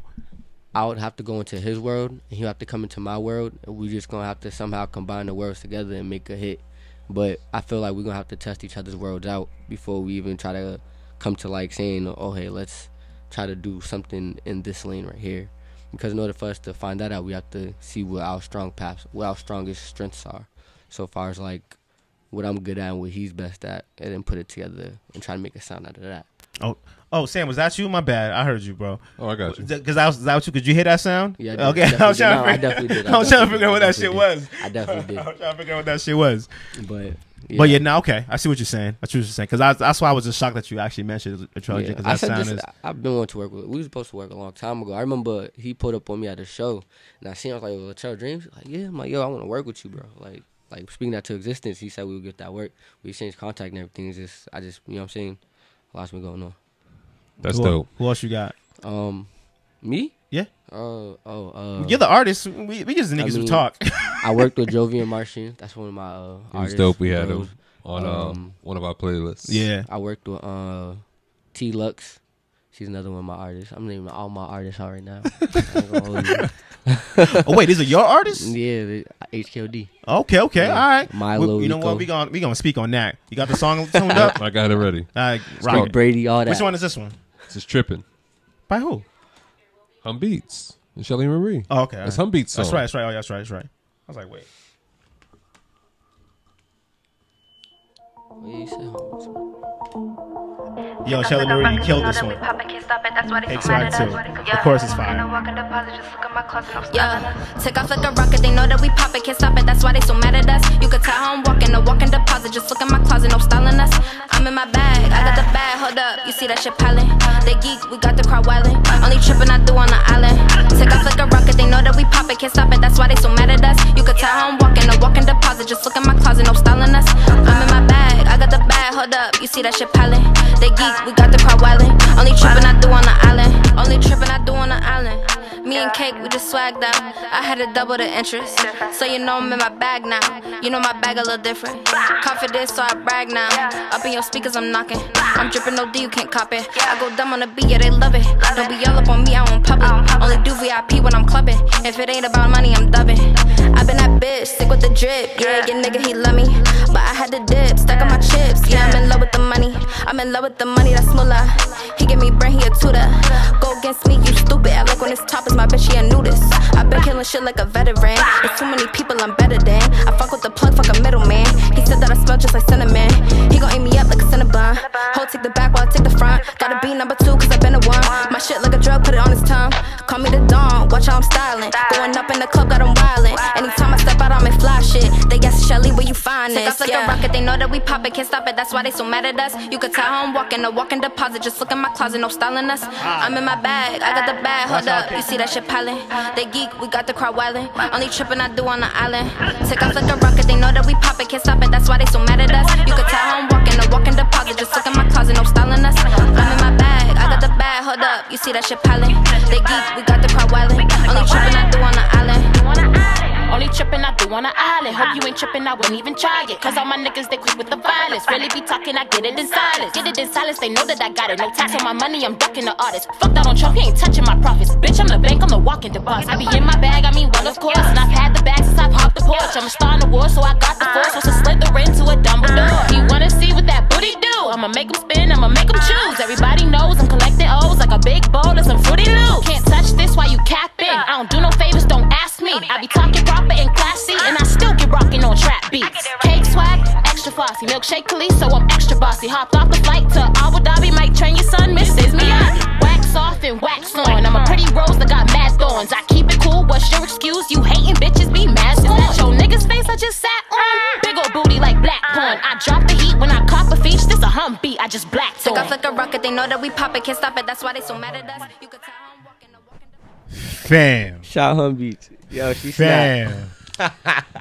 [SPEAKER 7] I would have to go into his world, and he'll have to come into my world, and we just gonna have to somehow combine the worlds together and make a hit. But I feel like we're gonna have to test each other's worlds out before we even try to come to like saying, "Oh, hey, let's try to do something in this lane right here." Because in order for us to find that out, we have to see what our strong paths, what our strongest strengths are, so far as like what I'm good at and what he's best at, and then put it together and try to make a sound out of that.
[SPEAKER 2] Oh, oh, Sam, was that you? My bad. I heard you, bro.
[SPEAKER 6] Oh, I got you.
[SPEAKER 2] Because I was, is that what you? Could you hear that sound?
[SPEAKER 7] Yeah, I did.
[SPEAKER 2] <laughs> Okay. I
[SPEAKER 7] Definitely
[SPEAKER 2] was trying
[SPEAKER 7] did. No,
[SPEAKER 2] to
[SPEAKER 7] I
[SPEAKER 2] figure, <laughs>
[SPEAKER 7] definitely did. I
[SPEAKER 2] I was trying to
[SPEAKER 7] definitely
[SPEAKER 2] figure out what
[SPEAKER 7] did. I
[SPEAKER 2] that shit
[SPEAKER 7] definitely
[SPEAKER 2] was.
[SPEAKER 7] did.
[SPEAKER 2] <laughs>
[SPEAKER 7] I definitely did.
[SPEAKER 2] I was trying to figure out what that shit was.
[SPEAKER 7] But
[SPEAKER 2] But yeah, now okay, I see what you're saying. I see what you're saying because that's why I was just shocked that you actually mentioned astrology
[SPEAKER 7] Yeah,
[SPEAKER 2] because
[SPEAKER 7] I
[SPEAKER 2] that
[SPEAKER 7] said uh,
[SPEAKER 2] sound
[SPEAKER 7] this.
[SPEAKER 2] is.
[SPEAKER 7] I- I've been wanting to work with. We were supposed to work a long time ago. I remember he pulled up on me at a show, and I seen. him, I was like, "Latrell Dreams." Like, yeah, I'm like, yo, I want to work with you, bro. Like, like speaking that to existence. He said we would get that work. We exchanged contact and everything. It's just, I just, you know, what I'm saying, lots been going on.
[SPEAKER 6] That's
[SPEAKER 2] who,
[SPEAKER 6] dope.
[SPEAKER 2] Who else you got?
[SPEAKER 7] Um, me?
[SPEAKER 2] Yeah,
[SPEAKER 7] Uh, oh, uh,
[SPEAKER 2] you're the artist. We, we just niggas who
[SPEAKER 7] mean,
[SPEAKER 2] talk.
[SPEAKER 7] I worked with Jovian Martian. That's one of my uh,
[SPEAKER 6] It was
[SPEAKER 7] artists.
[SPEAKER 6] dope. We had
[SPEAKER 7] bros.
[SPEAKER 6] him on um,
[SPEAKER 7] Um,
[SPEAKER 6] one of our playlists.
[SPEAKER 2] yeah,
[SPEAKER 7] I worked with uh, T Lux. She's another one of my artists. I'm naming all my artists out right now. <laughs> I ain't gonna hold you.
[SPEAKER 2] <laughs> oh wait, these are your artists?
[SPEAKER 7] Yeah, the HKOD.
[SPEAKER 2] Okay, okay,
[SPEAKER 7] Yeah.
[SPEAKER 2] all right.
[SPEAKER 7] Milo,
[SPEAKER 2] We- you know what?
[SPEAKER 7] Rico.
[SPEAKER 2] We gonna we gonna speak on that. You got the
[SPEAKER 7] <laughs>
[SPEAKER 2] song tuned up.
[SPEAKER 6] I got it ready.
[SPEAKER 2] All right, rock
[SPEAKER 7] Big
[SPEAKER 2] it.
[SPEAKER 7] Brady, all Oh, that.
[SPEAKER 2] Which one is this one?
[SPEAKER 6] This is tripping.
[SPEAKER 2] By who?
[SPEAKER 6] Hum beats. And Shelly Marie.
[SPEAKER 2] Oh, okay.
[SPEAKER 6] That's
[SPEAKER 2] all
[SPEAKER 6] Hum beats. Song.
[SPEAKER 2] That's right. That's right. Oh, yeah, that's right. That's right. I was like, wait.
[SPEAKER 7] What you said?
[SPEAKER 2] Yo, Shelly Marie, you killed this one. Takes right two. The chorus is fire.
[SPEAKER 11] Yeah, take off like a rocket. They know that we pop it, can't stop it. That's why they so mad at us. You could tell how I'm walking, a walking deposit. Just look at my closet, no styling us. I'm in my bag, I got the bag. Hold up, you see that shit piling. They geek, we got the crowd wildin'. Only trippin' I do on the island. Take off like a rocket. They know that we pop it, can't stop it. That's why they so mad at us. You could tell how I'm walking, a walking deposit. Just look at my closet, no styling us. I'm in my bag, I got the bag. Hold up, you see that shit piling. They geek, we got the crowd wildin'. Only trippin' I do on the island. Only trippin' I do on the island. Me and Cake, we just swagged out. I had to double the interest. So you know I'm in my bag now. You know my bag a little different. Confident, so I brag now. Up in your speakers, I'm knocking. I'm dripping no D, you can't cop it. I go dumb on the beat, yeah, they love it. Don't be all up on me, I own public. Only do VIP when I'm clubbing. If it ain't about money, I'm dubbing. i been that bitch, sick with the drip. Yeah, your nigga, he love me. But I had to dip, stack on my chips. Yeah, I'm in love with the money. I'm in love with the money, that's moolah. He give me brain, he a tutor. Go against me, you stupid. I like when it's top is my bitch, he a nudist. i been killing shit like a veteran. It's too many people I'm better than. I fuck with the plug, fuck a middleman. He said that I smell just like cinnamon. He gon' aim me up like a Cinnabon. Hold take the back while I take the front. Gotta be number two, cause I've been a one. My shit like a drug, put it on his tongue. Call me the dawn, watch how I'm styling. Going up in the club, got him wildin'. Anytime I step out, I'm in fly shit. They ask Shelly, where you find this? Take off like a rocket, they know that we pop it, can't stop it. That's why they so mad at us. You could tell how I'm walking, a walking deposit. Just look in my closet, no styling us. I'm in my bag, I got the bag, hold up. You see that shit piling. They geek, we got the crowd wildin'. Only trippin' I do on the island. Take off like a rocket, they know that we pop it, can't stop it. That's why they so mad at us. You could tell how I'm walking, a walking deposit. Just look in my closet, no styling us. I'm in my bag, I got the bag, hold up. You see that shit piling. They geek, we got the crowd wildin'. Only trippin' I do on the island.
[SPEAKER 12] Only trippin' I do on an island. Hope you ain't trippin', I wouldn't even try it. Cause all my niggas, they quick with the violence. Really be talking, I get it in silence. Get it in silence, they know that I got it. No tax on my money, I'm ducking the artist. Fuck that on Trump, he ain't touching my profits. Bitch, I'm the bank, I'm the walking the boss. I be in my bag, I mean, well, of course. And I've had the bag since I've hopped the porch. I'm a star in the war, so I got the force. Was a Slytherin to a Dumbledore. He wanna see what that booty do. I'ma make him spin, I'ma make him choose. Everybody knows I'm collecting O's like a big bowl of some fruity loop. Can't touch this while you capping. I don't do no favors, don't ask me. I be talking proper and classy, and I still get rockin' on trap beats. Cake swag, extra flossy, milkshake police, so I'm extra bossy. Hopped off the flight to Abu Dhabi, might train your son, misses me up. Wax off and wax on. I'm a pretty rose that got mad thorns. I keep it cool, what's your excuse? You hating bitches be mad scorn. Is that your nigga's face I just sat on? Big ol' booty like black porn. I drop the heat when I cop a feature. This a hum beat, I just blacked
[SPEAKER 11] Took
[SPEAKER 12] on.
[SPEAKER 11] off like a rocket, they know that we pop it, can't stop it. That's why they so mad at us. You could tell how I'm walking, I'm walking.
[SPEAKER 2] Fam,
[SPEAKER 7] Shout Hum Beats. Yo, she snapped.
[SPEAKER 2] fam.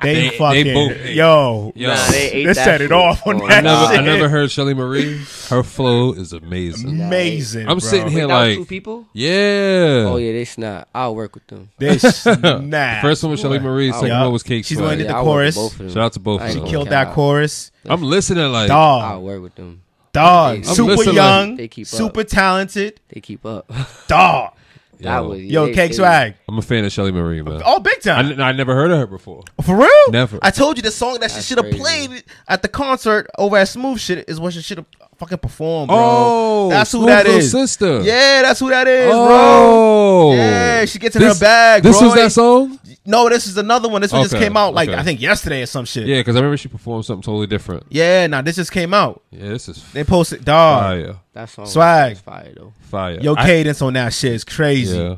[SPEAKER 2] They,
[SPEAKER 6] They- they
[SPEAKER 2] fucking
[SPEAKER 6] both ate.
[SPEAKER 2] yo.
[SPEAKER 6] Yo. Nah,
[SPEAKER 7] they ate
[SPEAKER 2] they
[SPEAKER 7] that
[SPEAKER 2] set
[SPEAKER 7] shit.
[SPEAKER 2] it off on
[SPEAKER 7] Oh,
[SPEAKER 2] that
[SPEAKER 7] nah.
[SPEAKER 6] Never, I
[SPEAKER 2] shit.
[SPEAKER 6] never heard Shelly Marie. Her flow is amazing.
[SPEAKER 2] Amazing. bro.
[SPEAKER 6] I'm sitting here
[SPEAKER 7] That was
[SPEAKER 6] like,
[SPEAKER 7] two people.
[SPEAKER 6] yeah.
[SPEAKER 7] Oh yeah, they snap. I'll work with them.
[SPEAKER 6] <laughs>
[SPEAKER 2] This nah.
[SPEAKER 6] First one was Shelly Marie. Second
[SPEAKER 2] Yeah.
[SPEAKER 6] one was Cake
[SPEAKER 2] She's
[SPEAKER 6] Swag.
[SPEAKER 2] one of
[SPEAKER 7] Yeah,
[SPEAKER 2] the
[SPEAKER 7] I'll work with
[SPEAKER 2] chorus.
[SPEAKER 7] both of them.
[SPEAKER 6] Shout out to both
[SPEAKER 7] I
[SPEAKER 6] of
[SPEAKER 7] ain't
[SPEAKER 6] them.
[SPEAKER 7] gonna
[SPEAKER 2] Killed
[SPEAKER 7] cap.
[SPEAKER 2] that chorus.
[SPEAKER 6] I'm listening like
[SPEAKER 2] Dog.
[SPEAKER 7] I'll work with them.
[SPEAKER 2] Dog.
[SPEAKER 7] I'm
[SPEAKER 2] Super
[SPEAKER 6] listening.
[SPEAKER 2] young.
[SPEAKER 7] They keep up.
[SPEAKER 2] Super talented.
[SPEAKER 7] They keep up.
[SPEAKER 2] Dog.
[SPEAKER 7] <laughs> that
[SPEAKER 6] Yo.
[SPEAKER 7] was
[SPEAKER 2] Yo,
[SPEAKER 7] they-
[SPEAKER 2] cake
[SPEAKER 7] they-
[SPEAKER 2] swag.
[SPEAKER 6] I'm a fan of Shelly Marie, man.
[SPEAKER 2] Oh, big
[SPEAKER 6] I,
[SPEAKER 2] time.
[SPEAKER 6] n- I never heard of her before.
[SPEAKER 2] For real?
[SPEAKER 6] Never.
[SPEAKER 2] I told you the song that she should have
[SPEAKER 7] crazy.
[SPEAKER 2] played at the concert over at Smooth Shit is what she should have fucking performed, bro.
[SPEAKER 6] Oh,
[SPEAKER 2] that's who
[SPEAKER 6] Smooth
[SPEAKER 2] that
[SPEAKER 6] Little
[SPEAKER 2] is.
[SPEAKER 6] Sister.
[SPEAKER 2] Yeah, that's who that is, bro.
[SPEAKER 6] oh,
[SPEAKER 2] Yeah, she gets in her bag,
[SPEAKER 6] This
[SPEAKER 2] bro.
[SPEAKER 6] was that song.
[SPEAKER 2] No, this is another one. This one just
[SPEAKER 6] Okay,
[SPEAKER 2] came out like
[SPEAKER 6] okay.
[SPEAKER 2] I think yesterday or some shit.
[SPEAKER 6] Yeah, because I remember she performed something totally different.
[SPEAKER 2] Yeah, nah, this just came out.
[SPEAKER 6] Yeah, this is
[SPEAKER 2] They posted dog
[SPEAKER 6] fire.
[SPEAKER 7] That song was-
[SPEAKER 2] swag.
[SPEAKER 7] was fire though.
[SPEAKER 6] Fire.
[SPEAKER 2] Your
[SPEAKER 6] I-
[SPEAKER 2] cadence on that shit is crazy.
[SPEAKER 6] Yeah.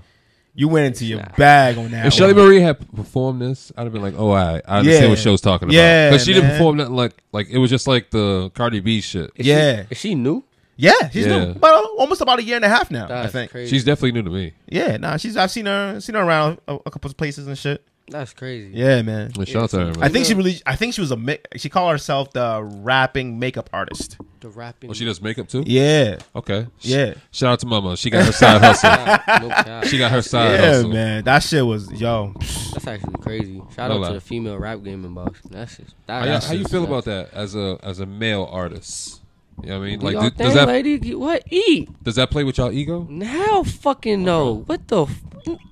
[SPEAKER 2] You went into your bag on that.
[SPEAKER 6] If Shelly
[SPEAKER 2] one.
[SPEAKER 6] Marie had performed this, I'd have been like, "Oh, I, I understand
[SPEAKER 2] Yeah.
[SPEAKER 6] what she was talking about."
[SPEAKER 2] Yeah,
[SPEAKER 6] because she didn't
[SPEAKER 2] man.
[SPEAKER 6] perform nothing like like it was just like the Cardi B shit.
[SPEAKER 7] Is
[SPEAKER 2] Yeah.
[SPEAKER 7] she, is she new?
[SPEAKER 2] yeah, she's
[SPEAKER 6] Yeah.
[SPEAKER 2] new. About almost about a year and a half now. I
[SPEAKER 7] That's
[SPEAKER 2] think.
[SPEAKER 7] crazy.
[SPEAKER 6] She's definitely new to me.
[SPEAKER 2] Yeah, nah, she's I've seen her seen her around a, a couple of places and shit.
[SPEAKER 7] That's crazy.
[SPEAKER 2] Yeah, man.
[SPEAKER 6] And shout out to her. Man.
[SPEAKER 2] I think she really. I think she was a. mi- She called herself the rapping makeup artist.
[SPEAKER 7] The rapping.
[SPEAKER 6] Oh, she does makeup too.
[SPEAKER 2] Yeah,
[SPEAKER 6] Okay. Sh-
[SPEAKER 2] Yeah.
[SPEAKER 6] Shout out to Mama. She got her
[SPEAKER 7] <laughs>
[SPEAKER 6] side hustle.
[SPEAKER 7] Nah, no cap.
[SPEAKER 6] She got her side
[SPEAKER 2] yeah,
[SPEAKER 6] hustle.
[SPEAKER 2] man. That shit was yo.
[SPEAKER 7] That's actually crazy. Shout
[SPEAKER 6] No
[SPEAKER 7] out
[SPEAKER 6] lie.
[SPEAKER 7] to the female rap game in Boston. That's just. That,
[SPEAKER 6] How,
[SPEAKER 7] that's
[SPEAKER 6] how you
[SPEAKER 7] just-
[SPEAKER 6] feel about that as a as a male artist? You know what I mean?
[SPEAKER 7] Do
[SPEAKER 6] Like,
[SPEAKER 7] y'all
[SPEAKER 6] do-
[SPEAKER 7] think,
[SPEAKER 6] does that
[SPEAKER 7] lady? You- What eat?
[SPEAKER 6] does that play with y'all ego?
[SPEAKER 7] Now fucking no. What the f-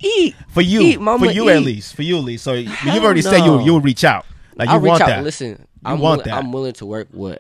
[SPEAKER 7] eat?
[SPEAKER 2] For you,
[SPEAKER 7] eat, mama,
[SPEAKER 2] for you at
[SPEAKER 7] eat.
[SPEAKER 2] least, for you at least. So you've
[SPEAKER 7] Hell
[SPEAKER 2] already said you
[SPEAKER 7] no.
[SPEAKER 2] you would reach out. Like you
[SPEAKER 7] I'll reach
[SPEAKER 2] want
[SPEAKER 7] out.
[SPEAKER 2] that.
[SPEAKER 7] Listen,
[SPEAKER 2] you
[SPEAKER 7] I'm
[SPEAKER 2] want
[SPEAKER 7] willi-
[SPEAKER 2] that.
[SPEAKER 7] I'm willing to work with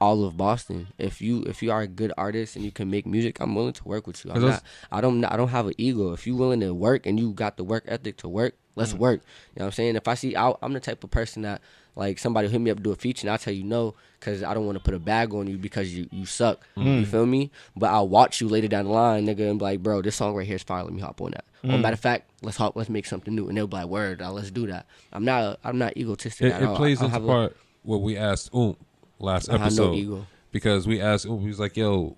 [SPEAKER 7] all of Boston. If you if you are a good artist and you can make music, I'm willing to work with you. I'm
[SPEAKER 6] 'Cause
[SPEAKER 7] not,
[SPEAKER 6] that's-
[SPEAKER 7] I don't I don't have an ego. If you willing to work and you got the work ethic to work, let's
[SPEAKER 2] Mm.
[SPEAKER 7] work. You know what I'm saying? If I see I, I'm the type of person that like somebody hit me up to do a feature and I tell you no because I don't want to put a bag on you because you you suck.
[SPEAKER 2] Mm.
[SPEAKER 7] You feel me? But I'll watch you later down the line, nigga, and be like, bro, this song right here is fire. Let me hop on that.
[SPEAKER 2] Mm.
[SPEAKER 7] Or matter of fact, let's hop. Let's make something new. And they'll be like, word, now let's do that. I'm not a, I'm not egotistic
[SPEAKER 6] It,
[SPEAKER 7] at
[SPEAKER 6] it
[SPEAKER 7] all.
[SPEAKER 6] plays
[SPEAKER 7] I
[SPEAKER 6] into
[SPEAKER 7] have a-
[SPEAKER 6] part what we asked Oom last
[SPEAKER 7] I have no
[SPEAKER 6] episode
[SPEAKER 7] ego.
[SPEAKER 6] because we asked Oom. He was like, "Yo,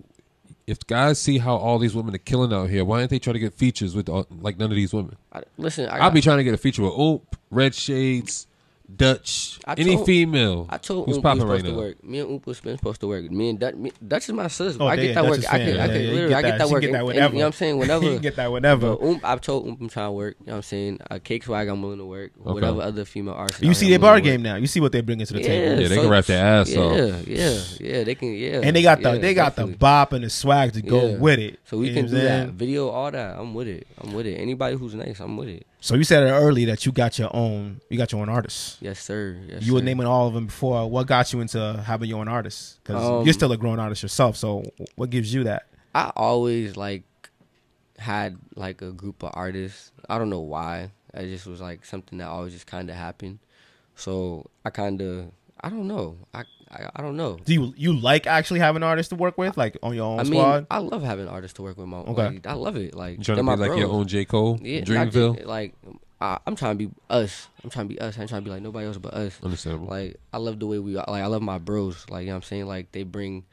[SPEAKER 6] if guys see how all these women are killing out here, why ain't they trying to get features with all, like none of these women?"
[SPEAKER 7] I- listen, I,
[SPEAKER 6] I'll be trying to get a feature with Oop, Red Shades, Dutch,
[SPEAKER 7] I
[SPEAKER 6] any
[SPEAKER 7] told-
[SPEAKER 6] female
[SPEAKER 7] I told
[SPEAKER 6] who's
[SPEAKER 7] Oop
[SPEAKER 6] popping
[SPEAKER 7] we
[SPEAKER 6] right
[SPEAKER 7] supposed
[SPEAKER 6] now.
[SPEAKER 7] to work. Me and Oop was supposed to work. Me and Dutch, me, Dutch is my sister.
[SPEAKER 2] Oh,
[SPEAKER 7] I
[SPEAKER 2] yeah,
[SPEAKER 7] get that
[SPEAKER 2] Dutch
[SPEAKER 7] work.
[SPEAKER 2] is
[SPEAKER 7] I
[SPEAKER 2] fan.
[SPEAKER 7] could, I
[SPEAKER 2] Yeah,
[SPEAKER 7] could
[SPEAKER 2] yeah, you
[SPEAKER 7] literally,
[SPEAKER 2] get
[SPEAKER 7] I
[SPEAKER 2] that.
[SPEAKER 7] get that
[SPEAKER 2] She
[SPEAKER 7] work.
[SPEAKER 2] get that
[SPEAKER 7] and- and,
[SPEAKER 2] whenever.
[SPEAKER 7] you know what I'm saying? Whenever
[SPEAKER 2] <laughs> You get that whenever.
[SPEAKER 7] But Oop, I've told Oop I'm trying to work. You know what I'm saying? Uh, cake swag, I'm willing to work. Whatever other female artists.
[SPEAKER 2] You
[SPEAKER 7] out
[SPEAKER 2] see
[SPEAKER 7] here,
[SPEAKER 2] their
[SPEAKER 7] I'm
[SPEAKER 2] bar
[SPEAKER 7] willing to work.
[SPEAKER 2] game now. You see what they're bringing to the table.
[SPEAKER 6] Yeah, they can rap their ass
[SPEAKER 7] yeah,
[SPEAKER 6] off.
[SPEAKER 7] Yeah, yeah, they can. Yeah,
[SPEAKER 2] And they got the
[SPEAKER 7] yeah,
[SPEAKER 2] they got
[SPEAKER 7] definitely.
[SPEAKER 2] the bop and the swag to go
[SPEAKER 7] Yeah.
[SPEAKER 2] with it.
[SPEAKER 7] So we
[SPEAKER 2] You
[SPEAKER 7] can
[SPEAKER 2] know
[SPEAKER 7] do
[SPEAKER 2] what I'm
[SPEAKER 7] that
[SPEAKER 2] saying?
[SPEAKER 7] video, all that. I'm with it. I'm with it. Anybody who's nice, I'm with it.
[SPEAKER 2] So you said it early that you got your own you got your own artists.
[SPEAKER 7] Yes, sir. Yes,
[SPEAKER 2] You were
[SPEAKER 7] sir.
[SPEAKER 2] naming all of them before. What got you into having your own artists? Because
[SPEAKER 7] Um,
[SPEAKER 2] you're still a grown artist yourself. So what gives you that?
[SPEAKER 7] I always like had like a group of artists. I don't know why. I just was like something that always just kind of happened. So I kind of I don't know. I I, I don't know.
[SPEAKER 2] Do you you like actually having artists to work with, like on your own
[SPEAKER 7] I mean,
[SPEAKER 2] squad?
[SPEAKER 7] I love having artists to work with my.
[SPEAKER 2] Okay.
[SPEAKER 7] Like, I love it. Like
[SPEAKER 6] You trying
[SPEAKER 7] they're
[SPEAKER 6] to be
[SPEAKER 7] my
[SPEAKER 6] like your
[SPEAKER 7] bros.
[SPEAKER 6] own J Cole,
[SPEAKER 7] Yeah, not
[SPEAKER 6] Dreamville?
[SPEAKER 7] just- like I, I'm trying to be us. I'm trying to be us. I'm trying to be like nobody else but us.
[SPEAKER 6] Understandable.
[SPEAKER 7] Like I love the way we are. Like I love my bros. Like you know what I'm saying. Like they bring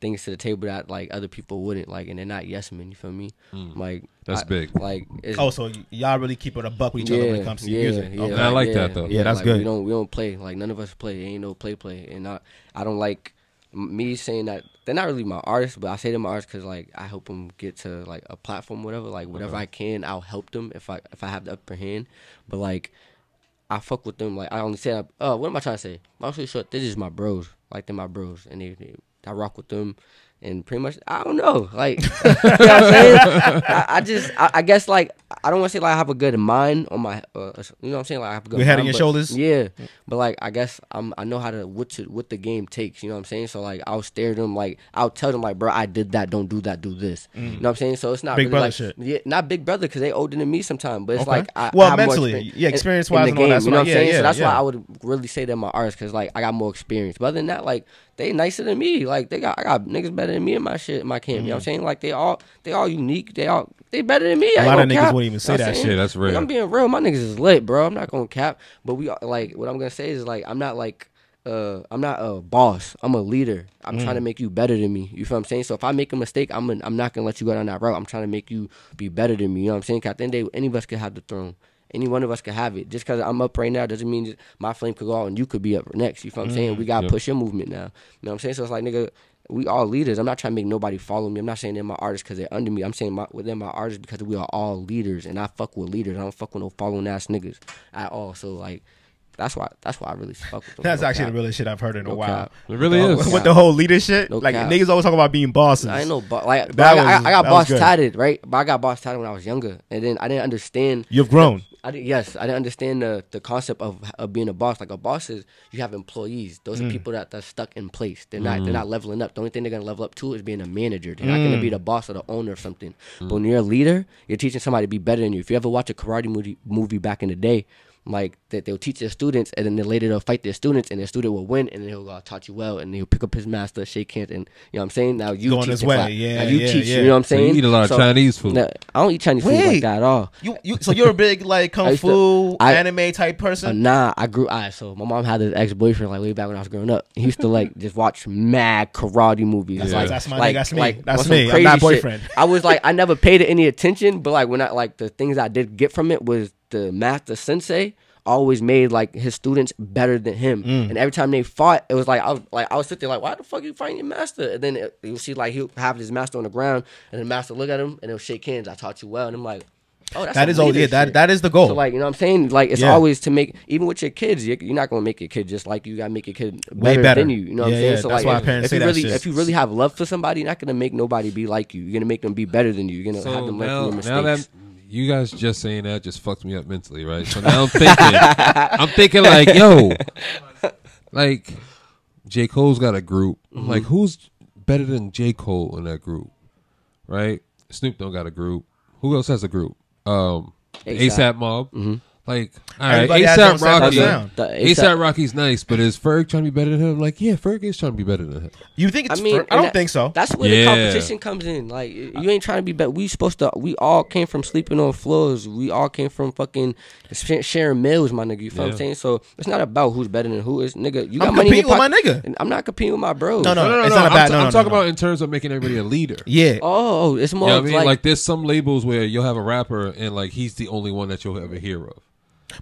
[SPEAKER 7] things to the table that like other people wouldn't. Like and they're not yes men. You feel me? Like
[SPEAKER 6] Mm. That's
[SPEAKER 7] I-
[SPEAKER 6] big.
[SPEAKER 7] Like it's,
[SPEAKER 2] oh, so y- y'all really keep it a buck with each other when it comes to your music.
[SPEAKER 7] yeah,
[SPEAKER 2] Okay.
[SPEAKER 6] And I like that, though.
[SPEAKER 2] Yeah, that's
[SPEAKER 7] like,
[SPEAKER 2] good.
[SPEAKER 7] We don't we don't play like none of us play. ain't no play play, and I I don't like m- me saying that they're not really my artists, but I say they're my artists because like I help them get to like a platform, whatever. Like whatever I can, I'll help them if I if I have the upper hand. But like I fuck with them. Like I only say, that- uh, what am I trying to say? Long story short, this is my bros. Like they're my bros, and they, they I rock with them. And pretty much, I don't know. Like, <laughs> you know what I'm saying? I, I just, I, I guess, like, I don't want to say like I have a good mind on my, uh, you know what I'm saying? Like, I have a good
[SPEAKER 2] Good head on
[SPEAKER 7] mind,
[SPEAKER 2] your
[SPEAKER 7] but-
[SPEAKER 2] shoulders?
[SPEAKER 7] Yeah, but like, I guess I'm, I know how to what to what the game takes. You know what I'm saying? So like, I'll stare at them, like, I'll tell them, like, bro, I did that. Don't do that. Do this. You know what I'm saying? So it's not
[SPEAKER 2] Mm. Big
[SPEAKER 7] really
[SPEAKER 2] brother
[SPEAKER 7] like,
[SPEAKER 2] shit.
[SPEAKER 7] yeah, not big brother because they older than me sometimes. But it's
[SPEAKER 2] Okay.
[SPEAKER 7] like, I,
[SPEAKER 2] Well,
[SPEAKER 7] I have more
[SPEAKER 2] mentally,
[SPEAKER 7] experience
[SPEAKER 2] yeah,
[SPEAKER 7] in- in
[SPEAKER 2] experience-wise
[SPEAKER 7] the
[SPEAKER 2] and all that,
[SPEAKER 7] game,
[SPEAKER 2] that's
[SPEAKER 7] You
[SPEAKER 2] why-
[SPEAKER 7] know what I'm
[SPEAKER 2] yeah,
[SPEAKER 7] saying?
[SPEAKER 2] yeah,
[SPEAKER 7] So that's why
[SPEAKER 2] yeah.
[SPEAKER 7] I would really say that my artists because like I got more experience. But other than that, like they nicer than me. Like they got I got niggas better than me in my shit, in my camp. You know what I'm saying? Like they all they all unique. They all they better than me.
[SPEAKER 2] Mm-hmm. A
[SPEAKER 7] I
[SPEAKER 2] lot
[SPEAKER 7] ain't
[SPEAKER 2] of
[SPEAKER 7] gonna
[SPEAKER 2] niggas
[SPEAKER 7] cap.
[SPEAKER 2] wouldn't even
[SPEAKER 7] You know
[SPEAKER 2] say
[SPEAKER 7] what
[SPEAKER 2] that
[SPEAKER 7] I'm
[SPEAKER 2] shit.
[SPEAKER 7] saying?
[SPEAKER 6] That's
[SPEAKER 7] Like,
[SPEAKER 6] real.
[SPEAKER 7] I'm being real. My niggas is lit, bro. I'm not gonna cap. But we are- like what I'm gonna say is like I'm not like. Uh, I'm not a boss. I'm a leader. I'm trying to make you better than me. You feel what I'm saying? So if I make a mistake, I'm gonna- I'm not gonna let you go down that route. I'm trying to make you be better than me. You know what I'm saying? 'Cause at the end of the day, any of us could have the throne. Any one of us could have it. Just because I'm up right now doesn't mean that my flame could go out and you could be up next. You feel what I'm
[SPEAKER 2] Mm,
[SPEAKER 7] saying? We got to push your movement now. You know what I'm saying? So it's like, nigga, we all leaders. I'm not trying to make nobody follow me. I'm not saying they're my artists because they're under me. I'm saying my, they're my artists because we are all leaders. And I fuck with leaders. I don't fuck with no following ass niggas at all. So, like, That's why. That's why I really fuck with them.
[SPEAKER 2] That's
[SPEAKER 7] no
[SPEAKER 2] actually
[SPEAKER 7] cap.
[SPEAKER 2] the realest shit I've heard in a
[SPEAKER 7] No
[SPEAKER 2] while.
[SPEAKER 7] cap.
[SPEAKER 6] It really
[SPEAKER 2] Uh,
[SPEAKER 6] is.
[SPEAKER 2] With the whole leadership,
[SPEAKER 7] No
[SPEAKER 2] like
[SPEAKER 7] cap.
[SPEAKER 2] niggas always talk about being bosses.
[SPEAKER 7] I ain't no boss. Like, but
[SPEAKER 2] That
[SPEAKER 7] I, got, I,
[SPEAKER 2] was-
[SPEAKER 7] I got
[SPEAKER 2] that was
[SPEAKER 7] boss
[SPEAKER 2] good.
[SPEAKER 7] tatted, right? But I got boss tatted when I was younger, and then I didn't understand.
[SPEAKER 2] You've grown.
[SPEAKER 7] I did, yes, I didn't understand the, the concept of, of being a boss. Like a boss is you have employees. Those
[SPEAKER 2] Mm.
[SPEAKER 7] are people that that's stuck in place. They're not they're not leveling up. The only thing they're gonna level up to is being a manager. They're not
[SPEAKER 2] Mm.
[SPEAKER 7] gonna be the boss or the owner of something. But when you're a leader, you're teaching somebody to be better than you. If you ever watch a karate movie movie back in the day, like that they'll teach their students and then they later they'll fight their students and their student will win and then he'll go "I taught you well and he'll pick up his master, shake hands and you know what I'm saying? Now you
[SPEAKER 2] Go on
[SPEAKER 7] teach
[SPEAKER 2] his
[SPEAKER 7] the
[SPEAKER 2] way.
[SPEAKER 7] class.
[SPEAKER 2] Yeah,
[SPEAKER 7] Now you
[SPEAKER 2] yeah,
[SPEAKER 7] teach,
[SPEAKER 2] yeah.
[SPEAKER 7] you know what I'm
[SPEAKER 6] So you
[SPEAKER 7] saying?
[SPEAKER 6] eat a lot of Chinese food.
[SPEAKER 7] Nah, I don't eat Chinese food
[SPEAKER 2] Wait.
[SPEAKER 7] like that at all.
[SPEAKER 2] You, you, so you're a big like
[SPEAKER 7] <laughs> I
[SPEAKER 2] kung
[SPEAKER 7] used to-
[SPEAKER 2] fu
[SPEAKER 7] I-
[SPEAKER 2] anime type
[SPEAKER 7] Uh,
[SPEAKER 2] person.
[SPEAKER 7] nah, I grew. I so my mom had this ex boyfriend like way back when I was growing up. He used to like just watch mad karate movies.
[SPEAKER 2] That's
[SPEAKER 7] like,
[SPEAKER 2] my- that's my
[SPEAKER 7] like,
[SPEAKER 2] nigga, that's me.
[SPEAKER 7] like,
[SPEAKER 2] That's
[SPEAKER 7] on some
[SPEAKER 2] me. I'm
[SPEAKER 7] crazy
[SPEAKER 2] not
[SPEAKER 7] shit.
[SPEAKER 2] boyfriend.
[SPEAKER 7] I was like,
[SPEAKER 2] <laughs>
[SPEAKER 7] I never paid it any attention, but like when I like the things I did get from it was the master sensei always made like his students better than him,
[SPEAKER 2] Mm.
[SPEAKER 7] and every time they fought, it was like I was like I was sitting there like, why the fuck you fighting your master? And then it, you see like he'll have his master on the ground, and the master look at him and he'll shake hands. I taught you well, and I'm like. Oh, that's
[SPEAKER 2] That
[SPEAKER 7] some
[SPEAKER 2] is all-
[SPEAKER 7] leader
[SPEAKER 2] yeah, that-
[SPEAKER 7] shit.
[SPEAKER 2] that is the goal.
[SPEAKER 7] So, like you know what I'm saying? Like it's
[SPEAKER 2] Yeah.
[SPEAKER 7] always to make even with your kids, you- you're not gonna make your kid just like you. You gotta make your kid
[SPEAKER 2] Way
[SPEAKER 7] better,
[SPEAKER 2] better.
[SPEAKER 7] than you. You know what
[SPEAKER 2] Yeah,
[SPEAKER 7] I'm saying?
[SPEAKER 2] yeah,
[SPEAKER 7] so
[SPEAKER 2] that's
[SPEAKER 7] like,
[SPEAKER 2] why
[SPEAKER 7] if-
[SPEAKER 2] parents
[SPEAKER 7] if
[SPEAKER 2] say
[SPEAKER 7] you
[SPEAKER 2] that
[SPEAKER 7] really
[SPEAKER 2] shit.
[SPEAKER 7] if you really have love for somebody, you're not gonna make nobody be like you. You're gonna make them be better than you. You're gonna have
[SPEAKER 6] So
[SPEAKER 7] them learn
[SPEAKER 6] now,
[SPEAKER 7] from
[SPEAKER 6] now
[SPEAKER 7] your
[SPEAKER 6] that
[SPEAKER 7] mistakes.
[SPEAKER 6] you guys just saying that just fucked me up mentally, right? So now I'm thinking, I'm thinking like,
[SPEAKER 7] <laughs>
[SPEAKER 6] yo, like J Cole's got a group. I'm
[SPEAKER 7] Mm-hmm.
[SPEAKER 6] like, who's better than J Cole in that group, right? Snoop don't got a group. Who else has a group? Um,
[SPEAKER 7] A$AP.
[SPEAKER 6] ASAP Mob. Like, all right,
[SPEAKER 2] Everybody has their own
[SPEAKER 6] ASAP
[SPEAKER 2] separate
[SPEAKER 6] Rocky.
[SPEAKER 2] sound.
[SPEAKER 7] Mm-hmm. The
[SPEAKER 6] ASAP Rocky's nice, but is Ferg trying to be better than him? I'm like, yeah, Ferg is trying to be better than him.
[SPEAKER 2] You think
[SPEAKER 7] I
[SPEAKER 2] it's?
[SPEAKER 7] mean,
[SPEAKER 2] fir- I
[SPEAKER 7] and
[SPEAKER 2] don't
[SPEAKER 7] that-
[SPEAKER 2] think so.
[SPEAKER 7] That's where
[SPEAKER 6] Yeah.
[SPEAKER 7] the competition comes in. Like you ain't trying to be better. We supposed to. We all came from sleeping on floors. We all came from fucking sh- sharing meals, my nigga. You feel what
[SPEAKER 6] Yeah.
[SPEAKER 7] I'm saying? So it's not about who's better than who. It's nigga. You got
[SPEAKER 2] I'm
[SPEAKER 7] money in
[SPEAKER 2] competing with my
[SPEAKER 7] your pocket.
[SPEAKER 2] nigga.
[SPEAKER 7] And I'm not competing with my bros.
[SPEAKER 2] No, no,
[SPEAKER 6] No, no, no.
[SPEAKER 2] It's
[SPEAKER 6] no.
[SPEAKER 2] not
[SPEAKER 6] I'm,
[SPEAKER 2] about-
[SPEAKER 6] t-
[SPEAKER 2] no, no,
[SPEAKER 6] I'm
[SPEAKER 2] no,
[SPEAKER 6] talking
[SPEAKER 2] no.
[SPEAKER 6] about in terms of making everybody a leader.
[SPEAKER 2] Yeah.
[SPEAKER 7] Oh, it's more
[SPEAKER 6] Yeah, I
[SPEAKER 7] of
[SPEAKER 6] mean,
[SPEAKER 7] like,
[SPEAKER 6] like, there's some labels where you'll have a rapper and like he's the only one that you'll ever hear of.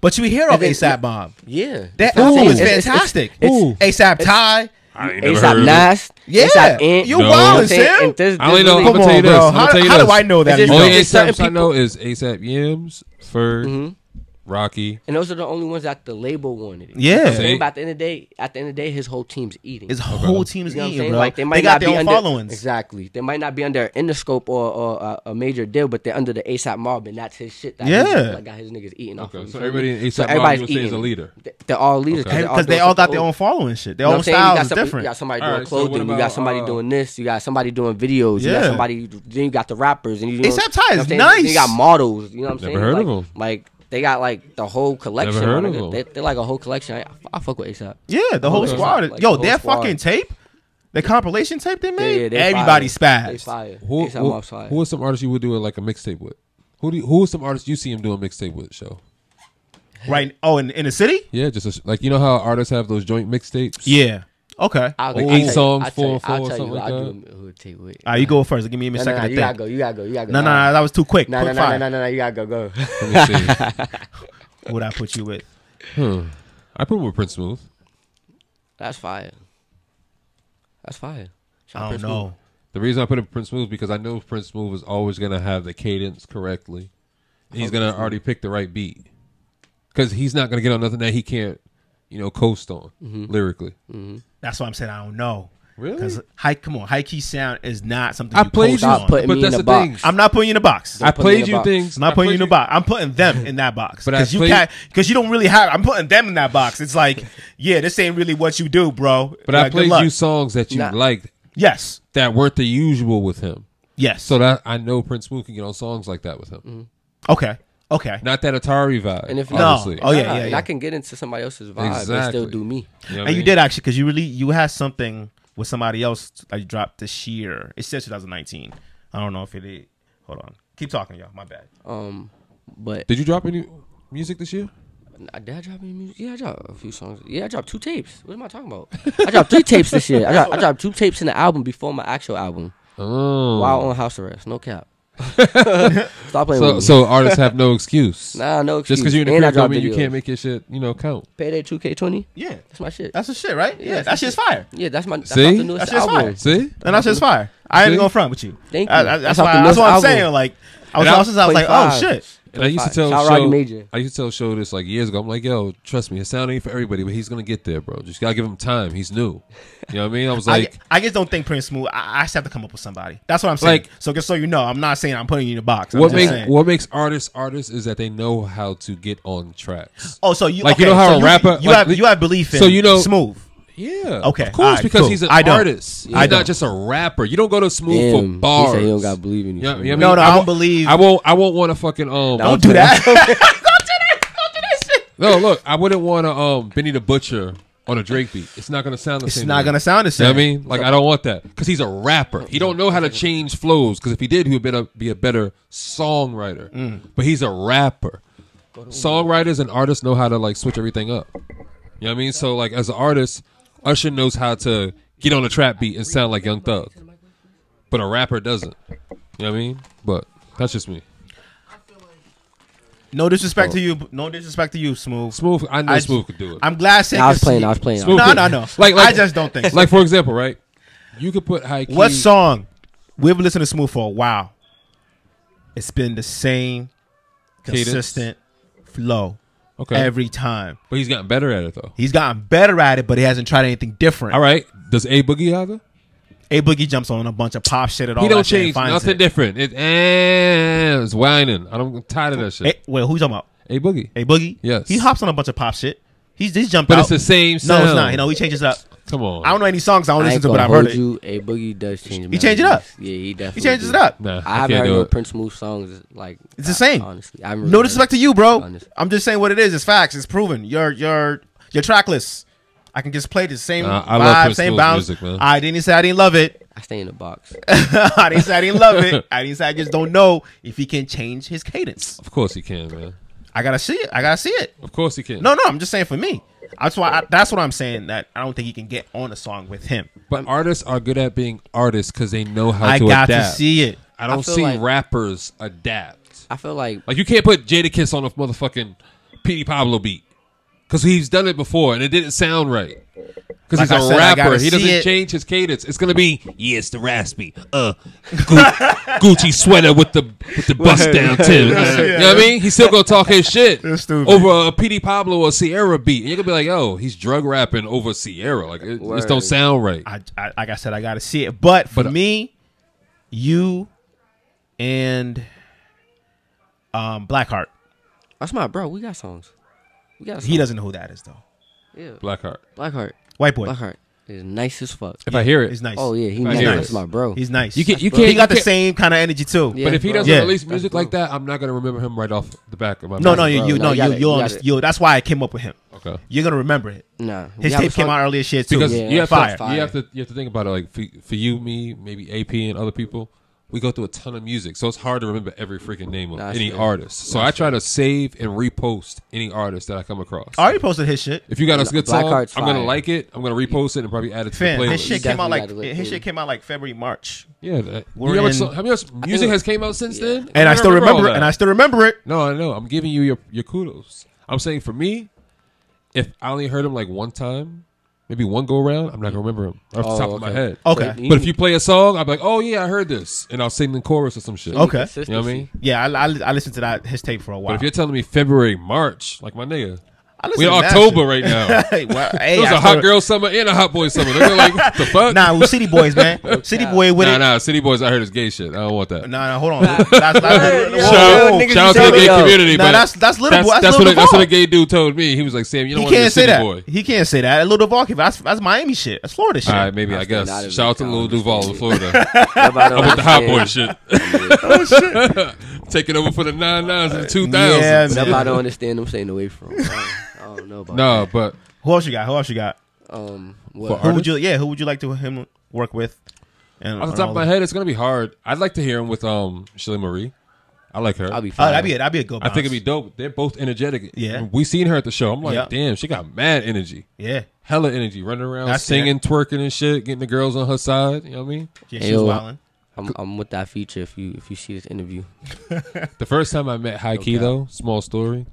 [SPEAKER 2] But you hear of
[SPEAKER 7] then-
[SPEAKER 2] ASAP Mob.
[SPEAKER 7] yeah.
[SPEAKER 2] That
[SPEAKER 7] That's what I'm
[SPEAKER 2] album
[SPEAKER 7] saying.
[SPEAKER 2] was
[SPEAKER 7] It's- it's-
[SPEAKER 2] fantastic.
[SPEAKER 7] it's-
[SPEAKER 2] Ooh, ASAP Ty.
[SPEAKER 7] ASAP Nas,
[SPEAKER 2] Yeah,
[SPEAKER 7] ASAP Ant.
[SPEAKER 2] you
[SPEAKER 7] know
[SPEAKER 6] wildin',
[SPEAKER 7] what I'm saying?
[SPEAKER 2] Sam.
[SPEAKER 7] And there's-
[SPEAKER 6] I only
[SPEAKER 7] there's
[SPEAKER 6] know. I'm
[SPEAKER 7] really-
[SPEAKER 2] Come
[SPEAKER 6] gonna
[SPEAKER 2] on,
[SPEAKER 6] tell you this.
[SPEAKER 2] bro.
[SPEAKER 6] I'm
[SPEAKER 2] How-
[SPEAKER 6] gonna tell you
[SPEAKER 2] how
[SPEAKER 6] this.
[SPEAKER 2] do I know that
[SPEAKER 7] It's
[SPEAKER 2] you
[SPEAKER 7] just-
[SPEAKER 6] Only
[SPEAKER 2] know?
[SPEAKER 7] it's- certain Mm-hmm.
[SPEAKER 6] ASAPs I know is ASAP Yams, Ferg, Rocky.
[SPEAKER 7] And those are the only ones that the label wanted. it.
[SPEAKER 2] Yeah.
[SPEAKER 7] You know what I'm saying?
[SPEAKER 6] See?
[SPEAKER 7] But at the end of the day, at the end of the day, his whole team's eating.
[SPEAKER 2] His whole team is
[SPEAKER 7] You know what I'm
[SPEAKER 2] eating,
[SPEAKER 7] saying?
[SPEAKER 2] bro.
[SPEAKER 7] Like
[SPEAKER 2] they,
[SPEAKER 7] they might
[SPEAKER 2] got
[SPEAKER 7] not
[SPEAKER 2] their
[SPEAKER 7] be
[SPEAKER 2] own
[SPEAKER 7] under
[SPEAKER 2] followings.
[SPEAKER 7] exactly. They might not be under Endoscope or, or uh, a major deal, but they're under the ASAP Mob, and that's his shit. That
[SPEAKER 2] Yeah.
[SPEAKER 7] he, like, got his niggas eating off.
[SPEAKER 6] Okay,
[SPEAKER 7] of, you
[SPEAKER 6] so
[SPEAKER 7] feel
[SPEAKER 6] everybody
[SPEAKER 7] me?
[SPEAKER 6] in A$AP Mob, you would say, is a leader.
[SPEAKER 7] They- They're all leaders
[SPEAKER 6] Okay.
[SPEAKER 7] they're all
[SPEAKER 2] Because they
[SPEAKER 7] doing
[SPEAKER 2] all got
[SPEAKER 7] something
[SPEAKER 2] their
[SPEAKER 7] own.
[SPEAKER 2] own following shit. Their
[SPEAKER 7] You know
[SPEAKER 2] own
[SPEAKER 7] what I'm saying?
[SPEAKER 2] styles is
[SPEAKER 7] you got, some-
[SPEAKER 2] different.
[SPEAKER 7] you got somebody
[SPEAKER 6] All
[SPEAKER 7] doing
[SPEAKER 6] right, so what
[SPEAKER 7] clothing. you got
[SPEAKER 6] about,
[SPEAKER 7] somebody
[SPEAKER 6] uh,
[SPEAKER 7] doing this. You got somebody doing videos. You
[SPEAKER 2] Yeah.
[SPEAKER 7] got somebody. Then you got the rappers, and you. Know,
[SPEAKER 2] A$AP Ty
[SPEAKER 7] you know
[SPEAKER 2] is
[SPEAKER 7] what I'm saying? Then
[SPEAKER 2] nice.
[SPEAKER 7] You got models. You know what I'm
[SPEAKER 6] Never
[SPEAKER 7] saying?
[SPEAKER 6] heard
[SPEAKER 7] like,
[SPEAKER 6] of 'em.
[SPEAKER 7] Like they got like the whole collection.
[SPEAKER 6] Never heard
[SPEAKER 7] my
[SPEAKER 6] of
[SPEAKER 7] nigga.
[SPEAKER 6] 'em.
[SPEAKER 7] They, they're like a whole collection. I, I fuck with ASAP.
[SPEAKER 2] Yeah, the whole
[SPEAKER 7] Okay.
[SPEAKER 2] squad.
[SPEAKER 7] Like,
[SPEAKER 2] yo,
[SPEAKER 7] the whole
[SPEAKER 2] their
[SPEAKER 7] squad.
[SPEAKER 2] fucking tape, the compilation tape they
[SPEAKER 7] Yeah,
[SPEAKER 2] made.
[SPEAKER 7] yeah, they
[SPEAKER 2] everybody
[SPEAKER 7] fire. They
[SPEAKER 2] spazzed.
[SPEAKER 7] fire.
[SPEAKER 6] Who,
[SPEAKER 7] ASAP
[SPEAKER 6] who,
[SPEAKER 7] Mob's fire.
[SPEAKER 6] who are some artists you would do a, like a mixtape with? Who do you, who are some artists you see him doing a mixtape with? Show.
[SPEAKER 2] Right? Oh, in, in the city?
[SPEAKER 6] Yeah, just a sh like you know how artists have those joint mixtapes.
[SPEAKER 2] Yeah. Okay.
[SPEAKER 7] I'll-
[SPEAKER 6] like
[SPEAKER 7] I'll
[SPEAKER 6] eight
[SPEAKER 7] tell you-
[SPEAKER 6] songs,
[SPEAKER 7] I'll tell you-
[SPEAKER 6] four and four
[SPEAKER 7] I'll
[SPEAKER 6] or
[SPEAKER 7] tell you
[SPEAKER 6] something
[SPEAKER 7] who
[SPEAKER 6] like
[SPEAKER 7] I do
[SPEAKER 6] that.
[SPEAKER 7] them- who take with.
[SPEAKER 2] All right, you go first. Give me a
[SPEAKER 7] No, no,
[SPEAKER 2] second
[SPEAKER 7] no,
[SPEAKER 2] to
[SPEAKER 7] you
[SPEAKER 2] think.
[SPEAKER 7] gotta go. You gotta go. You gotta go.
[SPEAKER 2] No, no, no, that was too quick.
[SPEAKER 7] No, no,
[SPEAKER 2] quick
[SPEAKER 7] no, no,
[SPEAKER 2] fire.
[SPEAKER 7] no, no, no, you gotta go. Go.
[SPEAKER 6] Let me see.
[SPEAKER 2] What I put you with?
[SPEAKER 6] I put him with Prince Smooth.
[SPEAKER 7] <laughs> That's fire. That's fire. Shout
[SPEAKER 2] I don't
[SPEAKER 7] out Prince
[SPEAKER 2] know.
[SPEAKER 6] The reason I put in Prince Smooth is because I know Prince Smooth is always gonna have the cadence correctly. And he's gonna already pick the right beat because he's not gonna get on nothing that he can't, you know, coast on
[SPEAKER 7] Mm-hmm.
[SPEAKER 6] lyrically.
[SPEAKER 2] That's why I'm saying I don't know.
[SPEAKER 6] Really?
[SPEAKER 2] Because high, come on, high key sound is not something
[SPEAKER 6] I
[SPEAKER 2] you
[SPEAKER 6] played
[SPEAKER 2] post
[SPEAKER 6] you,
[SPEAKER 7] Stop
[SPEAKER 2] on.
[SPEAKER 7] putting
[SPEAKER 6] but
[SPEAKER 7] me
[SPEAKER 6] that's
[SPEAKER 7] in
[SPEAKER 6] the
[SPEAKER 7] a box.
[SPEAKER 6] thing.
[SPEAKER 2] I'm not putting you in a box.
[SPEAKER 6] I
[SPEAKER 7] Don't put me in
[SPEAKER 6] played
[SPEAKER 7] the
[SPEAKER 6] you
[SPEAKER 7] box.
[SPEAKER 6] things.
[SPEAKER 2] I'm not
[SPEAKER 6] I
[SPEAKER 2] putting you
[SPEAKER 6] played
[SPEAKER 2] in a box. I'm putting them in that box.
[SPEAKER 6] But I
[SPEAKER 2] Because you
[SPEAKER 6] played-
[SPEAKER 2] can't. Because you don't really have. I'm putting them in that box. It's
[SPEAKER 6] <laughs>
[SPEAKER 2] like, yeah, this ain't really what you do, bro.
[SPEAKER 6] But
[SPEAKER 2] Like,
[SPEAKER 6] I
[SPEAKER 2] good
[SPEAKER 6] played
[SPEAKER 2] luck.
[SPEAKER 6] you songs that you
[SPEAKER 7] Nah.
[SPEAKER 6] liked
[SPEAKER 2] Yes.
[SPEAKER 6] that weren't the usual with him.
[SPEAKER 2] Yes.
[SPEAKER 6] So that I know Prince Smooth can get on songs like that with him.
[SPEAKER 2] okay. Okay.
[SPEAKER 6] Not that Atari vibe.
[SPEAKER 7] And if
[SPEAKER 2] No.
[SPEAKER 6] obviously.
[SPEAKER 2] Oh, yeah, yeah,
[SPEAKER 7] And
[SPEAKER 2] yeah.
[SPEAKER 7] I can get into somebody else's vibe and still
[SPEAKER 6] Exactly.
[SPEAKER 7] do me.
[SPEAKER 6] You know what I
[SPEAKER 2] And you
[SPEAKER 6] mean?
[SPEAKER 2] did actually, because you really you had something with somebody else that you dropped this year. It says 2019. I don't know if it is. Hold on. Keep talking, y'all. My bad.
[SPEAKER 7] Um, but
[SPEAKER 6] Did you drop any music this year?
[SPEAKER 7] I- did I drop any music? Yeah, I dropped a few songs. Yeah, I dropped two tapes. What am I talking about? I dropped three tapes this year. I
[SPEAKER 6] <laughs>
[SPEAKER 7] dropped, I dropped two tapes in the album before my actual album.
[SPEAKER 6] Oh,
[SPEAKER 7] While on house arrest,
[SPEAKER 6] <laughs>
[SPEAKER 7] no cap. Stop playing
[SPEAKER 6] So
[SPEAKER 7] with me. <laughs>
[SPEAKER 6] so artists have no excuse.
[SPEAKER 7] Nah, no excuse.
[SPEAKER 6] Just because you're in the
[SPEAKER 7] And I
[SPEAKER 6] crib don't mean
[SPEAKER 7] dropped
[SPEAKER 6] you
[SPEAKER 7] videos.
[SPEAKER 6] can't make your shit, you know, count.
[SPEAKER 7] Payday 2K20.
[SPEAKER 2] Yeah.
[SPEAKER 7] That's my shit.
[SPEAKER 2] That's the shit, right? Yeah.
[SPEAKER 7] Yeah,
[SPEAKER 2] that shit's fire.
[SPEAKER 7] yeah, that's my that's
[SPEAKER 6] See?
[SPEAKER 7] off the newest
[SPEAKER 2] That shit's
[SPEAKER 7] album.
[SPEAKER 2] fire.
[SPEAKER 6] See?
[SPEAKER 2] And that's just fire. I ain't
[SPEAKER 6] See?
[SPEAKER 2] gonna front with you.
[SPEAKER 7] Thank
[SPEAKER 2] I-
[SPEAKER 7] you.
[SPEAKER 2] I- that's
[SPEAKER 7] That's off
[SPEAKER 2] why.
[SPEAKER 7] the
[SPEAKER 2] That's
[SPEAKER 7] newest
[SPEAKER 2] what I'm
[SPEAKER 7] album.
[SPEAKER 2] saying. Like I was
[SPEAKER 6] And I-
[SPEAKER 2] also, I was like, oh
[SPEAKER 7] 25.
[SPEAKER 2] shit.
[SPEAKER 6] And I used to tell
[SPEAKER 7] Shout out
[SPEAKER 6] show,
[SPEAKER 7] Rodney Major.
[SPEAKER 6] I used to tell show this like years ago. I'm like, yo, trust me, his sound ain't for everybody, but he's gonna get there, bro. Just gotta give him time. He's new. You know what I mean? I was like,
[SPEAKER 2] I, I just don't think Prince smooth. I, I just have to come up with somebody. That's what I'm saying.
[SPEAKER 6] Like-
[SPEAKER 2] so just so you know, I'm not saying I'm putting you in a box. I'm
[SPEAKER 6] what
[SPEAKER 2] just
[SPEAKER 6] makes
[SPEAKER 2] saying.
[SPEAKER 6] what makes artists artists is that they know how to get on tracks.
[SPEAKER 2] Oh, so you
[SPEAKER 6] like you
[SPEAKER 2] okay,
[SPEAKER 6] know how
[SPEAKER 2] so
[SPEAKER 6] a rapper
[SPEAKER 2] you
[SPEAKER 6] like,
[SPEAKER 2] have you have belief in
[SPEAKER 6] so you know
[SPEAKER 2] smooth.
[SPEAKER 6] Yeah.
[SPEAKER 2] Okay,
[SPEAKER 6] Of
[SPEAKER 2] all
[SPEAKER 6] course,
[SPEAKER 2] right,
[SPEAKER 6] because
[SPEAKER 2] cool.
[SPEAKER 6] he's an
[SPEAKER 2] I don't.
[SPEAKER 6] artist. He's
[SPEAKER 2] I
[SPEAKER 6] not
[SPEAKER 2] don't.
[SPEAKER 6] just a rapper. You don't go to Smooth
[SPEAKER 7] Damn,
[SPEAKER 6] for
[SPEAKER 7] he
[SPEAKER 6] bars.
[SPEAKER 7] said he don't gotta believe in you,
[SPEAKER 6] Yeah,
[SPEAKER 7] Smooth.
[SPEAKER 6] yeah, I
[SPEAKER 2] No,
[SPEAKER 6] mean,
[SPEAKER 2] no, I don't believe-
[SPEAKER 6] I won't. I won't want to fucking um.
[SPEAKER 2] Don't do that.
[SPEAKER 6] No, look, I wouldn't want to um Benny the Butcher on a Drake beat. It's not gonna sound the
[SPEAKER 2] It's
[SPEAKER 6] same.
[SPEAKER 2] not
[SPEAKER 6] to me.
[SPEAKER 2] gonna sound the
[SPEAKER 6] You know what I
[SPEAKER 2] same.
[SPEAKER 6] mean, like I don't want that because he's a rapper. He don't know how to change flows. Because if he did, he would be a, be a better songwriter.
[SPEAKER 2] Mm.
[SPEAKER 6] But he's a rapper. Songwriters and artists know how to like switch everything up. You know what I mean? So like as an artist, Usher knows how to get on a trap beat and sound like Young Thug, but a rapper doesn't. You know what I mean? But that's just me.
[SPEAKER 2] No disrespect to you. No disrespect to you, smooth.
[SPEAKER 6] Oh. Smooth, I know
[SPEAKER 2] I-
[SPEAKER 6] Smooth could do it.
[SPEAKER 2] I'm glad. Sid
[SPEAKER 7] I was
[SPEAKER 2] could
[SPEAKER 7] playing.
[SPEAKER 2] see-
[SPEAKER 7] I was playing. I was
[SPEAKER 6] Smooth
[SPEAKER 2] No,
[SPEAKER 6] could-
[SPEAKER 2] no, no.
[SPEAKER 6] Like, like
[SPEAKER 2] I just don't think. So.
[SPEAKER 6] like for example, right? You could put high key.
[SPEAKER 2] what song we've listened to Smooth for a while? It's been the same
[SPEAKER 6] Cadence.
[SPEAKER 2] consistent flow
[SPEAKER 6] Okay,
[SPEAKER 2] every time.
[SPEAKER 6] but he's gotten better at it though.
[SPEAKER 2] He's gotten better at it, but he hasn't tried anything different.
[SPEAKER 6] All right, does A Boogie have it?
[SPEAKER 2] A Boogie jumps on a bunch of pop shit at all.
[SPEAKER 6] He
[SPEAKER 2] that
[SPEAKER 6] don't
[SPEAKER 2] shit and
[SPEAKER 6] change
[SPEAKER 2] finds
[SPEAKER 6] nothing
[SPEAKER 2] it.
[SPEAKER 6] different. It, eh, it's whining. I don't, I'm tired of that shit.
[SPEAKER 2] Hey, wait, who's talking about?
[SPEAKER 6] A Boogie.
[SPEAKER 2] A Boogie?
[SPEAKER 6] Yes.
[SPEAKER 2] He hops on a bunch of pop shit. He's he's jumped
[SPEAKER 6] But
[SPEAKER 2] out.
[SPEAKER 6] it's the
[SPEAKER 2] No,
[SPEAKER 6] same
[SPEAKER 2] it's
[SPEAKER 6] sound.
[SPEAKER 2] not. You know, he changes up.
[SPEAKER 6] Come on.
[SPEAKER 2] I don't know any songs I don't
[SPEAKER 7] I
[SPEAKER 2] listen
[SPEAKER 7] ain't
[SPEAKER 2] to, but
[SPEAKER 7] gonna
[SPEAKER 2] I've heard
[SPEAKER 7] hold
[SPEAKER 2] it.
[SPEAKER 7] you. A boogie does change.
[SPEAKER 2] He change it
[SPEAKER 7] melodies.
[SPEAKER 2] up.
[SPEAKER 7] Yeah, he definitely.
[SPEAKER 2] he changes
[SPEAKER 7] do.
[SPEAKER 2] it up.
[SPEAKER 6] Nah, I,
[SPEAKER 7] I haven't
[SPEAKER 6] can't
[SPEAKER 7] heard
[SPEAKER 6] do
[SPEAKER 7] no
[SPEAKER 6] it.
[SPEAKER 7] Prince Smooth songs like
[SPEAKER 2] It's the same.
[SPEAKER 7] Honestly, I haven't
[SPEAKER 2] no
[SPEAKER 7] really
[SPEAKER 2] disrespect to
[SPEAKER 7] heard-
[SPEAKER 2] you, bro.
[SPEAKER 7] Honestly.
[SPEAKER 2] I'm just saying what it is. It's facts. It's proven. Your your your track list. I can just play the same
[SPEAKER 6] Nah, I
[SPEAKER 2] vibe,
[SPEAKER 6] love Prince
[SPEAKER 2] same
[SPEAKER 6] Smooth's
[SPEAKER 2] bounce.
[SPEAKER 6] music, man.
[SPEAKER 2] I didn't say I didn't love it. <laughs>
[SPEAKER 7] I stay in the box.
[SPEAKER 2] I didn't say I didn't love it. I didn't say I just don't know if he can change his cadence.
[SPEAKER 6] Of course he can, man.
[SPEAKER 2] I gotta see it. I gotta see it.
[SPEAKER 6] Of course he can.
[SPEAKER 2] No, no, I'm just saying for me. That's why. I, that's what I'm saying. That I don't think he can get on a song with him. Um,
[SPEAKER 6] but artists are good at being artists because they know how
[SPEAKER 2] I
[SPEAKER 6] to
[SPEAKER 2] got
[SPEAKER 6] adapt.
[SPEAKER 2] to see it.
[SPEAKER 6] I don't
[SPEAKER 7] I feel
[SPEAKER 6] see
[SPEAKER 7] like-
[SPEAKER 6] rappers adapt.
[SPEAKER 7] I feel like
[SPEAKER 6] Like you can't put Jada Kiss on a motherfucking Petey Pablo beat because he's done it before and it didn't sound right. Because
[SPEAKER 2] Like
[SPEAKER 6] he's a
[SPEAKER 2] I said, I
[SPEAKER 6] rapper,
[SPEAKER 2] gotta
[SPEAKER 6] he doesn't
[SPEAKER 2] see it.
[SPEAKER 6] change his cadence. It's gonna be yeah, it's the raspy, uh,
[SPEAKER 2] <laughs>
[SPEAKER 6] Gucci, Gucci sweater with the with the bust
[SPEAKER 2] <laughs>
[SPEAKER 6] down tip. you know what I mean? He's still gonna talk his shit
[SPEAKER 2] That's stupid.
[SPEAKER 6] over a Petey Pablo or Sierra beat. And you're gonna be like, oh, he's drug rapping over Sierra. Like it, it just don't
[SPEAKER 7] Word.
[SPEAKER 6] sound right.
[SPEAKER 2] I, I like I said, I gotta see it. But for
[SPEAKER 6] But, uh,
[SPEAKER 2] me, you and um Blackheart.
[SPEAKER 7] that's my bro. We got songs. We got. Songs.
[SPEAKER 2] He doesn't know who that is though.
[SPEAKER 7] Yeah.
[SPEAKER 6] Blackheart.
[SPEAKER 7] Blackheart.
[SPEAKER 2] White boy.
[SPEAKER 7] Blackheart is nice as fuck.
[SPEAKER 6] If I hear it,
[SPEAKER 2] He's nice.
[SPEAKER 7] Oh yeah, he
[SPEAKER 6] I
[SPEAKER 7] nice.
[SPEAKER 6] hear
[SPEAKER 7] That's
[SPEAKER 6] it.
[SPEAKER 7] my bro.
[SPEAKER 2] He's nice.
[SPEAKER 6] You can't- you
[SPEAKER 2] He
[SPEAKER 6] can't-
[SPEAKER 2] got the
[SPEAKER 6] you can't-
[SPEAKER 2] same kind of energy too.
[SPEAKER 7] Yeah.
[SPEAKER 6] but if he
[SPEAKER 7] bro.
[SPEAKER 6] doesn't
[SPEAKER 2] Yeah.
[SPEAKER 6] release
[SPEAKER 7] That's
[SPEAKER 6] music
[SPEAKER 7] bro.
[SPEAKER 6] like that, I'm not gonna remember him right off the back of my.
[SPEAKER 2] No,
[SPEAKER 6] mind.
[SPEAKER 2] no, you,
[SPEAKER 7] Bro,
[SPEAKER 2] you,
[SPEAKER 7] no,
[SPEAKER 2] no,
[SPEAKER 7] you
[SPEAKER 2] you,
[SPEAKER 7] got
[SPEAKER 2] you,
[SPEAKER 7] it. You got
[SPEAKER 2] understand-
[SPEAKER 7] it.
[SPEAKER 2] you. That's why I came up with him.
[SPEAKER 6] Okay.
[SPEAKER 2] You're gonna remember it.
[SPEAKER 7] nah. we
[SPEAKER 2] His
[SPEAKER 7] have a
[SPEAKER 2] tape came
[SPEAKER 7] song-
[SPEAKER 2] out earlier shit too.
[SPEAKER 6] because
[SPEAKER 7] Yeah.
[SPEAKER 6] you have
[SPEAKER 2] fire.
[SPEAKER 6] to
[SPEAKER 7] Fire.
[SPEAKER 6] you have to you have to think about it like for, for you, me, maybe AP and other people. We go through a ton of music, so it's hard to remember every freaking name of
[SPEAKER 7] Nah,
[SPEAKER 6] any
[SPEAKER 7] shit.
[SPEAKER 6] artist. So I try to save and repost any artist that I come across.
[SPEAKER 2] I already posted his shit.
[SPEAKER 6] If you got a good
[SPEAKER 7] Black
[SPEAKER 6] song, I'm
[SPEAKER 7] Heart's
[SPEAKER 6] gonna
[SPEAKER 7] fire.
[SPEAKER 6] like it. I'm gonna repost it and probably add it to
[SPEAKER 2] Fam,
[SPEAKER 6] the playlist.
[SPEAKER 2] his shit
[SPEAKER 7] You
[SPEAKER 2] came out like
[SPEAKER 7] definitely gotta look
[SPEAKER 2] his
[SPEAKER 7] through.
[SPEAKER 2] shit came out like February March,
[SPEAKER 6] yeah, that,
[SPEAKER 2] We're
[SPEAKER 6] you ever
[SPEAKER 2] in-
[SPEAKER 6] saw- how many else music has came out since then?
[SPEAKER 2] and I
[SPEAKER 6] don't
[SPEAKER 2] still remember
[SPEAKER 6] all
[SPEAKER 2] it, and
[SPEAKER 6] that.
[SPEAKER 2] I still remember it.
[SPEAKER 6] No, I know. I'm giving you your, your kudos. I'm saying for me, if I only heard him like one time, maybe one go around, I'm not gonna remember him off the
[SPEAKER 7] Oh,
[SPEAKER 6] top of
[SPEAKER 7] okay.
[SPEAKER 6] my head.
[SPEAKER 2] Okay.
[SPEAKER 7] But
[SPEAKER 6] But if you play a song, I'm like, oh yeah, I heard this, and I'll sing the chorus or some shit.
[SPEAKER 2] Okay.
[SPEAKER 6] You know what I mean?
[SPEAKER 2] Yeah, I, I, I listened to that his tape for a
[SPEAKER 6] But
[SPEAKER 2] while.
[SPEAKER 6] if you're telling me February, March, like my nigga,
[SPEAKER 2] I listened
[SPEAKER 6] we in
[SPEAKER 2] to that
[SPEAKER 6] October
[SPEAKER 2] shit. <laughs>
[SPEAKER 6] right now.
[SPEAKER 2] hey, well,
[SPEAKER 6] It
[SPEAKER 2] hey,
[SPEAKER 6] was
[SPEAKER 2] I
[SPEAKER 6] a hot
[SPEAKER 2] still-
[SPEAKER 6] girl summer and a hot boy summer. They're like, what the fuck?
[SPEAKER 2] Nah, we City Boys,
[SPEAKER 6] <laughs>
[SPEAKER 2] man. City Boy with
[SPEAKER 6] nah,
[SPEAKER 2] it.
[SPEAKER 6] nah, City Boys, I heard is gay shit. I don't want that.
[SPEAKER 2] Nah, nah, hold on. That's, that's, that's, whoa,
[SPEAKER 6] Shout,
[SPEAKER 2] whoa, whoa.
[SPEAKER 6] shout out to the gay
[SPEAKER 7] yo.
[SPEAKER 6] community,
[SPEAKER 2] Nah,
[SPEAKER 6] but
[SPEAKER 2] that's- that's Lil
[SPEAKER 6] that's,
[SPEAKER 2] Boy- that's
[SPEAKER 6] that's
[SPEAKER 2] Lil
[SPEAKER 6] what a, that's
[SPEAKER 2] Duval.
[SPEAKER 6] what a gay dude told me. He was like, Sam, you
[SPEAKER 2] He
[SPEAKER 6] don't want to be a
[SPEAKER 2] can't say
[SPEAKER 6] city
[SPEAKER 2] that.
[SPEAKER 6] boy.
[SPEAKER 2] He can't say that. Lil Duval can. That's that's Miami shit. That's Florida shit.
[SPEAKER 6] All right, maybe I
[SPEAKER 7] That's
[SPEAKER 6] guess.
[SPEAKER 7] not even
[SPEAKER 6] Shout out to Lil
[SPEAKER 7] college.
[SPEAKER 6] Duval in Florida. <laughs>
[SPEAKER 7] Nobody
[SPEAKER 6] I'm with the hot boy
[SPEAKER 7] understand. <laughs>
[SPEAKER 6] shit. Oh, <laughs> Taking over for the nine nines and the two
[SPEAKER 2] Uh, Yeah,
[SPEAKER 6] thousands.
[SPEAKER 2] man.
[SPEAKER 7] Nobody don't understand. I'm staying away from. I don't- I don't know about.
[SPEAKER 6] No, but
[SPEAKER 2] Who else you got? Who else you got?
[SPEAKER 7] that. Um.
[SPEAKER 6] For
[SPEAKER 7] What?
[SPEAKER 2] Who would you? Yeah, who would you like to him work with? And
[SPEAKER 6] off
[SPEAKER 2] and
[SPEAKER 6] the top
[SPEAKER 2] all
[SPEAKER 6] of my
[SPEAKER 2] that?
[SPEAKER 6] head, it's gonna be hard. I'd like to hear him with um Shirley Marie. I like her.
[SPEAKER 7] I'll be fine.
[SPEAKER 2] Oh, that'd be it. That'd be a good.
[SPEAKER 6] I
[SPEAKER 2] Bounce.
[SPEAKER 6] think it'd be dope. They're both energetic.
[SPEAKER 2] Yeah.
[SPEAKER 6] we seen her at the show. I'm like,
[SPEAKER 2] Yeah.
[SPEAKER 6] damn, she got mad energy,
[SPEAKER 2] Yeah,
[SPEAKER 6] hella energy, running around,
[SPEAKER 2] That's it.
[SPEAKER 6] singing, twerking and shit, getting the girls on her side. You know what I mean?
[SPEAKER 2] yeah,
[SPEAKER 7] Hey,
[SPEAKER 2] she was
[SPEAKER 7] yo.
[SPEAKER 2] wilding.
[SPEAKER 7] I'm, I'm with that feature. If you if you see this interview,
[SPEAKER 6] <laughs> The first time I met High Key though, small story.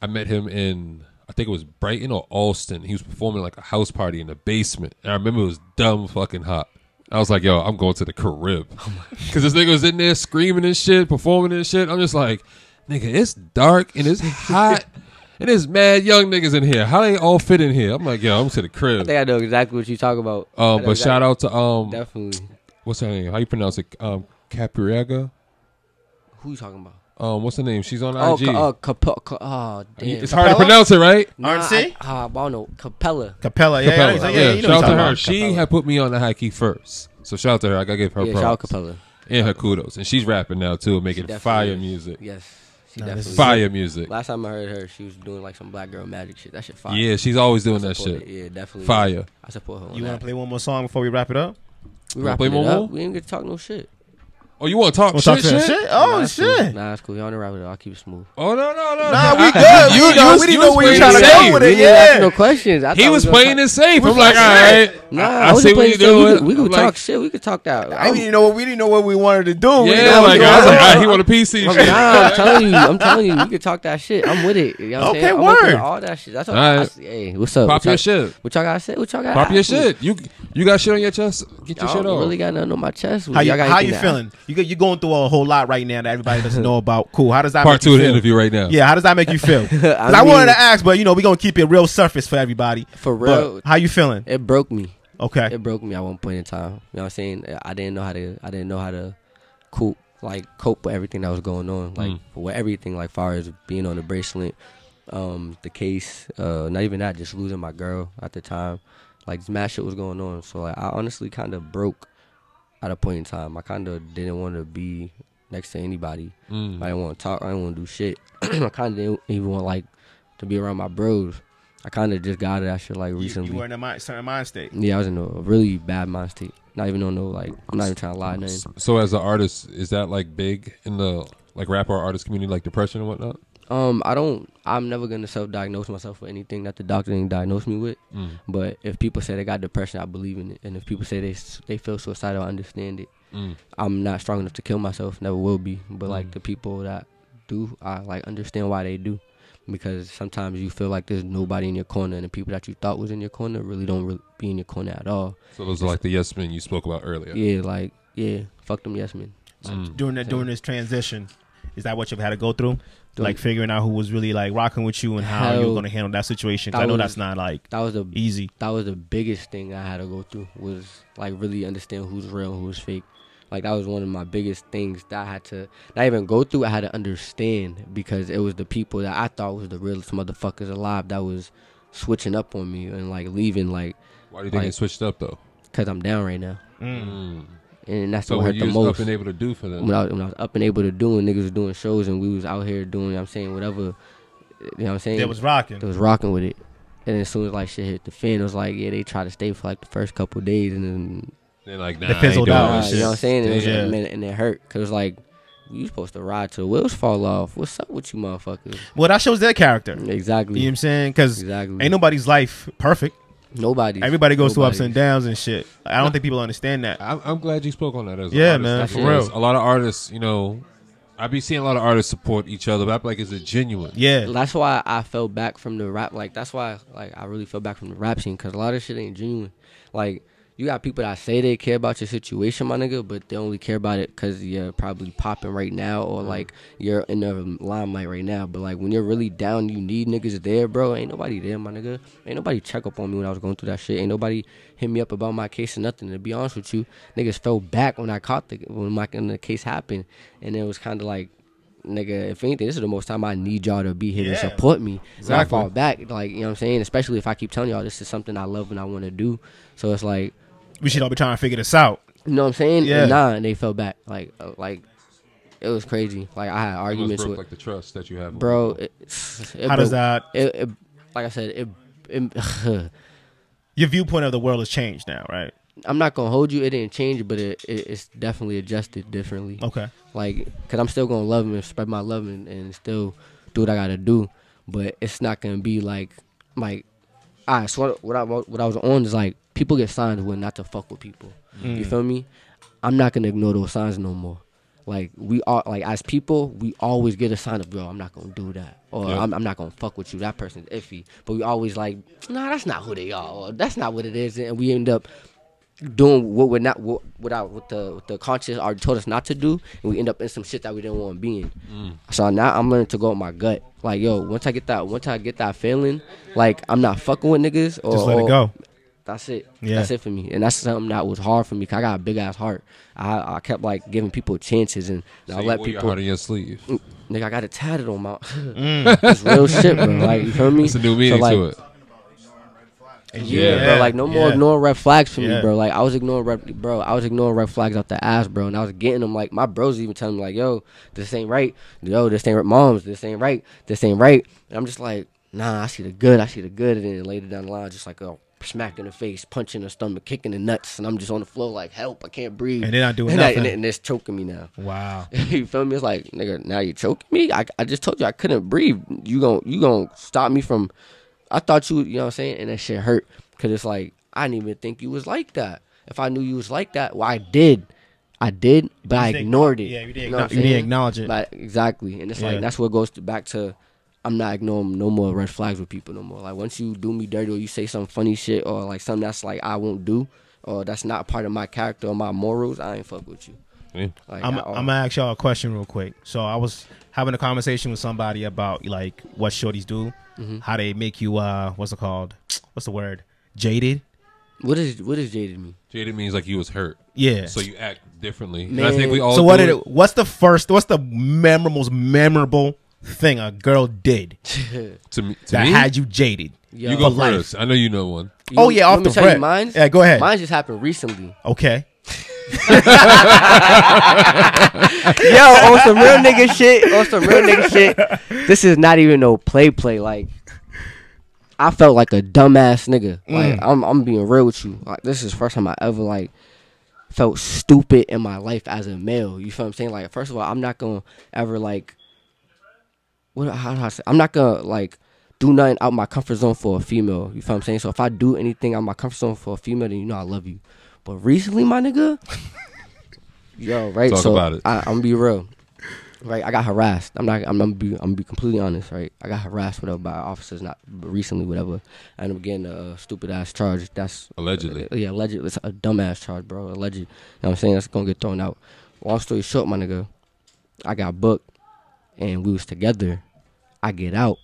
[SPEAKER 6] I met him in I think it was Brighton or Alston. He was performing like a house party in the basement, and I remember it was dumb fucking hot. I was like, "Yo,
[SPEAKER 7] <laughs> Oh
[SPEAKER 6] I'm going to the crib," because this nigga was in there screaming and shit, performing and shit. I'm just like, nigga, it's dark and it's
[SPEAKER 7] <laughs>
[SPEAKER 6] hot. And there's mad young niggas in here. How they all fit in here? I'm like, yo, I'm to the
[SPEAKER 7] I
[SPEAKER 6] crib.
[SPEAKER 7] think I know exactly what you talk about. I know
[SPEAKER 6] Um, but
[SPEAKER 7] exactly-
[SPEAKER 6] shout out to um,
[SPEAKER 7] definitely.
[SPEAKER 6] what's her name? How you pronounce it? Um, Capuriaga.
[SPEAKER 7] Who you talking about?
[SPEAKER 6] Um, what's her name? She's on
[SPEAKER 7] Oh,
[SPEAKER 6] IG.
[SPEAKER 7] ca- oh, Capella. Ca- oh, damn.
[SPEAKER 6] it's hard to
[SPEAKER 2] Capella?
[SPEAKER 6] pronounce it, right?
[SPEAKER 7] Nah,
[SPEAKER 2] RNC?
[SPEAKER 7] I, uh, I don't know. Capella.
[SPEAKER 2] Capella, yeah,
[SPEAKER 6] Capella.
[SPEAKER 2] yeah,
[SPEAKER 6] Yeah,
[SPEAKER 2] yeah, you know
[SPEAKER 6] shout out to
[SPEAKER 2] who you're talking
[SPEAKER 6] her.
[SPEAKER 2] about,
[SPEAKER 6] She
[SPEAKER 2] Capella.
[SPEAKER 6] had put me on the high key first, so shout out to her. I gotta give her
[SPEAKER 7] yeah,
[SPEAKER 6] props
[SPEAKER 7] shout out Capella.
[SPEAKER 6] and her kudos. And she's rapping now too, making
[SPEAKER 7] definitely
[SPEAKER 6] fire
[SPEAKER 7] is.
[SPEAKER 6] music.
[SPEAKER 7] Yes. She
[SPEAKER 2] Nah, this
[SPEAKER 7] definitely.
[SPEAKER 2] is-
[SPEAKER 6] Fire music.
[SPEAKER 7] Last time I heard her, she was doing like some black girl magic shit. That shit fire.
[SPEAKER 6] Yeah, she's always doing
[SPEAKER 7] I
[SPEAKER 6] that
[SPEAKER 7] support
[SPEAKER 6] shit.
[SPEAKER 7] it. Yeah, definitely.
[SPEAKER 6] Fire.
[SPEAKER 7] I support her. On
[SPEAKER 2] You want
[SPEAKER 7] that.
[SPEAKER 2] to play one more song before we wrap it up?
[SPEAKER 7] We
[SPEAKER 6] wanna
[SPEAKER 7] wrapping
[SPEAKER 6] play
[SPEAKER 7] it
[SPEAKER 6] one
[SPEAKER 7] up.
[SPEAKER 6] more?
[SPEAKER 7] We didn't get to talk no shit.
[SPEAKER 6] Oh, you want to talk
[SPEAKER 2] Wanna talk
[SPEAKER 6] shit?
[SPEAKER 2] to
[SPEAKER 6] shit?
[SPEAKER 2] that shit? Oh
[SPEAKER 7] Nah, it's cool.
[SPEAKER 2] shit!
[SPEAKER 7] Nah, it's cool. Y'all don't wrap it up. I'll keep it smooth.
[SPEAKER 6] Oh no no no!
[SPEAKER 2] Nah, we
[SPEAKER 6] I-
[SPEAKER 2] good. You
[SPEAKER 6] I-
[SPEAKER 2] know,
[SPEAKER 6] was-
[SPEAKER 2] we didn't
[SPEAKER 6] was
[SPEAKER 2] know where you
[SPEAKER 6] playing
[SPEAKER 2] tryna
[SPEAKER 6] it
[SPEAKER 2] go
[SPEAKER 6] safe.
[SPEAKER 2] with it.
[SPEAKER 7] We didn't ask
[SPEAKER 2] yeah.
[SPEAKER 7] no questions. I
[SPEAKER 6] He
[SPEAKER 7] thought
[SPEAKER 6] was
[SPEAKER 7] we gonna
[SPEAKER 6] playing
[SPEAKER 7] talk-
[SPEAKER 6] it safe. I'm
[SPEAKER 2] was
[SPEAKER 6] like, all
[SPEAKER 2] playing
[SPEAKER 6] right.
[SPEAKER 7] Nah,
[SPEAKER 6] I, I
[SPEAKER 7] wasn't
[SPEAKER 6] see what you're
[SPEAKER 7] playing it safe. We
[SPEAKER 6] doing.
[SPEAKER 7] could- We
[SPEAKER 6] I'm
[SPEAKER 7] could
[SPEAKER 6] like,
[SPEAKER 7] talk shit. We could talk that.
[SPEAKER 2] I didn't know what we didn't know what we wanted to do. Oh, We didn't
[SPEAKER 6] Yeah,
[SPEAKER 2] know what
[SPEAKER 6] like
[SPEAKER 2] we
[SPEAKER 6] I was
[SPEAKER 2] wanted
[SPEAKER 6] like,
[SPEAKER 2] to
[SPEAKER 6] all right,
[SPEAKER 2] do.
[SPEAKER 6] he want a PC
[SPEAKER 7] I'm,
[SPEAKER 6] shit.
[SPEAKER 7] nah, I'm telling you, I'm telling you, we could talk that shit. I'm with it. You know what I'm
[SPEAKER 2] Okay,
[SPEAKER 7] saying? I'm open
[SPEAKER 2] word.
[SPEAKER 7] to all that shit. That's what
[SPEAKER 6] All
[SPEAKER 7] I,
[SPEAKER 6] right.
[SPEAKER 7] say. Hey, what's up?
[SPEAKER 6] Pop
[SPEAKER 7] what
[SPEAKER 6] your
[SPEAKER 7] y'all-
[SPEAKER 6] shit.
[SPEAKER 7] What y'all gotta say? What y'all got?
[SPEAKER 6] Pop your shit. You you got shit on your chest. Get
[SPEAKER 7] I
[SPEAKER 6] your shit
[SPEAKER 7] don't
[SPEAKER 6] off.
[SPEAKER 7] really got nothing on my chest.
[SPEAKER 2] How you,
[SPEAKER 7] Y'all got
[SPEAKER 2] how you
[SPEAKER 7] anything that-
[SPEAKER 2] feeling? You go- you going through a whole lot right now that everybody
[SPEAKER 7] <laughs>
[SPEAKER 2] doesn't know about. Cool. How does that
[SPEAKER 6] Part
[SPEAKER 2] make
[SPEAKER 6] two
[SPEAKER 2] you
[SPEAKER 6] of the
[SPEAKER 2] feel?
[SPEAKER 6] interview right now.
[SPEAKER 2] Yeah, how does that make you
[SPEAKER 7] <laughs>
[SPEAKER 2] feel? 'Cause I,
[SPEAKER 7] I
[SPEAKER 2] wanted
[SPEAKER 7] mean-
[SPEAKER 2] to ask, but you know, we're gonna keep it real surface for everybody.
[SPEAKER 7] For
[SPEAKER 2] But
[SPEAKER 7] real.
[SPEAKER 2] how you feeling?
[SPEAKER 7] It broke me.
[SPEAKER 2] Okay.
[SPEAKER 7] It broke me at one point in time. You know what I'm saying? I didn't know how to. I didn't know how to cope, like cope with everything that was going on,
[SPEAKER 2] Mm.
[SPEAKER 7] like with everything, like far as being on the bracelet, um, the case, uh, not even that, just losing my girl at the time, like just mad shit was going on. So like, I honestly kind of broke at a point in time. I kind of didn't want to be next to anybody.
[SPEAKER 2] Mm.
[SPEAKER 7] I didn't want to talk. I didn't want to do shit. <clears throat> I kind of didn't even want like to be around my bros. I kind of just got it. that shit like
[SPEAKER 2] You,
[SPEAKER 7] recently.
[SPEAKER 2] you were in a mind, certain mind state.
[SPEAKER 7] Yeah, I was in a really bad mind state. Not even on no like. I'm not even trying to lie. Nothing.
[SPEAKER 6] So as an artist, is that like big in the like rapper or artist community, like depression and whatnot?
[SPEAKER 7] Um, I don't. I'm never gonna self-diagnose myself with anything that the doctor didn't diagnose me with.
[SPEAKER 6] Mm.
[SPEAKER 7] But if people say they got depression, I believe in it. And if people say they s- they feel suicidal, I understand it.
[SPEAKER 6] Mm.
[SPEAKER 7] I'm not strong enough to kill myself. Never will be. But like the people that do, I like understand why they do. Because sometimes you feel like there's nobody in your corner, and the people that you thought was in your corner really don't really be in your corner at all.
[SPEAKER 6] So those are like the yes men you spoke about earlier.
[SPEAKER 7] Yeah, like yeah, fuck them yes men.
[SPEAKER 6] Mm.
[SPEAKER 2] During that during this transition, is that what you've had to go through?
[SPEAKER 7] Dude.
[SPEAKER 2] Like figuring out who was really like rocking with you and how you
[SPEAKER 7] Hell.
[SPEAKER 2] were gonna handle that situation. 'Cause
[SPEAKER 7] That
[SPEAKER 2] I know
[SPEAKER 7] was-
[SPEAKER 2] that's not like
[SPEAKER 7] That was the
[SPEAKER 2] easy.
[SPEAKER 7] that was the biggest thing I had to go through was like really understand who's real and who's fake. Like that was one of my biggest things that I had to not even go through. I had to understand because it was the people that I thought was the realest motherfuckers alive that was switching up on me and like leaving like
[SPEAKER 6] Why do you think
[SPEAKER 7] Like-
[SPEAKER 6] they switched up though?
[SPEAKER 7] because I'm down right now,
[SPEAKER 6] Mm.
[SPEAKER 7] and that's
[SPEAKER 6] So
[SPEAKER 7] what
[SPEAKER 6] what
[SPEAKER 7] hurt
[SPEAKER 6] you
[SPEAKER 7] the
[SPEAKER 6] was
[SPEAKER 7] most.
[SPEAKER 6] up and able to do for them?
[SPEAKER 7] when I, when I was up and able to do, and niggas was doing shows, and we was out here doing, you know what I'm saying whatever, you know what I'm saying.
[SPEAKER 2] That was rocking.
[SPEAKER 7] They was rocking with it. And as soon as like shit hit the fan, it was like, yeah, they tried to stay for like the first couple of days, and then
[SPEAKER 6] They're like, nah,
[SPEAKER 2] They
[SPEAKER 6] I ain't
[SPEAKER 2] fizzled
[SPEAKER 6] doing
[SPEAKER 2] out.
[SPEAKER 6] that
[SPEAKER 7] you know what I'm
[SPEAKER 6] shit.
[SPEAKER 7] saying, and it, was,
[SPEAKER 2] Yeah.
[SPEAKER 7] and, and it hurt because like you supposed to ride till the wheels fall off. What's up with you, motherfuckers?
[SPEAKER 2] Well, that shows their character.
[SPEAKER 7] Exactly.
[SPEAKER 2] You know what I'm saying? Because
[SPEAKER 7] Exactly.
[SPEAKER 2] ain't nobody's life perfect.
[SPEAKER 7] Nobody.
[SPEAKER 2] Everybody goes through ups and downs and shit. I don't think people understand that.
[SPEAKER 6] I'm, I'm glad you spoke on that as
[SPEAKER 2] Yeah,
[SPEAKER 6] an artist,
[SPEAKER 2] man,
[SPEAKER 6] because
[SPEAKER 7] for real.
[SPEAKER 6] A lot of artists, you know, I be seeing a lot of artists support each other, but I feel like it's a genuine.
[SPEAKER 2] Yeah.
[SPEAKER 7] That's why I fell back from the rap. Like that's why like I really fell back from the rap scene because a lot of shit ain't genuine. Like you got people that say they care about your situation, my nigga, but they only care about it because you're probably popping right now or like you're in the limelight right now. But like when you're really down, you need niggas there, bro. Ain't nobody there, my nigga. Ain't nobody check up on me when I was going through that shit. Ain't nobody hit me up about my case or nothing. To be honest with you, niggas fell back when I caught the when my when the case happened, and it was kind of like nigga, if anything, this is the most time I need y'all to be here to support me. So I fall back, like, you know what I'm saying? Especially if I keep telling y'all this is something I love and I want to do. So it's like,
[SPEAKER 2] We should all be trying to figure this out.
[SPEAKER 7] you know what I'm saying?
[SPEAKER 2] Yeah.
[SPEAKER 7] And nah, and they fell back. Like, uh, like it was crazy. Like, I had
[SPEAKER 6] It almost
[SPEAKER 7] arguments
[SPEAKER 6] broke
[SPEAKER 7] with,
[SPEAKER 6] like the trust that you have, with
[SPEAKER 7] bro.
[SPEAKER 6] people.
[SPEAKER 7] It, <sighs> it
[SPEAKER 2] How does
[SPEAKER 7] broke-
[SPEAKER 2] that-
[SPEAKER 7] It, it, like I said, it. it <laughs>
[SPEAKER 2] Your viewpoint of the world has changed now, right?
[SPEAKER 7] I'm not gonna hold you. It didn't change, but it, it it's definitely adjusted differently.
[SPEAKER 2] Okay.
[SPEAKER 7] Like, cause I'm still gonna love him and spread my love and, and still do what I gotta do, but it's not gonna be like, like, I so what- what I what I was on is like people get signs when not to fuck with people.
[SPEAKER 2] Mm.
[SPEAKER 7] You feel me? I'm not gonna ignore those signs no more. Like we are like as people, we always get a sign of bro. I'm not gonna do that, or
[SPEAKER 6] Yeah.
[SPEAKER 7] I'm, I'm not gonna fuck with you. That person's iffy. But we always like, nah, that's not who they are. Or, that's not what it is, and we end up doing what we're not what, what, our, what the what the conscience already told us not to do, and we end up in some shit that we didn't want to be in.
[SPEAKER 13] Mm.
[SPEAKER 7] So now I'm learning to go with my gut. Like yo, once I get that, once I get that feeling, like I'm not fucking with niggas. Or,
[SPEAKER 2] Just let it
[SPEAKER 7] or-
[SPEAKER 2] go.
[SPEAKER 7] Oh, That's it.
[SPEAKER 2] Yeah.
[SPEAKER 7] That's it for me, and that's something that was hard for me. 'cause I got a big ass heart. I I kept like giving people chances, and
[SPEAKER 6] So
[SPEAKER 7] I
[SPEAKER 6] you
[SPEAKER 7] let
[SPEAKER 6] wore your
[SPEAKER 7] people.
[SPEAKER 6] heart on your sleeve.
[SPEAKER 7] Mm, Nigga, I got it tatted on my. <laughs>
[SPEAKER 2] Mm.
[SPEAKER 7] it's real shit, bro. Like you feel me?
[SPEAKER 6] It's a new
[SPEAKER 7] So,
[SPEAKER 6] meaning
[SPEAKER 7] like,
[SPEAKER 6] to it.
[SPEAKER 7] yeah, bro. Like no more
[SPEAKER 2] yeah.
[SPEAKER 7] ignoring red flags for
[SPEAKER 2] Yeah.
[SPEAKER 7] me, bro. Like I was ignoring red, bro. I was ignoring red flags out the ass, bro. And I was getting them. Like my bros even telling me, like, yo, this ain't right. Yo, this ain't right. Moms, this ain't right. This ain't right. And I'm just like, nah. I see the good. I see the good. And then later down the line, just like a smack in the face, punch in the stomach, kicking the nuts, and I'm just on the floor like, help, I can't breathe.
[SPEAKER 2] And they're not doing
[SPEAKER 7] <laughs> and I, and,
[SPEAKER 2] nothing.
[SPEAKER 7] and it's choking me now.
[SPEAKER 2] Wow.
[SPEAKER 7] <laughs> you feel me? It's like, nigga, now you choking me. I, I just told you I couldn't breathe. You gon' you gon' stop me from? I thought you, you know what I'm saying, and that shit hurt because it's like I didn't even think you was like that. If I knew you was like that, well, I did, I did, but I
[SPEAKER 2] didn't-
[SPEAKER 7] ignored it.
[SPEAKER 2] yeah, you didn't
[SPEAKER 7] know
[SPEAKER 2] acknow-
[SPEAKER 7] what I'm
[SPEAKER 2] you didn't
[SPEAKER 7] saying?
[SPEAKER 2] acknowledge it.
[SPEAKER 7] Like exactly, and it's
[SPEAKER 2] Yeah.
[SPEAKER 7] like that's what goes to, back to. I'm not ignoring no more red flags with people no more. Like once you do me dirty or you say some funny shit or like something that's like I won't do or that's not part of my character or my morals, I ain't fuck with you. Like,
[SPEAKER 2] I'm,
[SPEAKER 7] at all.
[SPEAKER 2] I'm gonna ask y'all a question real quick. So I was having a conversation with somebody about like what shorties do,
[SPEAKER 6] Mm-hmm.
[SPEAKER 7] Mhm.
[SPEAKER 2] how they make you uh, what's it called? What's the word? Jaded.
[SPEAKER 7] What is what does jaded mean?
[SPEAKER 6] Jaded means like you was hurt.
[SPEAKER 2] Yeah.
[SPEAKER 6] So you act differently. And I think we all.
[SPEAKER 2] So what
[SPEAKER 6] do
[SPEAKER 2] did? It, what's the first? What's the memorable, most memorable thing a girl did
[SPEAKER 6] <laughs> to me? To
[SPEAKER 2] that
[SPEAKER 6] me?
[SPEAKER 2] had you jaded?
[SPEAKER 6] You go
[SPEAKER 2] for life?
[SPEAKER 6] first. I know you know one.
[SPEAKER 2] Oh, yeah, off
[SPEAKER 7] let me
[SPEAKER 2] the
[SPEAKER 7] tell you
[SPEAKER 2] rip.
[SPEAKER 7] Mine,
[SPEAKER 2] Yeah, go ahead.
[SPEAKER 7] Mine just happened recently. <laughs>
[SPEAKER 2] Okay. <laughs>
[SPEAKER 7] <laughs> Yo, on some real nigga shit. On some
[SPEAKER 14] <laughs>
[SPEAKER 7] real nigga shit. This is not even no play play. Like, I felt like a dumbass nigga.
[SPEAKER 2] Mm.
[SPEAKER 7] Like, I'm I'm being real with you. Like, this is the first time I ever like felt stupid in my life as a male. You feel what I'm saying? Like, first of all, I'm not gonna ever like. What how do I say? I'm not gonna like do nothing out my comfort zone for a female. You feel what I'm saying? So if I do anything out my comfort zone for a female, then you know I love you. But recently, my nigga. Yo, right.
[SPEAKER 6] Talk
[SPEAKER 7] so
[SPEAKER 6] about it.
[SPEAKER 7] I, I'm gonna be real. Right, I got harassed. I'm not. I'm, I'm, be, I'm gonna be completely honest. Right, I got harassed whatever by officers not recently whatever. I ended up getting a stupid ass charge. That's uh,
[SPEAKER 6] Allegedly.
[SPEAKER 7] yeah, alleged. It's a dumbass charge, bro. Alleged. You know what I'm saying? That's gonna get thrown out. Long story short, my nigga, I got booked, and we was together. I get out.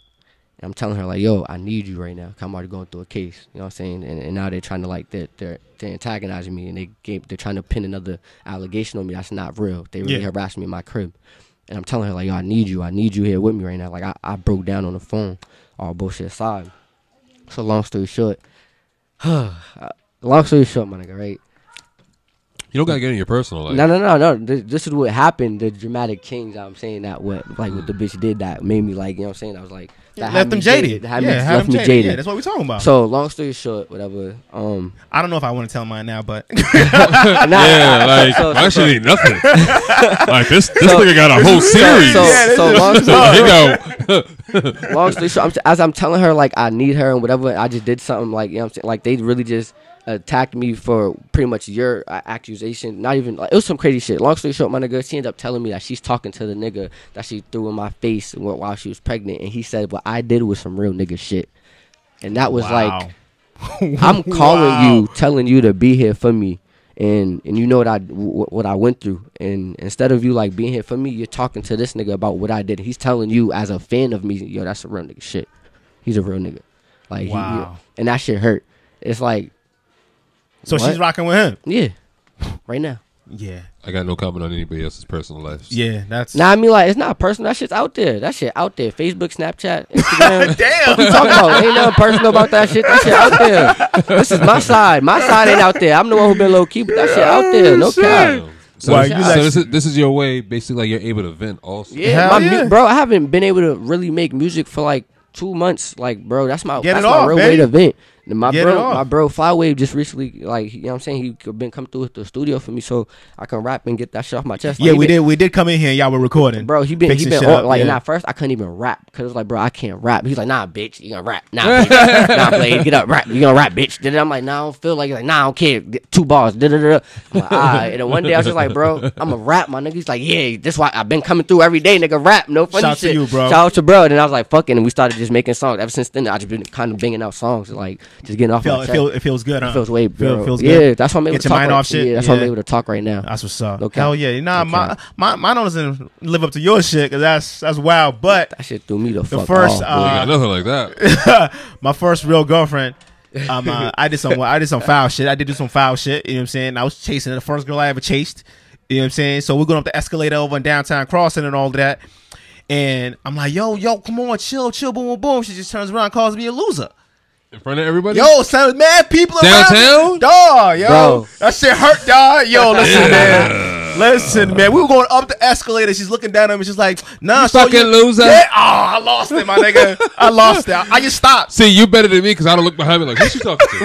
[SPEAKER 7] And I'm telling her like, yo, I need you right now. i I'm already going through a case. You know what I'm saying? And, and now they're trying to like they're they're, they're antagonizing me, and they gave, they're trying to pin another allegation on me that's not real. They really
[SPEAKER 2] Yeah.
[SPEAKER 7] harassed me in my crib, and I'm telling her like, yo, I need you. I need you here with me right now. Like I, I broke down on the phone. All bullshit aside. So long story short, <sighs> uh, long story short, my nigga, right?
[SPEAKER 6] You don't gotta get in your personal life.
[SPEAKER 7] No, no, no, no. This, this is what happened. The dramatic change. I'm saying that what like what the bitch did that made me like you know what I'm saying. I was like that had
[SPEAKER 2] left
[SPEAKER 7] me
[SPEAKER 2] them jaded.
[SPEAKER 7] that had
[SPEAKER 2] yeah,
[SPEAKER 7] me,
[SPEAKER 2] had
[SPEAKER 7] left
[SPEAKER 2] them
[SPEAKER 7] me
[SPEAKER 2] jaded.
[SPEAKER 7] jaded.
[SPEAKER 2] Yeah, that's what we're talking about.
[SPEAKER 7] So long story short, whatever. Um,
[SPEAKER 2] I don't know if I want to tell mine now, but <laughs>
[SPEAKER 7] nah,
[SPEAKER 6] <laughs> Yeah,
[SPEAKER 7] nah,
[SPEAKER 6] like
[SPEAKER 7] so- so-
[SPEAKER 6] my shit ain't nothing. like this, this
[SPEAKER 7] So-
[SPEAKER 6] nigga got a whole series.
[SPEAKER 7] So, so, so
[SPEAKER 6] <laughs>
[SPEAKER 7] long,
[SPEAKER 6] he
[SPEAKER 7] story,
[SPEAKER 6] go.
[SPEAKER 7] <laughs> long story short, I'm, t- as I'm telling her like I need her and whatever, I just did something like you know what I'm saying. Like they really just attacked me for pretty much your uh, accusation. Not even like it was some crazy shit. Long story short, my nigga, she ended up telling me that she's talking to the nigga that she threw in my face wh- while she was pregnant, and he said what I did was some real nigga shit, and that was like
[SPEAKER 2] <laughs> like
[SPEAKER 7] I'm calling you, telling you to be here for me, and and you know what I wh- what I went through. And instead of you like being here for me, you're talking to this nigga about what I did. He's telling you as a fan of me, yo, that's a real nigga shit. He's a real nigga, like he-
[SPEAKER 2] Wow.
[SPEAKER 7] he, and that shit hurt. It's like
[SPEAKER 2] So
[SPEAKER 7] What?
[SPEAKER 2] she's rocking with him.
[SPEAKER 7] <laughs> yeah, right now.
[SPEAKER 2] Yeah.
[SPEAKER 6] I got no comment on anybody else's personal life.
[SPEAKER 2] Yeah. That's
[SPEAKER 7] Nah, I mean like it's not personal. That shit's out there. That shit out there. Facebook, Snapchat,
[SPEAKER 2] <laughs>
[SPEAKER 7] Instagram. Damn. What you talking about? Ain't nothing personal about that shit. That shit out there. This is my side. My side ain't out there. I'm the one who been low key, but that shit out there. No cap.
[SPEAKER 6] So,
[SPEAKER 2] Oh, Why,
[SPEAKER 6] this,
[SPEAKER 2] you
[SPEAKER 6] so
[SPEAKER 2] like-
[SPEAKER 6] this, is, this is your way, basically, like you're able to vent. Also,
[SPEAKER 7] Yeah,
[SPEAKER 2] Hell
[SPEAKER 7] my mu-
[SPEAKER 2] yeah.
[SPEAKER 7] bro, I haven't been able to really make music for like two months. Like, bro, that's my
[SPEAKER 2] Get
[SPEAKER 7] that's
[SPEAKER 2] it
[SPEAKER 7] my
[SPEAKER 2] off,
[SPEAKER 7] real
[SPEAKER 2] baby.
[SPEAKER 7] way to vent. And My
[SPEAKER 2] Get it
[SPEAKER 7] bro,
[SPEAKER 2] off.
[SPEAKER 7] my bro, Flywave just recently, like, you know what I'm saying? He been come through the studio for me so I can rap and get that shit off my chest. Like,
[SPEAKER 2] yeah,
[SPEAKER 7] he
[SPEAKER 2] we
[SPEAKER 7] been-
[SPEAKER 2] did. We did come in here. and Y'all were recording,
[SPEAKER 7] Bro, he been he
[SPEAKER 2] fixing
[SPEAKER 7] been
[SPEAKER 2] shit
[SPEAKER 7] on,
[SPEAKER 2] up,
[SPEAKER 7] like
[SPEAKER 2] yeah.
[SPEAKER 7] and at first I couldn't even rap because it was like bro I can't rap. He's like nah bitch you gonna rap nah
[SPEAKER 2] <laughs>
[SPEAKER 7] bitch. nah Blade get up rap you gonna rap bitch. Then I'm like nah I don't feel like it." He's like nah I don't care D- two bars. da, da, da, da. I'm like, all right. And then one day I was just like bro I'm a rap my nigga. He's like yeah this why I've been coming through every day nigga rap no funny
[SPEAKER 2] Shout out to
[SPEAKER 7] shit.
[SPEAKER 2] you, bro.
[SPEAKER 7] Shout out to bro. And then I was like fucking and we started just making songs. Ever since then I just been kind of banging out songs like just getting off
[SPEAKER 2] Feel-
[SPEAKER 7] my
[SPEAKER 2] it
[SPEAKER 7] chest.
[SPEAKER 2] feel- it feels good,
[SPEAKER 7] It
[SPEAKER 2] huh?
[SPEAKER 7] feels way
[SPEAKER 2] Feel-
[SPEAKER 7] better.
[SPEAKER 2] feels
[SPEAKER 7] yeah,
[SPEAKER 2] good.
[SPEAKER 7] that's why I'm able
[SPEAKER 2] Get
[SPEAKER 7] to
[SPEAKER 2] your
[SPEAKER 7] talk
[SPEAKER 2] mind
[SPEAKER 7] right-
[SPEAKER 2] off shit.
[SPEAKER 7] Yeah, that's why I'm
[SPEAKER 2] Yeah.
[SPEAKER 7] able to talk right now.
[SPEAKER 2] That's what's up.
[SPEAKER 7] No cap.
[SPEAKER 2] Hell yeah. Nah,
[SPEAKER 7] No
[SPEAKER 2] my,
[SPEAKER 7] cap.
[SPEAKER 2] my mine don't doesn't live up to your shit because that's that's wild. But
[SPEAKER 7] That shit threw me the, fuck
[SPEAKER 2] first,
[SPEAKER 7] off.
[SPEAKER 2] uh,
[SPEAKER 6] got nothing like that. <laughs>
[SPEAKER 2] my first real girlfriend. Um, uh, I did some I did some foul shit. I did do some foul shit. You know what I'm saying? I was chasing the first girl I ever chased. You know what I'm saying? So we're going up the escalator over in downtown crossing and all that. And I'm like, yo, yo, come on, chill, chill, boom, boom, boom. She just turns around, and calls me a loser.
[SPEAKER 6] In front of everybody?
[SPEAKER 2] Yo, son, mad people around me.
[SPEAKER 6] Downtown?
[SPEAKER 2] dog, yo,
[SPEAKER 7] Bro.
[SPEAKER 2] that shit hurt, dog.
[SPEAKER 6] <laughs>
[SPEAKER 2] Yo, listen, man, listen, man. We were going up the escalator. She's looking down at me. She's like, "Nah, so
[SPEAKER 6] fucking loser.
[SPEAKER 2] Yeah, oh, I lost it, my nigga. I lost it. I just stopped.
[SPEAKER 6] See, you better than me because I don't look behind me like, who's she talking to?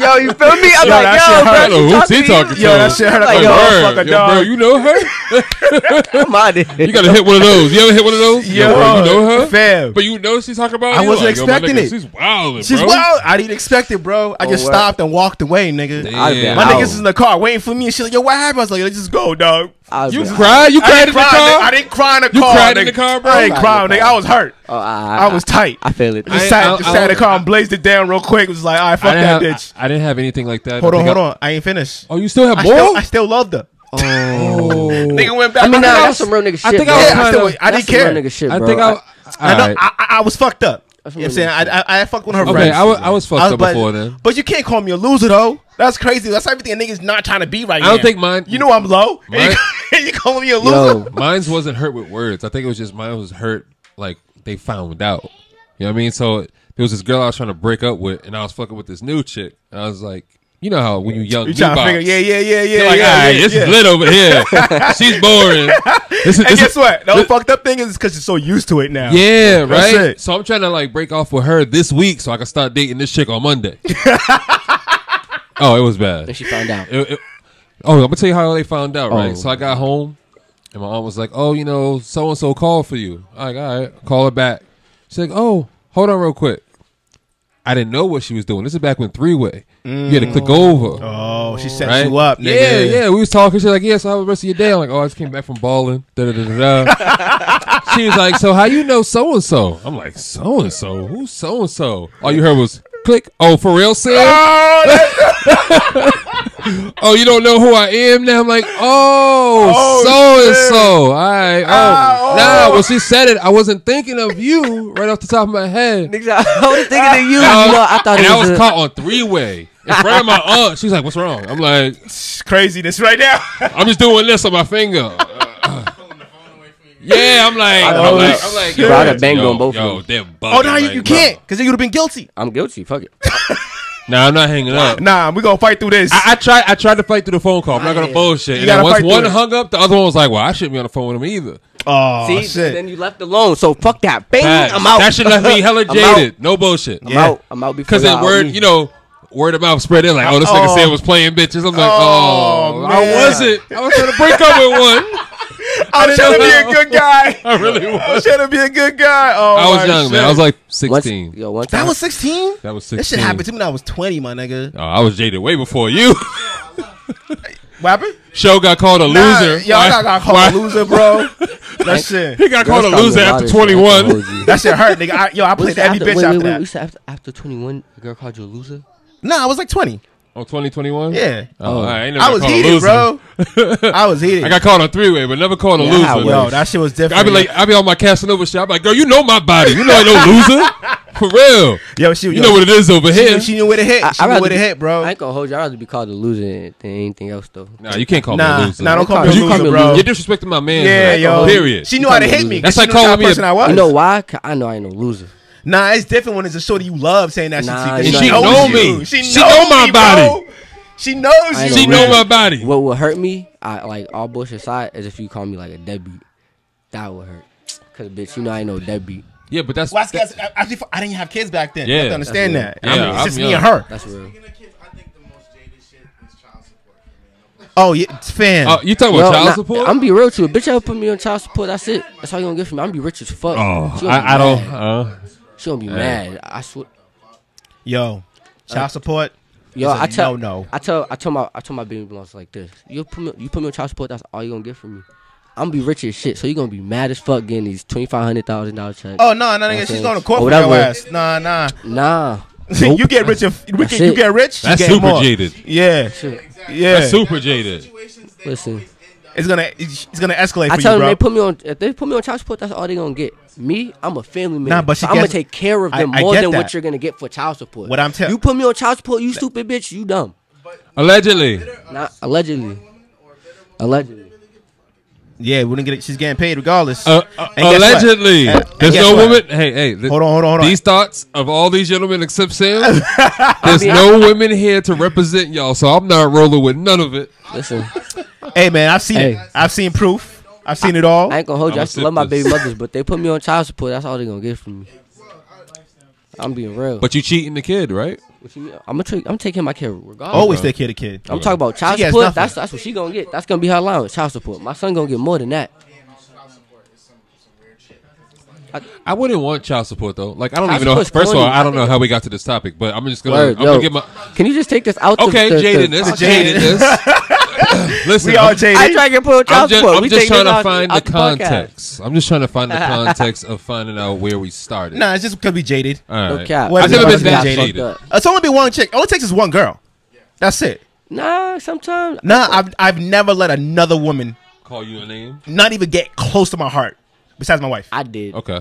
[SPEAKER 7] yo, you
[SPEAKER 6] <laughs>
[SPEAKER 7] feel me? I'm
[SPEAKER 2] Yo, that shit hurt.
[SPEAKER 6] I don't know who's he
[SPEAKER 7] you talking
[SPEAKER 6] talking to.
[SPEAKER 2] Yo, that shit hurt like,
[SPEAKER 6] Like,
[SPEAKER 2] a
[SPEAKER 6] word.
[SPEAKER 2] motherfucker,
[SPEAKER 6] Yo, bro,
[SPEAKER 2] dog.
[SPEAKER 6] you know her?
[SPEAKER 7] <laughs> to my
[SPEAKER 6] You gotta hit one of those. You ever hit <laughs> one of those?
[SPEAKER 2] Yo,
[SPEAKER 6] bro, you know her,
[SPEAKER 2] fam.
[SPEAKER 6] But you know she's talking about.
[SPEAKER 2] I
[SPEAKER 6] you?
[SPEAKER 2] wasn't
[SPEAKER 6] Like, yo, my
[SPEAKER 2] expecting
[SPEAKER 6] nigga,
[SPEAKER 2] it.
[SPEAKER 6] She's wild.
[SPEAKER 2] She's
[SPEAKER 6] bro.
[SPEAKER 2] wild. I didn't expect it, bro. I just
[SPEAKER 7] Oh, what?
[SPEAKER 2] stopped and walked away, nigga.
[SPEAKER 6] Damn.
[SPEAKER 7] been
[SPEAKER 2] My
[SPEAKER 7] out.
[SPEAKER 2] niggas is in the car waiting for me, and she's like, "Yo, what happened?" I was like, "Let's just go, dog."
[SPEAKER 7] I
[SPEAKER 6] You
[SPEAKER 7] been out.
[SPEAKER 6] cried.
[SPEAKER 2] I
[SPEAKER 6] You cried
[SPEAKER 2] didn't
[SPEAKER 6] in the
[SPEAKER 2] cry.
[SPEAKER 6] car.
[SPEAKER 2] I didn't cry in the
[SPEAKER 6] You
[SPEAKER 2] car.
[SPEAKER 6] cried in
[SPEAKER 2] nigga.
[SPEAKER 6] the car, bro?
[SPEAKER 2] I ain't cry,
[SPEAKER 7] I cried in
[SPEAKER 2] nigga.
[SPEAKER 7] the
[SPEAKER 2] I
[SPEAKER 7] car.
[SPEAKER 2] was hurt.
[SPEAKER 7] Oh, I,
[SPEAKER 2] I was tight.
[SPEAKER 7] I feel it.
[SPEAKER 2] Just
[SPEAKER 6] I-
[SPEAKER 2] sat,
[SPEAKER 6] I-
[SPEAKER 2] just
[SPEAKER 6] I-
[SPEAKER 2] sat in the car and blazed it down real quick. Was like, all right, fuck
[SPEAKER 6] I
[SPEAKER 2] that
[SPEAKER 6] didn't, have,
[SPEAKER 2] bitch.
[SPEAKER 6] I, I didn't have anything like that.
[SPEAKER 2] hold
[SPEAKER 6] I
[SPEAKER 2] on,
[SPEAKER 6] think
[SPEAKER 2] hold
[SPEAKER 6] I-
[SPEAKER 2] on. I ain't finished.
[SPEAKER 6] Oh, you still have
[SPEAKER 2] I
[SPEAKER 6] more?
[SPEAKER 2] still, I still loved her.
[SPEAKER 6] Oh.
[SPEAKER 2] Nigga went back.
[SPEAKER 7] I mean,
[SPEAKER 2] to the
[SPEAKER 7] nah, that's
[SPEAKER 2] house.
[SPEAKER 7] some real nigga shit.
[SPEAKER 6] I think
[SPEAKER 7] bro.
[SPEAKER 6] I was
[SPEAKER 2] Yeah, I
[SPEAKER 6] kind
[SPEAKER 2] still-
[SPEAKER 6] of.
[SPEAKER 2] I didn't
[SPEAKER 7] That's some real
[SPEAKER 2] care.
[SPEAKER 7] nigga shit,
[SPEAKER 6] I
[SPEAKER 7] bro.
[SPEAKER 6] think I.
[SPEAKER 2] I, know,
[SPEAKER 6] alright.
[SPEAKER 2] I, I, I was fucked up.
[SPEAKER 7] That's
[SPEAKER 2] You know what I'm
[SPEAKER 7] real
[SPEAKER 2] saying? I, I, I fucked with her
[SPEAKER 6] Okay,
[SPEAKER 2] friends.
[SPEAKER 6] I was, I was fucked
[SPEAKER 2] I was-
[SPEAKER 6] up
[SPEAKER 2] but,
[SPEAKER 6] before then.
[SPEAKER 2] But you can't call me a loser though. That's crazy. That's everything a nigga's not trying to be right now.
[SPEAKER 6] I don't think mine-
[SPEAKER 2] You know I'm low. And
[SPEAKER 6] Mine-
[SPEAKER 2] you, <laughs> and you calling me a loser?
[SPEAKER 6] <laughs>
[SPEAKER 7] Yo,
[SPEAKER 6] Mine's wasn't hurt with words. I think it was just mine was hurt like they found out. You know what I mean? So there was this girl I was trying to break up with, and I was fucking with this new chick. And I was like, you know how when you young,
[SPEAKER 2] You
[SPEAKER 6] new
[SPEAKER 2] trying to
[SPEAKER 6] box,
[SPEAKER 2] figure? Yeah, yeah, yeah, yeah.
[SPEAKER 6] You're like,
[SPEAKER 2] yeah,
[SPEAKER 6] all right,
[SPEAKER 2] yeah,
[SPEAKER 6] this
[SPEAKER 2] yeah.
[SPEAKER 6] is lit
[SPEAKER 2] <laughs>
[SPEAKER 6] over here. She's boring. This is,
[SPEAKER 2] And
[SPEAKER 6] this
[SPEAKER 2] guess
[SPEAKER 6] is-
[SPEAKER 2] what? The whole
[SPEAKER 6] this-
[SPEAKER 2] fucked up thing is because you're so used to it now.
[SPEAKER 6] yeah, right.
[SPEAKER 2] That's it.
[SPEAKER 6] So I'm trying to like break off with her this week, so I can start dating this chick
[SPEAKER 2] <laughs>
[SPEAKER 6] on Monday. oh, it was bad.
[SPEAKER 7] and she found out.
[SPEAKER 6] It- it- oh, I'm gonna tell you how they found out, right?
[SPEAKER 7] Oh.
[SPEAKER 6] So I got home, and my aunt was like, "Oh, you know, so and so called for you." I like, all right, call her back. She's like, "Oh, hold on, real quick." I didn't know what she was doing. This is back when three way. You had to
[SPEAKER 7] Mm.
[SPEAKER 6] click over.
[SPEAKER 2] Oh, she set
[SPEAKER 6] Right?
[SPEAKER 2] you up, nigga.
[SPEAKER 6] Yeah, yeah. We was talking. She's like, "Yeah, so how was the rest of your day?" I'm like, "Oh, I just came back from balling." Da da da da. da." She was like, "So how you know so and so?" I'm like, "So and so? Who's so and so?" All you heard was click. Oh, for real, Sam?
[SPEAKER 2] Oh, that-
[SPEAKER 6] <laughs> Oh, you don't know who I am now? I'm like, "Oh,
[SPEAKER 2] Oh,
[SPEAKER 6] so and
[SPEAKER 2] shit.
[SPEAKER 6] so." All right. Oh,
[SPEAKER 2] Ah,
[SPEAKER 6] nah.
[SPEAKER 2] oh.
[SPEAKER 6] When she said it, I wasn't thinking of you right off the top of my head.
[SPEAKER 7] Niggas, I was thinking of you.
[SPEAKER 6] Um,
[SPEAKER 7] you know, I thought
[SPEAKER 6] and
[SPEAKER 7] it
[SPEAKER 6] I was
[SPEAKER 7] was. a-
[SPEAKER 6] caught on three way in
[SPEAKER 2] <laughs>
[SPEAKER 6] front of my aunt. She's like, "What's wrong?" I'm like,
[SPEAKER 2] it's craziness right now.
[SPEAKER 6] <laughs> I'm just doing this on my finger. yeah, I'm like,
[SPEAKER 7] I
[SPEAKER 6] I'm
[SPEAKER 7] know.
[SPEAKER 6] like, I'm like,
[SPEAKER 7] You brought a bang on both of
[SPEAKER 6] yo,
[SPEAKER 7] them.
[SPEAKER 6] they're bugging.
[SPEAKER 2] oh, no, you,
[SPEAKER 6] right
[SPEAKER 2] you
[SPEAKER 6] now.
[SPEAKER 2] can't because you'd have been guilty.
[SPEAKER 7] I'm guilty. Fuck it.
[SPEAKER 6] <laughs> Nah, I'm not hanging up.
[SPEAKER 2] Nah, we gonna fight through this.
[SPEAKER 6] I, I tried. I tried to fight through the phone call. I'm not gonna bullshit. And then
[SPEAKER 2] gotta
[SPEAKER 6] once
[SPEAKER 2] fight through
[SPEAKER 6] one
[SPEAKER 2] it.
[SPEAKER 6] hung up, the other one was like, "Well, I shouldn't be on the phone with him either."
[SPEAKER 2] oh
[SPEAKER 7] See,
[SPEAKER 2] shit.
[SPEAKER 7] then you left alone. So fuck that. Bang,
[SPEAKER 6] Facts.
[SPEAKER 7] I'm out.
[SPEAKER 6] That should left me hella
[SPEAKER 7] <laughs> I'm out.
[SPEAKER 6] jaded. No bullshit.
[SPEAKER 7] I'm
[SPEAKER 2] Yeah.
[SPEAKER 7] out. I'm out before
[SPEAKER 6] Because
[SPEAKER 7] y'all
[SPEAKER 6] that
[SPEAKER 7] out
[SPEAKER 6] word,
[SPEAKER 7] me.
[SPEAKER 6] you know, word of mouth spread in like, "Oh, this
[SPEAKER 2] Oh.
[SPEAKER 6] nigga said was playing bitches." I'm like, "Oh,
[SPEAKER 2] Oh,
[SPEAKER 6] I
[SPEAKER 2] man.
[SPEAKER 6] wasn't. I was trying to break up with one.
[SPEAKER 2] I was trying to be a
[SPEAKER 6] know.
[SPEAKER 2] good guy.
[SPEAKER 6] <laughs> I really
[SPEAKER 2] I was
[SPEAKER 6] was.
[SPEAKER 2] trying to be a good guy. Oh,
[SPEAKER 6] I was
[SPEAKER 2] my
[SPEAKER 6] young,
[SPEAKER 2] shit.
[SPEAKER 6] man. I was like
[SPEAKER 7] Once,
[SPEAKER 6] 16.
[SPEAKER 7] yo, one time,
[SPEAKER 2] that was sixteen.
[SPEAKER 6] That was
[SPEAKER 2] This shit
[SPEAKER 6] 16.
[SPEAKER 2] happened to me when I was twenty, my nigga.
[SPEAKER 6] Oh, I was jaded way before you. <laughs>
[SPEAKER 2] What happened?
[SPEAKER 6] Show got called a
[SPEAKER 2] Nah,
[SPEAKER 6] loser.
[SPEAKER 2] Yo, I
[SPEAKER 6] Why-
[SPEAKER 2] got, got called
[SPEAKER 6] why-
[SPEAKER 2] a loser,
[SPEAKER 6] <laughs>
[SPEAKER 2] bro. that
[SPEAKER 6] He
[SPEAKER 2] shit.
[SPEAKER 6] got
[SPEAKER 7] Y'all
[SPEAKER 6] called a
[SPEAKER 7] taught me
[SPEAKER 6] loser
[SPEAKER 7] lot
[SPEAKER 6] after
[SPEAKER 7] of shit. I
[SPEAKER 6] 21.
[SPEAKER 7] told you.
[SPEAKER 2] That shit hurt, nigga. I, yo, I
[SPEAKER 7] What you
[SPEAKER 2] played
[SPEAKER 7] said
[SPEAKER 2] every
[SPEAKER 7] after-
[SPEAKER 2] bitch
[SPEAKER 7] wait,
[SPEAKER 2] after
[SPEAKER 7] wait, wait,
[SPEAKER 2] that.
[SPEAKER 7] you said after, after 21, the girl called you a loser?
[SPEAKER 2] Nah, I was like twenty.
[SPEAKER 6] Oh, 2021?
[SPEAKER 2] Yeah.
[SPEAKER 6] Oh, I ain't never
[SPEAKER 2] I was
[SPEAKER 6] called a
[SPEAKER 2] heated,
[SPEAKER 6] loser.
[SPEAKER 2] bro.
[SPEAKER 6] <laughs>
[SPEAKER 2] I was heated.
[SPEAKER 6] I got called a three way, but never called a
[SPEAKER 7] Yeah, I
[SPEAKER 6] loser.
[SPEAKER 2] yo, that shit was different.
[SPEAKER 6] I be like, I be on my Casanova shit. I be like, girl, you know my body. You know I
[SPEAKER 2] <laughs>
[SPEAKER 6] no loser. For real.
[SPEAKER 2] yo, she,
[SPEAKER 6] You
[SPEAKER 2] yo,
[SPEAKER 6] know what it is
[SPEAKER 2] she,
[SPEAKER 6] over here.
[SPEAKER 2] knew- she knew where to hit. she knew where to hit, bro.
[SPEAKER 7] I ain't gonna hold you. I'd rather be called a loser than anything else, though.
[SPEAKER 6] Nah, you can't call me
[SPEAKER 2] nah,
[SPEAKER 6] a loser.
[SPEAKER 2] nah, don't call me a
[SPEAKER 7] You call
[SPEAKER 2] loser,
[SPEAKER 7] me a
[SPEAKER 2] bro.
[SPEAKER 6] You're disrespecting my man.
[SPEAKER 2] Yeah, yo.
[SPEAKER 6] Period.
[SPEAKER 2] She knew how to hit me. 'cause
[SPEAKER 6] That's like
[SPEAKER 2] she knew the
[SPEAKER 6] calling
[SPEAKER 2] type
[SPEAKER 6] me
[SPEAKER 2] of
[SPEAKER 6] a-
[SPEAKER 2] person I was.
[SPEAKER 7] You know why? 'Cause I know I ain't no loser.
[SPEAKER 2] Nah, it's different when it's a shorty you love saying that
[SPEAKER 7] Nah,
[SPEAKER 2] shit to you. 'cause
[SPEAKER 7] she
[SPEAKER 2] knows
[SPEAKER 7] know
[SPEAKER 6] me.
[SPEAKER 2] you. She,
[SPEAKER 6] She
[SPEAKER 2] knows
[SPEAKER 6] know my
[SPEAKER 2] me, bro.
[SPEAKER 6] body.
[SPEAKER 2] She knows
[SPEAKER 7] I
[SPEAKER 2] you.
[SPEAKER 7] ain't
[SPEAKER 6] She
[SPEAKER 7] no
[SPEAKER 6] know
[SPEAKER 7] loser.
[SPEAKER 6] my body.
[SPEAKER 7] What would hurt me, I like all bullshit aside, is if you call me like a deadbeat. That would hurt. Cause bitch, you know I ain't no deadbeat.
[SPEAKER 6] Yeah, but that's.
[SPEAKER 2] Well, that's 'cause I, I, I didn't have kids back then.
[SPEAKER 6] Yeah.
[SPEAKER 2] you have to understand that.
[SPEAKER 6] Yeah,
[SPEAKER 2] I mean, it's
[SPEAKER 6] I'm
[SPEAKER 2] just me
[SPEAKER 6] young.
[SPEAKER 2] and her.
[SPEAKER 7] That's real.
[SPEAKER 8] Speaking of kids, I think the most jaded shit is child support.
[SPEAKER 2] Oh, yeah, it's fam.
[SPEAKER 6] Oh, you talking
[SPEAKER 7] Well,
[SPEAKER 6] about child
[SPEAKER 7] nah,
[SPEAKER 6] support?
[SPEAKER 7] I'm be real to you. Bitch, ever put me on child support. That's it. That's all you gonna get from me. I'm be rich as fuck.
[SPEAKER 6] Oh,
[SPEAKER 7] She gonna be
[SPEAKER 6] I, I don't.
[SPEAKER 7] mad.
[SPEAKER 6] Uh,
[SPEAKER 7] She gonna be mad. I swear. uh,
[SPEAKER 2] Yo, child support.
[SPEAKER 7] Yo,
[SPEAKER 2] It's a
[SPEAKER 7] I tell
[SPEAKER 2] no-no.
[SPEAKER 7] I tell I tell my I tell my baby moms like this. You put me you put me on child support. That's all you gonna get from me. I'm gonna be rich as shit. So you gonna be mad as fuck getting these twenty five hundred thousand dollar checks.
[SPEAKER 2] Oh no, no, nigga,
[SPEAKER 7] Okay.
[SPEAKER 2] she's going to court
[SPEAKER 7] Oh,
[SPEAKER 2] for
[SPEAKER 7] that
[SPEAKER 2] your
[SPEAKER 7] works.
[SPEAKER 2] ass. Nah, nah.
[SPEAKER 7] Nah,
[SPEAKER 2] <laughs> you get rich. If, rich
[SPEAKER 7] That's
[SPEAKER 2] you
[SPEAKER 7] it.
[SPEAKER 2] get rich.
[SPEAKER 6] That's
[SPEAKER 2] you get
[SPEAKER 6] super
[SPEAKER 2] more.
[SPEAKER 6] jaded.
[SPEAKER 2] Yeah, yeah.
[SPEAKER 6] That's super jaded.
[SPEAKER 7] Listen,
[SPEAKER 2] It's gonna it's it's gonna escalate
[SPEAKER 7] I
[SPEAKER 2] for
[SPEAKER 7] tell
[SPEAKER 2] you,
[SPEAKER 7] them
[SPEAKER 2] bro.
[SPEAKER 7] they put me on. If they put me on child support, that's all they gonna get. Me, I'm a family man.
[SPEAKER 2] Nah, but she
[SPEAKER 7] so I'm gonna
[SPEAKER 2] gets-
[SPEAKER 7] take care of
[SPEAKER 2] I-
[SPEAKER 7] them
[SPEAKER 2] I
[SPEAKER 7] more
[SPEAKER 2] get
[SPEAKER 7] than
[SPEAKER 2] that.
[SPEAKER 7] what you're gonna get for child support.
[SPEAKER 2] What I'm tell-
[SPEAKER 7] you put me on child support, you stupid bitch, you dumb.
[SPEAKER 6] Allegedly.
[SPEAKER 7] Not allegedly, allegedly.
[SPEAKER 2] yeah, we didn't get it. She's getting paid regardless.
[SPEAKER 6] Uh,
[SPEAKER 2] And guess what?
[SPEAKER 6] allegedly.
[SPEAKER 2] And- and
[SPEAKER 6] There's
[SPEAKER 2] guess
[SPEAKER 6] no
[SPEAKER 2] what?
[SPEAKER 6] woman. Hey, hey. th-
[SPEAKER 2] Hold on, hold on, hold on.
[SPEAKER 6] These thoughts of all these gentlemen
[SPEAKER 2] <laughs>
[SPEAKER 6] except Sam. There's no women here to represent y'all, so I'm not rolling with none of it.
[SPEAKER 7] Listen,
[SPEAKER 2] hey man, I've seen it.
[SPEAKER 7] Hey.
[SPEAKER 2] I've seen proof. I've seen it all.
[SPEAKER 7] I ain't gonna hold you.
[SPEAKER 6] I'ma
[SPEAKER 7] I still
[SPEAKER 6] sip
[SPEAKER 7] love my
[SPEAKER 6] this.
[SPEAKER 7] baby mothers, but they put me on child support. That's all they gonna get from me. I'm being real.
[SPEAKER 6] But you cheating the kid, right?
[SPEAKER 7] What you mean? I'm gonna take. I'm taking my care regardless.
[SPEAKER 2] Always take care of the kid.
[SPEAKER 7] I'm talking about child
[SPEAKER 2] She gets
[SPEAKER 7] support.
[SPEAKER 2] nothing.
[SPEAKER 7] That's that's what she gonna get. That's gonna be her allowance. Child support. My son gonna get more than that.
[SPEAKER 6] I wouldn't want child support though. Like I don't
[SPEAKER 7] Child
[SPEAKER 6] even know.
[SPEAKER 7] support's
[SPEAKER 6] First of all,
[SPEAKER 7] corny.
[SPEAKER 6] I don't know how we got to this topic, but I'm just gonna.
[SPEAKER 7] Word,
[SPEAKER 6] I'm
[SPEAKER 7] yo.
[SPEAKER 6] gonna get my.
[SPEAKER 7] Can you just take this out? the-
[SPEAKER 6] Okay,
[SPEAKER 7] the, the,
[SPEAKER 6] jadedness,
[SPEAKER 2] <laughs>
[SPEAKER 6] jadedness. Listen,
[SPEAKER 2] We all
[SPEAKER 6] I'm-
[SPEAKER 2] jaded.
[SPEAKER 7] I try to get put on child
[SPEAKER 6] I'm just,
[SPEAKER 7] support.
[SPEAKER 6] I'm
[SPEAKER 7] we
[SPEAKER 6] just
[SPEAKER 7] taking
[SPEAKER 6] trying
[SPEAKER 7] this
[SPEAKER 6] to
[SPEAKER 7] out-
[SPEAKER 6] find the
[SPEAKER 7] out podcast.
[SPEAKER 6] context. I'm just trying to
[SPEAKER 7] <laughs>
[SPEAKER 6] find the context of finding out where we started.
[SPEAKER 2] Nah, it's just because we jaded.
[SPEAKER 6] <laughs> All right.
[SPEAKER 7] No cap.
[SPEAKER 2] I've never been
[SPEAKER 7] Everybody
[SPEAKER 2] that
[SPEAKER 7] got
[SPEAKER 6] jaded.
[SPEAKER 7] fucked up.
[SPEAKER 2] It's only been one chick. All it takes is one girl. That's it.
[SPEAKER 7] Nah, sometimes.
[SPEAKER 2] Nah, I've I've never let another woman
[SPEAKER 6] Call you a name.
[SPEAKER 2] not even get close to my heart besides my wife.
[SPEAKER 7] I did.
[SPEAKER 6] Okay.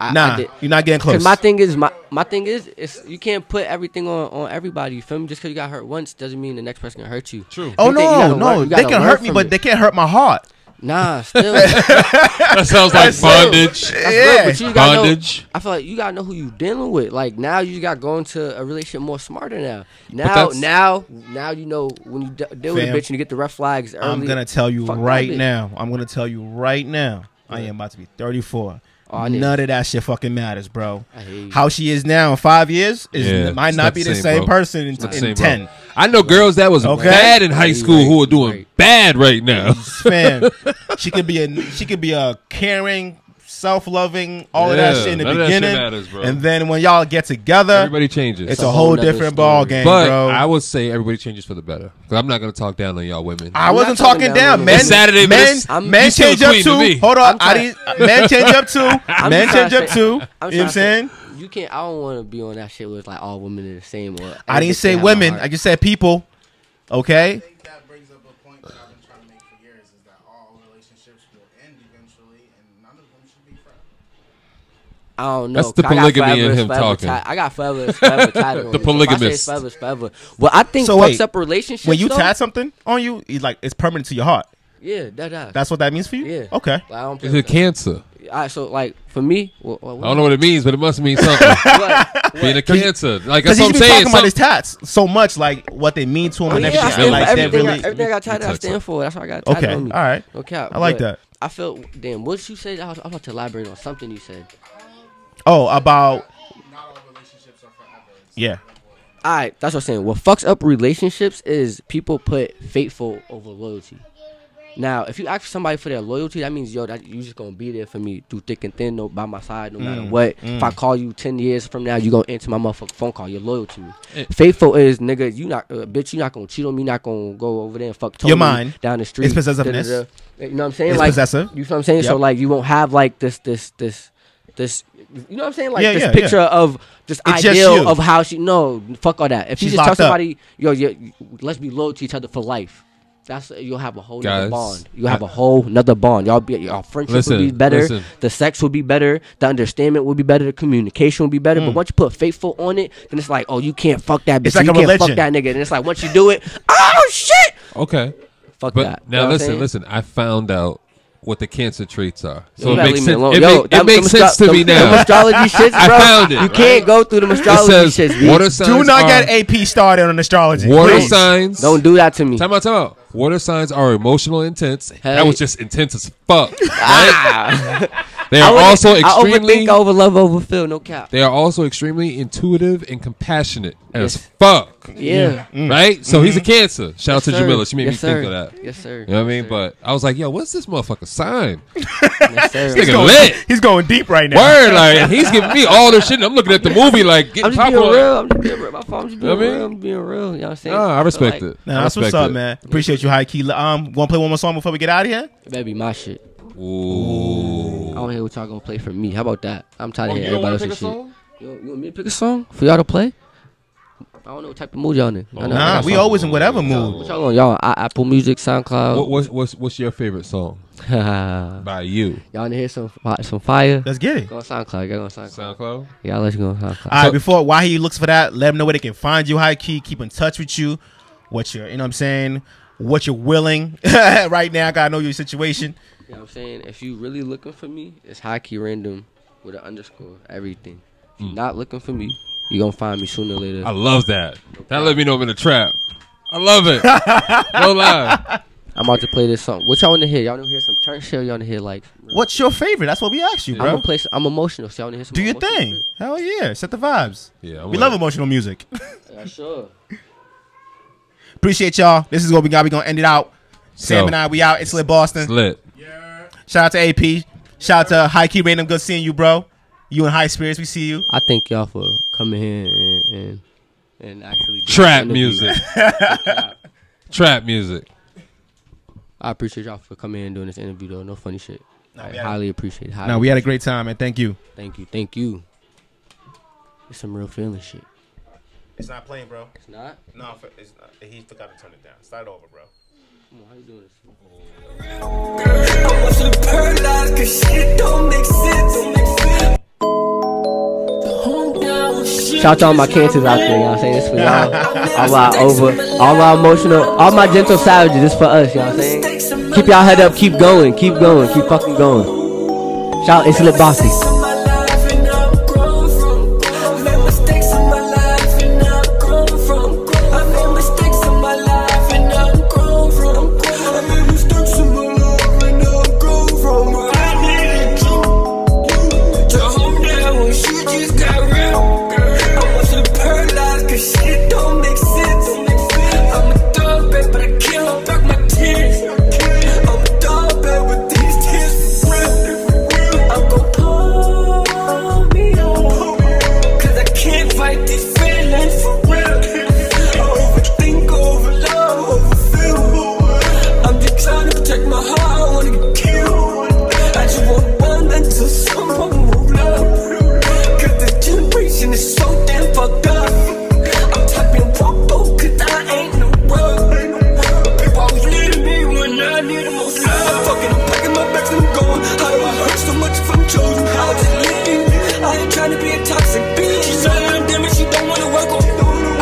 [SPEAKER 7] I, I
[SPEAKER 2] nah,
[SPEAKER 7] did.
[SPEAKER 2] you're not getting close.
[SPEAKER 7] Cause my thing is my my thing is it's you can't put everything on on everybody. You feel me? Just cause you got hurt once doesn't mean the next person can hurt you.
[SPEAKER 6] True.
[SPEAKER 2] oh
[SPEAKER 7] You think you
[SPEAKER 2] no,
[SPEAKER 7] gotta learn-
[SPEAKER 2] no,
[SPEAKER 7] you
[SPEAKER 2] they
[SPEAKER 7] gotta
[SPEAKER 2] can
[SPEAKER 7] learn
[SPEAKER 2] hurt me,
[SPEAKER 7] from
[SPEAKER 2] but
[SPEAKER 7] it.
[SPEAKER 2] they can't hurt my heart. <laughs>
[SPEAKER 7] nah, <laughs> still. that's real,
[SPEAKER 6] That sounds like bondage.
[SPEAKER 2] Yeah,
[SPEAKER 7] but you gotta know-
[SPEAKER 6] Bondage.
[SPEAKER 7] I feel like you gotta know who you dealing with. Like now, you got to go into a relationship more smarter now. Now,
[SPEAKER 6] that's-
[SPEAKER 7] now, now you know when you de- deal with a
[SPEAKER 2] Fam,
[SPEAKER 7] bitch and you get the red flags. Early,
[SPEAKER 2] I'm gonna tell you
[SPEAKER 7] fuck that
[SPEAKER 2] right
[SPEAKER 7] bitch.
[SPEAKER 2] now. I'm gonna tell you right now. I am about to be 34.
[SPEAKER 7] Oh, I need-
[SPEAKER 2] None of that shit fucking matters, bro.
[SPEAKER 7] I hear you.
[SPEAKER 2] How she is now in five years is
[SPEAKER 6] Yeah,
[SPEAKER 2] might
[SPEAKER 6] it's
[SPEAKER 2] not be the same,
[SPEAKER 6] bro.
[SPEAKER 2] person in,
[SPEAKER 6] It's not the
[SPEAKER 2] in
[SPEAKER 6] same, bro.
[SPEAKER 2] ten.
[SPEAKER 6] I know girls that was
[SPEAKER 2] Okay.
[SPEAKER 6] bad in high school who are doing
[SPEAKER 7] right.
[SPEAKER 6] bad right now.
[SPEAKER 2] Fam, <laughs> she could be a she could be a caring, self loving, all of that
[SPEAKER 6] Yeah,
[SPEAKER 2] shit in the
[SPEAKER 6] none of that shit
[SPEAKER 2] beginning,
[SPEAKER 6] matters, bro.
[SPEAKER 2] and then when y'all get together,
[SPEAKER 6] Everybody changes.
[SPEAKER 2] it's a whole
[SPEAKER 7] whole nother
[SPEAKER 2] different
[SPEAKER 7] story.
[SPEAKER 2] ball game,
[SPEAKER 6] but
[SPEAKER 2] bro.
[SPEAKER 6] I
[SPEAKER 2] I,
[SPEAKER 6] would say everybody changes for the better. Because I'm not gonna talk down on y'all women.
[SPEAKER 2] wasn't
[SPEAKER 7] not talking
[SPEAKER 2] talking
[SPEAKER 7] down
[SPEAKER 2] down.
[SPEAKER 7] on
[SPEAKER 2] Men,
[SPEAKER 7] it. It's
[SPEAKER 6] Saturday, but
[SPEAKER 2] men,
[SPEAKER 6] it's-
[SPEAKER 7] I'm-
[SPEAKER 2] men
[SPEAKER 7] you
[SPEAKER 6] still
[SPEAKER 2] change up
[SPEAKER 6] queen to me.
[SPEAKER 2] too. Hold on,
[SPEAKER 7] I'm
[SPEAKER 2] I
[SPEAKER 7] trying-
[SPEAKER 2] didn't-
[SPEAKER 7] <laughs>
[SPEAKER 2] men change up too.
[SPEAKER 7] I'm
[SPEAKER 2] Men
[SPEAKER 7] just trying
[SPEAKER 2] change
[SPEAKER 7] to
[SPEAKER 2] up
[SPEAKER 7] say-
[SPEAKER 2] too. You know
[SPEAKER 7] I'm
[SPEAKER 2] what I'm
[SPEAKER 7] trying to say,
[SPEAKER 2] saying?
[SPEAKER 7] You can't. I don't want to be on that shit where it's like all women are the same. Or
[SPEAKER 2] I didn't say women. I just said people. Okay.
[SPEAKER 1] think that brings up a point that I've been trying to make for years is that all relationships will end eventually and none of them should be forever.
[SPEAKER 7] I don't know.
[SPEAKER 6] That's the
[SPEAKER 7] I got
[SPEAKER 6] polygamy
[SPEAKER 7] forever
[SPEAKER 6] in
[SPEAKER 7] is
[SPEAKER 6] him
[SPEAKER 7] forever
[SPEAKER 6] talking.
[SPEAKER 7] ti- I got forever, is
[SPEAKER 6] <laughs>
[SPEAKER 7] forever tied on
[SPEAKER 6] The
[SPEAKER 7] it. So if I say it's
[SPEAKER 6] polygamist.
[SPEAKER 7] forever, is forever. Well, I think
[SPEAKER 2] So
[SPEAKER 7] fucks
[SPEAKER 2] wait,
[SPEAKER 7] up relationships.
[SPEAKER 2] When you
[SPEAKER 7] though,
[SPEAKER 2] tat something on you, you like it's permanent to your heart.
[SPEAKER 7] yeah, da da.
[SPEAKER 2] That's what that means for you.
[SPEAKER 7] yeah.
[SPEAKER 2] Okay.
[SPEAKER 7] Like, I don't play
[SPEAKER 6] Is it
[SPEAKER 7] with
[SPEAKER 6] cancer?
[SPEAKER 7] that. All right, so like for me, well,
[SPEAKER 6] I don't know what it means, but it must mean
[SPEAKER 7] <laughs>
[SPEAKER 6] something.
[SPEAKER 2] <laughs>
[SPEAKER 6] Being a cancer, like
[SPEAKER 2] Because he's
[SPEAKER 6] that's what I'm
[SPEAKER 2] been
[SPEAKER 6] saying.
[SPEAKER 2] talking about
[SPEAKER 6] Some-
[SPEAKER 2] his tats so much, like what they mean to him
[SPEAKER 7] Oh,
[SPEAKER 2] and
[SPEAKER 7] yeah,
[SPEAKER 2] everything.
[SPEAKER 7] I stand
[SPEAKER 2] and, like
[SPEAKER 7] for
[SPEAKER 2] that
[SPEAKER 7] everything,
[SPEAKER 2] really.
[SPEAKER 7] I, everything I got tied to, I
[SPEAKER 6] touch
[SPEAKER 7] stand for. That's why I got tied
[SPEAKER 2] Okay.
[SPEAKER 7] on
[SPEAKER 2] All
[SPEAKER 7] me.
[SPEAKER 2] right.
[SPEAKER 7] No cap.
[SPEAKER 2] I like
[SPEAKER 7] but
[SPEAKER 2] that.
[SPEAKER 7] I felt damn. What did you say? I was, I was about to elaborate on something you said.
[SPEAKER 2] Oh, about. Yeah.
[SPEAKER 7] All right, that's what I'm saying. What fucks up relationships is people put faithful over loyalty. Now, if you ask somebody for their loyalty, that means yo, that you just gonna be there for me through thick and thin, no, by my side, no
[SPEAKER 2] Mm,
[SPEAKER 7] matter what. If I call you ten years from now, you gonna answer my motherfucking phone call. You're loyal to me.
[SPEAKER 2] Eh.
[SPEAKER 7] Faithful is nigga, you not uh, bitch, you not gonna cheat on me, not gonna go over there and fuck. Tony
[SPEAKER 2] You're mine.
[SPEAKER 7] down the street.
[SPEAKER 2] It's possessiveness.
[SPEAKER 7] da, da, da. You know what I'm saying?
[SPEAKER 2] It's
[SPEAKER 7] like
[SPEAKER 2] possessive.
[SPEAKER 7] You know what I'm saying? So
[SPEAKER 2] Yep.
[SPEAKER 7] like, you won't have like this, this, this, this. You know what I'm saying? Like
[SPEAKER 2] Yeah,
[SPEAKER 7] this
[SPEAKER 2] yeah, yeah.
[SPEAKER 7] picture of this
[SPEAKER 2] It's just you.
[SPEAKER 7] ideal of how she no fuck all that. If
[SPEAKER 2] She's
[SPEAKER 7] you just tell
[SPEAKER 2] locked up.
[SPEAKER 7] somebody, yo, yo, let's be loyal to each other for life. That's you'll have a whole
[SPEAKER 6] Guys,
[SPEAKER 7] nother bond. You'll have a whole nother bond. Y'all be y'all friendship
[SPEAKER 6] Listen,
[SPEAKER 7] will be better.
[SPEAKER 6] listen.
[SPEAKER 7] The sex will be better. The understanding will be better. The communication will be better.
[SPEAKER 6] Hmm.
[SPEAKER 7] But once you put faithful on it, then it's like, oh, you can't fuck that bitch.
[SPEAKER 2] It's like
[SPEAKER 7] you
[SPEAKER 2] a
[SPEAKER 7] can't
[SPEAKER 2] religion.
[SPEAKER 7] fuck that nigga. And it's like once you do it, <laughs> oh shit,
[SPEAKER 6] okay,
[SPEAKER 7] fuck
[SPEAKER 6] but
[SPEAKER 7] that. You know
[SPEAKER 6] now
[SPEAKER 7] what I'm
[SPEAKER 6] listen,
[SPEAKER 7] saying?
[SPEAKER 6] listen. I found out what the cancer traits are, so
[SPEAKER 7] You
[SPEAKER 6] it
[SPEAKER 7] gotta
[SPEAKER 6] makes
[SPEAKER 7] leave me
[SPEAKER 6] sense.
[SPEAKER 7] alone.
[SPEAKER 6] It,
[SPEAKER 7] Yo,
[SPEAKER 6] make- it
[SPEAKER 7] them-
[SPEAKER 6] makes
[SPEAKER 7] them
[SPEAKER 6] sense
[SPEAKER 7] astro-
[SPEAKER 6] to me
[SPEAKER 7] them-
[SPEAKER 6] <laughs>
[SPEAKER 7] them
[SPEAKER 6] now.
[SPEAKER 7] astrology shits,
[SPEAKER 6] I
[SPEAKER 7] bro.
[SPEAKER 6] found it,
[SPEAKER 7] You
[SPEAKER 6] right?
[SPEAKER 7] can't go through them
[SPEAKER 6] It
[SPEAKER 7] astrology
[SPEAKER 6] says
[SPEAKER 7] shits. B.
[SPEAKER 6] water signs.
[SPEAKER 2] Do not
[SPEAKER 6] are-
[SPEAKER 2] get AP started on astrology.
[SPEAKER 6] Water
[SPEAKER 2] please.
[SPEAKER 6] signs.
[SPEAKER 7] Don't do that to me.
[SPEAKER 6] Time out, time out. Water signs are emotional intense. That
[SPEAKER 7] Hey. Ah.
[SPEAKER 6] was just intense as
[SPEAKER 7] <laughs>
[SPEAKER 6] fuck. right? <laughs> they are also
[SPEAKER 7] I
[SPEAKER 6] extremely.
[SPEAKER 7] overthink, I overlove, overfill. No cap.
[SPEAKER 6] they are also extremely intuitive and compassionate as
[SPEAKER 7] Yes.
[SPEAKER 6] fuck. Mm.
[SPEAKER 7] Yeah.
[SPEAKER 6] Right? So he's a cancer. Shout out to
[SPEAKER 7] Sir.
[SPEAKER 6] Jamila. She made
[SPEAKER 7] Yes,
[SPEAKER 6] me think
[SPEAKER 7] sir.
[SPEAKER 6] of that.
[SPEAKER 7] Yes, sir.
[SPEAKER 6] You know what I mean? But I was like, yo, what's this motherfucker sign?
[SPEAKER 7] <laughs> Yes, sir.
[SPEAKER 6] Nigga
[SPEAKER 2] Going-
[SPEAKER 6] lit.
[SPEAKER 2] He's going deep right now.
[SPEAKER 6] Word, like he's giving me all this shit. and I'm looking at the movie
[SPEAKER 7] <laughs>
[SPEAKER 6] like
[SPEAKER 7] I'm
[SPEAKER 6] getting
[SPEAKER 7] just being
[SPEAKER 6] popcorn.
[SPEAKER 7] real. I'm just being real. My fault. I'm just
[SPEAKER 6] Oh, You know what I
[SPEAKER 7] being real.
[SPEAKER 6] mean?
[SPEAKER 7] I'm being real. You know what I'm saying?
[SPEAKER 6] Nah, Ah, I respect
[SPEAKER 7] like,
[SPEAKER 6] it.
[SPEAKER 2] Nah,
[SPEAKER 6] I
[SPEAKER 2] that's what's
[SPEAKER 6] respect
[SPEAKER 2] up,
[SPEAKER 6] it.
[SPEAKER 2] man. Appreciate you, High Key. Um, want to play one more song before we get out of here?
[SPEAKER 7] it. That be my shit.
[SPEAKER 6] Ooh.
[SPEAKER 7] I don't hear what y'all gonna play for me. How about that? I'm tired of
[SPEAKER 6] Oh, you
[SPEAKER 7] hearing
[SPEAKER 6] don't wanna
[SPEAKER 7] everybody
[SPEAKER 6] pick a
[SPEAKER 7] else's shit.
[SPEAKER 6] song?
[SPEAKER 7] You, you want me to pick a song for y'all to play? I don't know what type of mood y'all in.
[SPEAKER 6] Oh,
[SPEAKER 7] Y'all know-
[SPEAKER 2] Nah,
[SPEAKER 7] y'all
[SPEAKER 2] we
[SPEAKER 7] song-
[SPEAKER 2] always in whatever mood.
[SPEAKER 7] What y'all on? Y'all on I- Apple Music,
[SPEAKER 6] What,
[SPEAKER 7] SoundCloud.
[SPEAKER 6] what's, what's what's your favorite song by you?
[SPEAKER 7] <laughs> y'all in here some fi- some fire?
[SPEAKER 2] Let's get it.
[SPEAKER 7] Go on SoundCloud. Y'all go on SoundCloud.
[SPEAKER 6] SoundCloud.
[SPEAKER 7] Yeah, I'll let you go on SoundCloud.
[SPEAKER 2] All right, before why he looks for that, let him know where they can find you, high key, keep in touch with you, what you're, you know what I'm saying, what you're willing <laughs> right now. I gotta know your situation.
[SPEAKER 7] You know what I'm saying? If you really looking for me, it's hockey random with an underscore, everything. If
[SPEAKER 2] Mm.
[SPEAKER 7] you not looking for me, you gonna find me sooner or later.
[SPEAKER 6] I love
[SPEAKER 7] <laughs>
[SPEAKER 6] that. That let me know I'm in a trap. I love it.
[SPEAKER 7] <laughs>
[SPEAKER 6] no lie.
[SPEAKER 7] I'm about to play this song. What y'all wanna hear? Y'all wanna hear some turn shit or y'all wanna hear like
[SPEAKER 2] What's your favorite? That's what we asked you,
[SPEAKER 7] I'm
[SPEAKER 2] bro.
[SPEAKER 7] gonna play some, I'm emotional, so y'all wanna hear some
[SPEAKER 2] Do your
[SPEAKER 7] emotional
[SPEAKER 2] thing. Hell yeah. Set the vibes.
[SPEAKER 6] Yeah, I
[SPEAKER 2] we
[SPEAKER 6] wanna-
[SPEAKER 2] love emotional music.
[SPEAKER 7] shit? Yeah, sure.
[SPEAKER 2] Appreciate y'all. This is what we got. We gonna end it out. Sam
[SPEAKER 6] So-
[SPEAKER 2] and I, we out. It's lit Boston.
[SPEAKER 6] It's lit.
[SPEAKER 2] Shout out to AP. Shout out to High Key Random. Good seeing you, bro. You in high spirits. We see you.
[SPEAKER 7] I thank y'all for coming here and and, and actually doing the
[SPEAKER 6] Trap
[SPEAKER 7] interview.
[SPEAKER 6] music.
[SPEAKER 7] <laughs>
[SPEAKER 6] Trap music.
[SPEAKER 7] I appreciate y'all for coming here and doing this interview though. No funny shit. I highly appreciate it. Highly.
[SPEAKER 2] No, we had a great time, and thank you.
[SPEAKER 7] thank you, thank you. It's some real feeling shit.
[SPEAKER 2] It's not playing, bro.
[SPEAKER 7] It's not.
[SPEAKER 2] No, it's not. He forgot to turn it down. Start over, bro.
[SPEAKER 7] Come on, how you doing this?
[SPEAKER 14] I wasn't paralyzed cause shit don't make sense.
[SPEAKER 7] Shout out to all my cancers out there, y'all. Saying this
[SPEAKER 2] <laughs>
[SPEAKER 7] for y'all. All my over, all my emotional, all my gentle savages. This for us, y'all. Saying, keep y'all head up, keep going, keep going, keep fucking going. Shout out Insulet Bossy.
[SPEAKER 14] Shit don't make sense. I'm a thug, babe, but I can't hold back my tears. I'm a dog, babe, with these tears for real. I'm gon' pull me up. Cause I can't fight these feelings for real. I overthink, overlove, overfeel. I'm just trying to protect my heart, I wanna get killed. I just want one until someone will love. Cause the generation is so damn fucked up. I'm typing walk though, cause I ain't no rug. People always needed me when I need the most love. I'm fucking packing my bags and I'm going. How do I hurt so much if I'm chosen? I was just living. I ain't trying to be a toxic bitch. She's lying, damn it, she don't wanna work on me.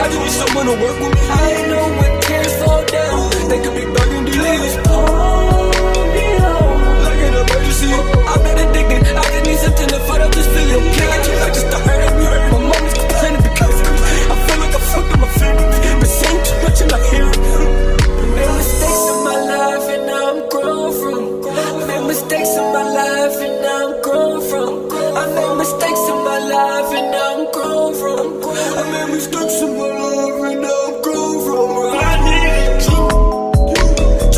[SPEAKER 14] I just need someone to work with me. I know when tears fall down, they could be burgundy leaves. Pour me out like an emergency. I'm not addicted, I just need something to fight out this feeling. Can I just, I just the hurt me. My mama's complaining because I feel like I fucked up my feelings. Been saying too much and I hear it. Made mistakes in my life and now I'm grown from. Made mistakes in my life and now I'm grown from. I made mistakes in my life and now I'm grown from. I made mistakes in my life and now I'm grown from. I needed you.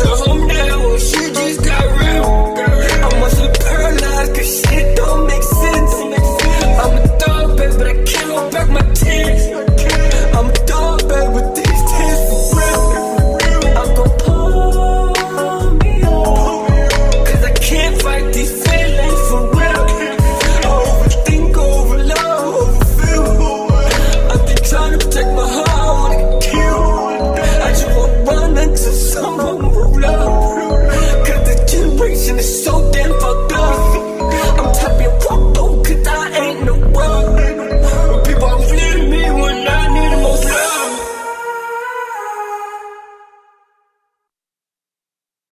[SPEAKER 14] To home now, she just got real. I wasn't paralyzed cause shit don't make sense. I'm a dog, babe, but I can't hold back my tears. I'm a dog, babe, with these tears for real. I'm gon' pull me up. Cause I can't fight these feelings for real. I overthink, overlove, overfeel. I'm just trying to protect my heart, I wanna get killed. I just want one until someone will love. Cause the generation is so damn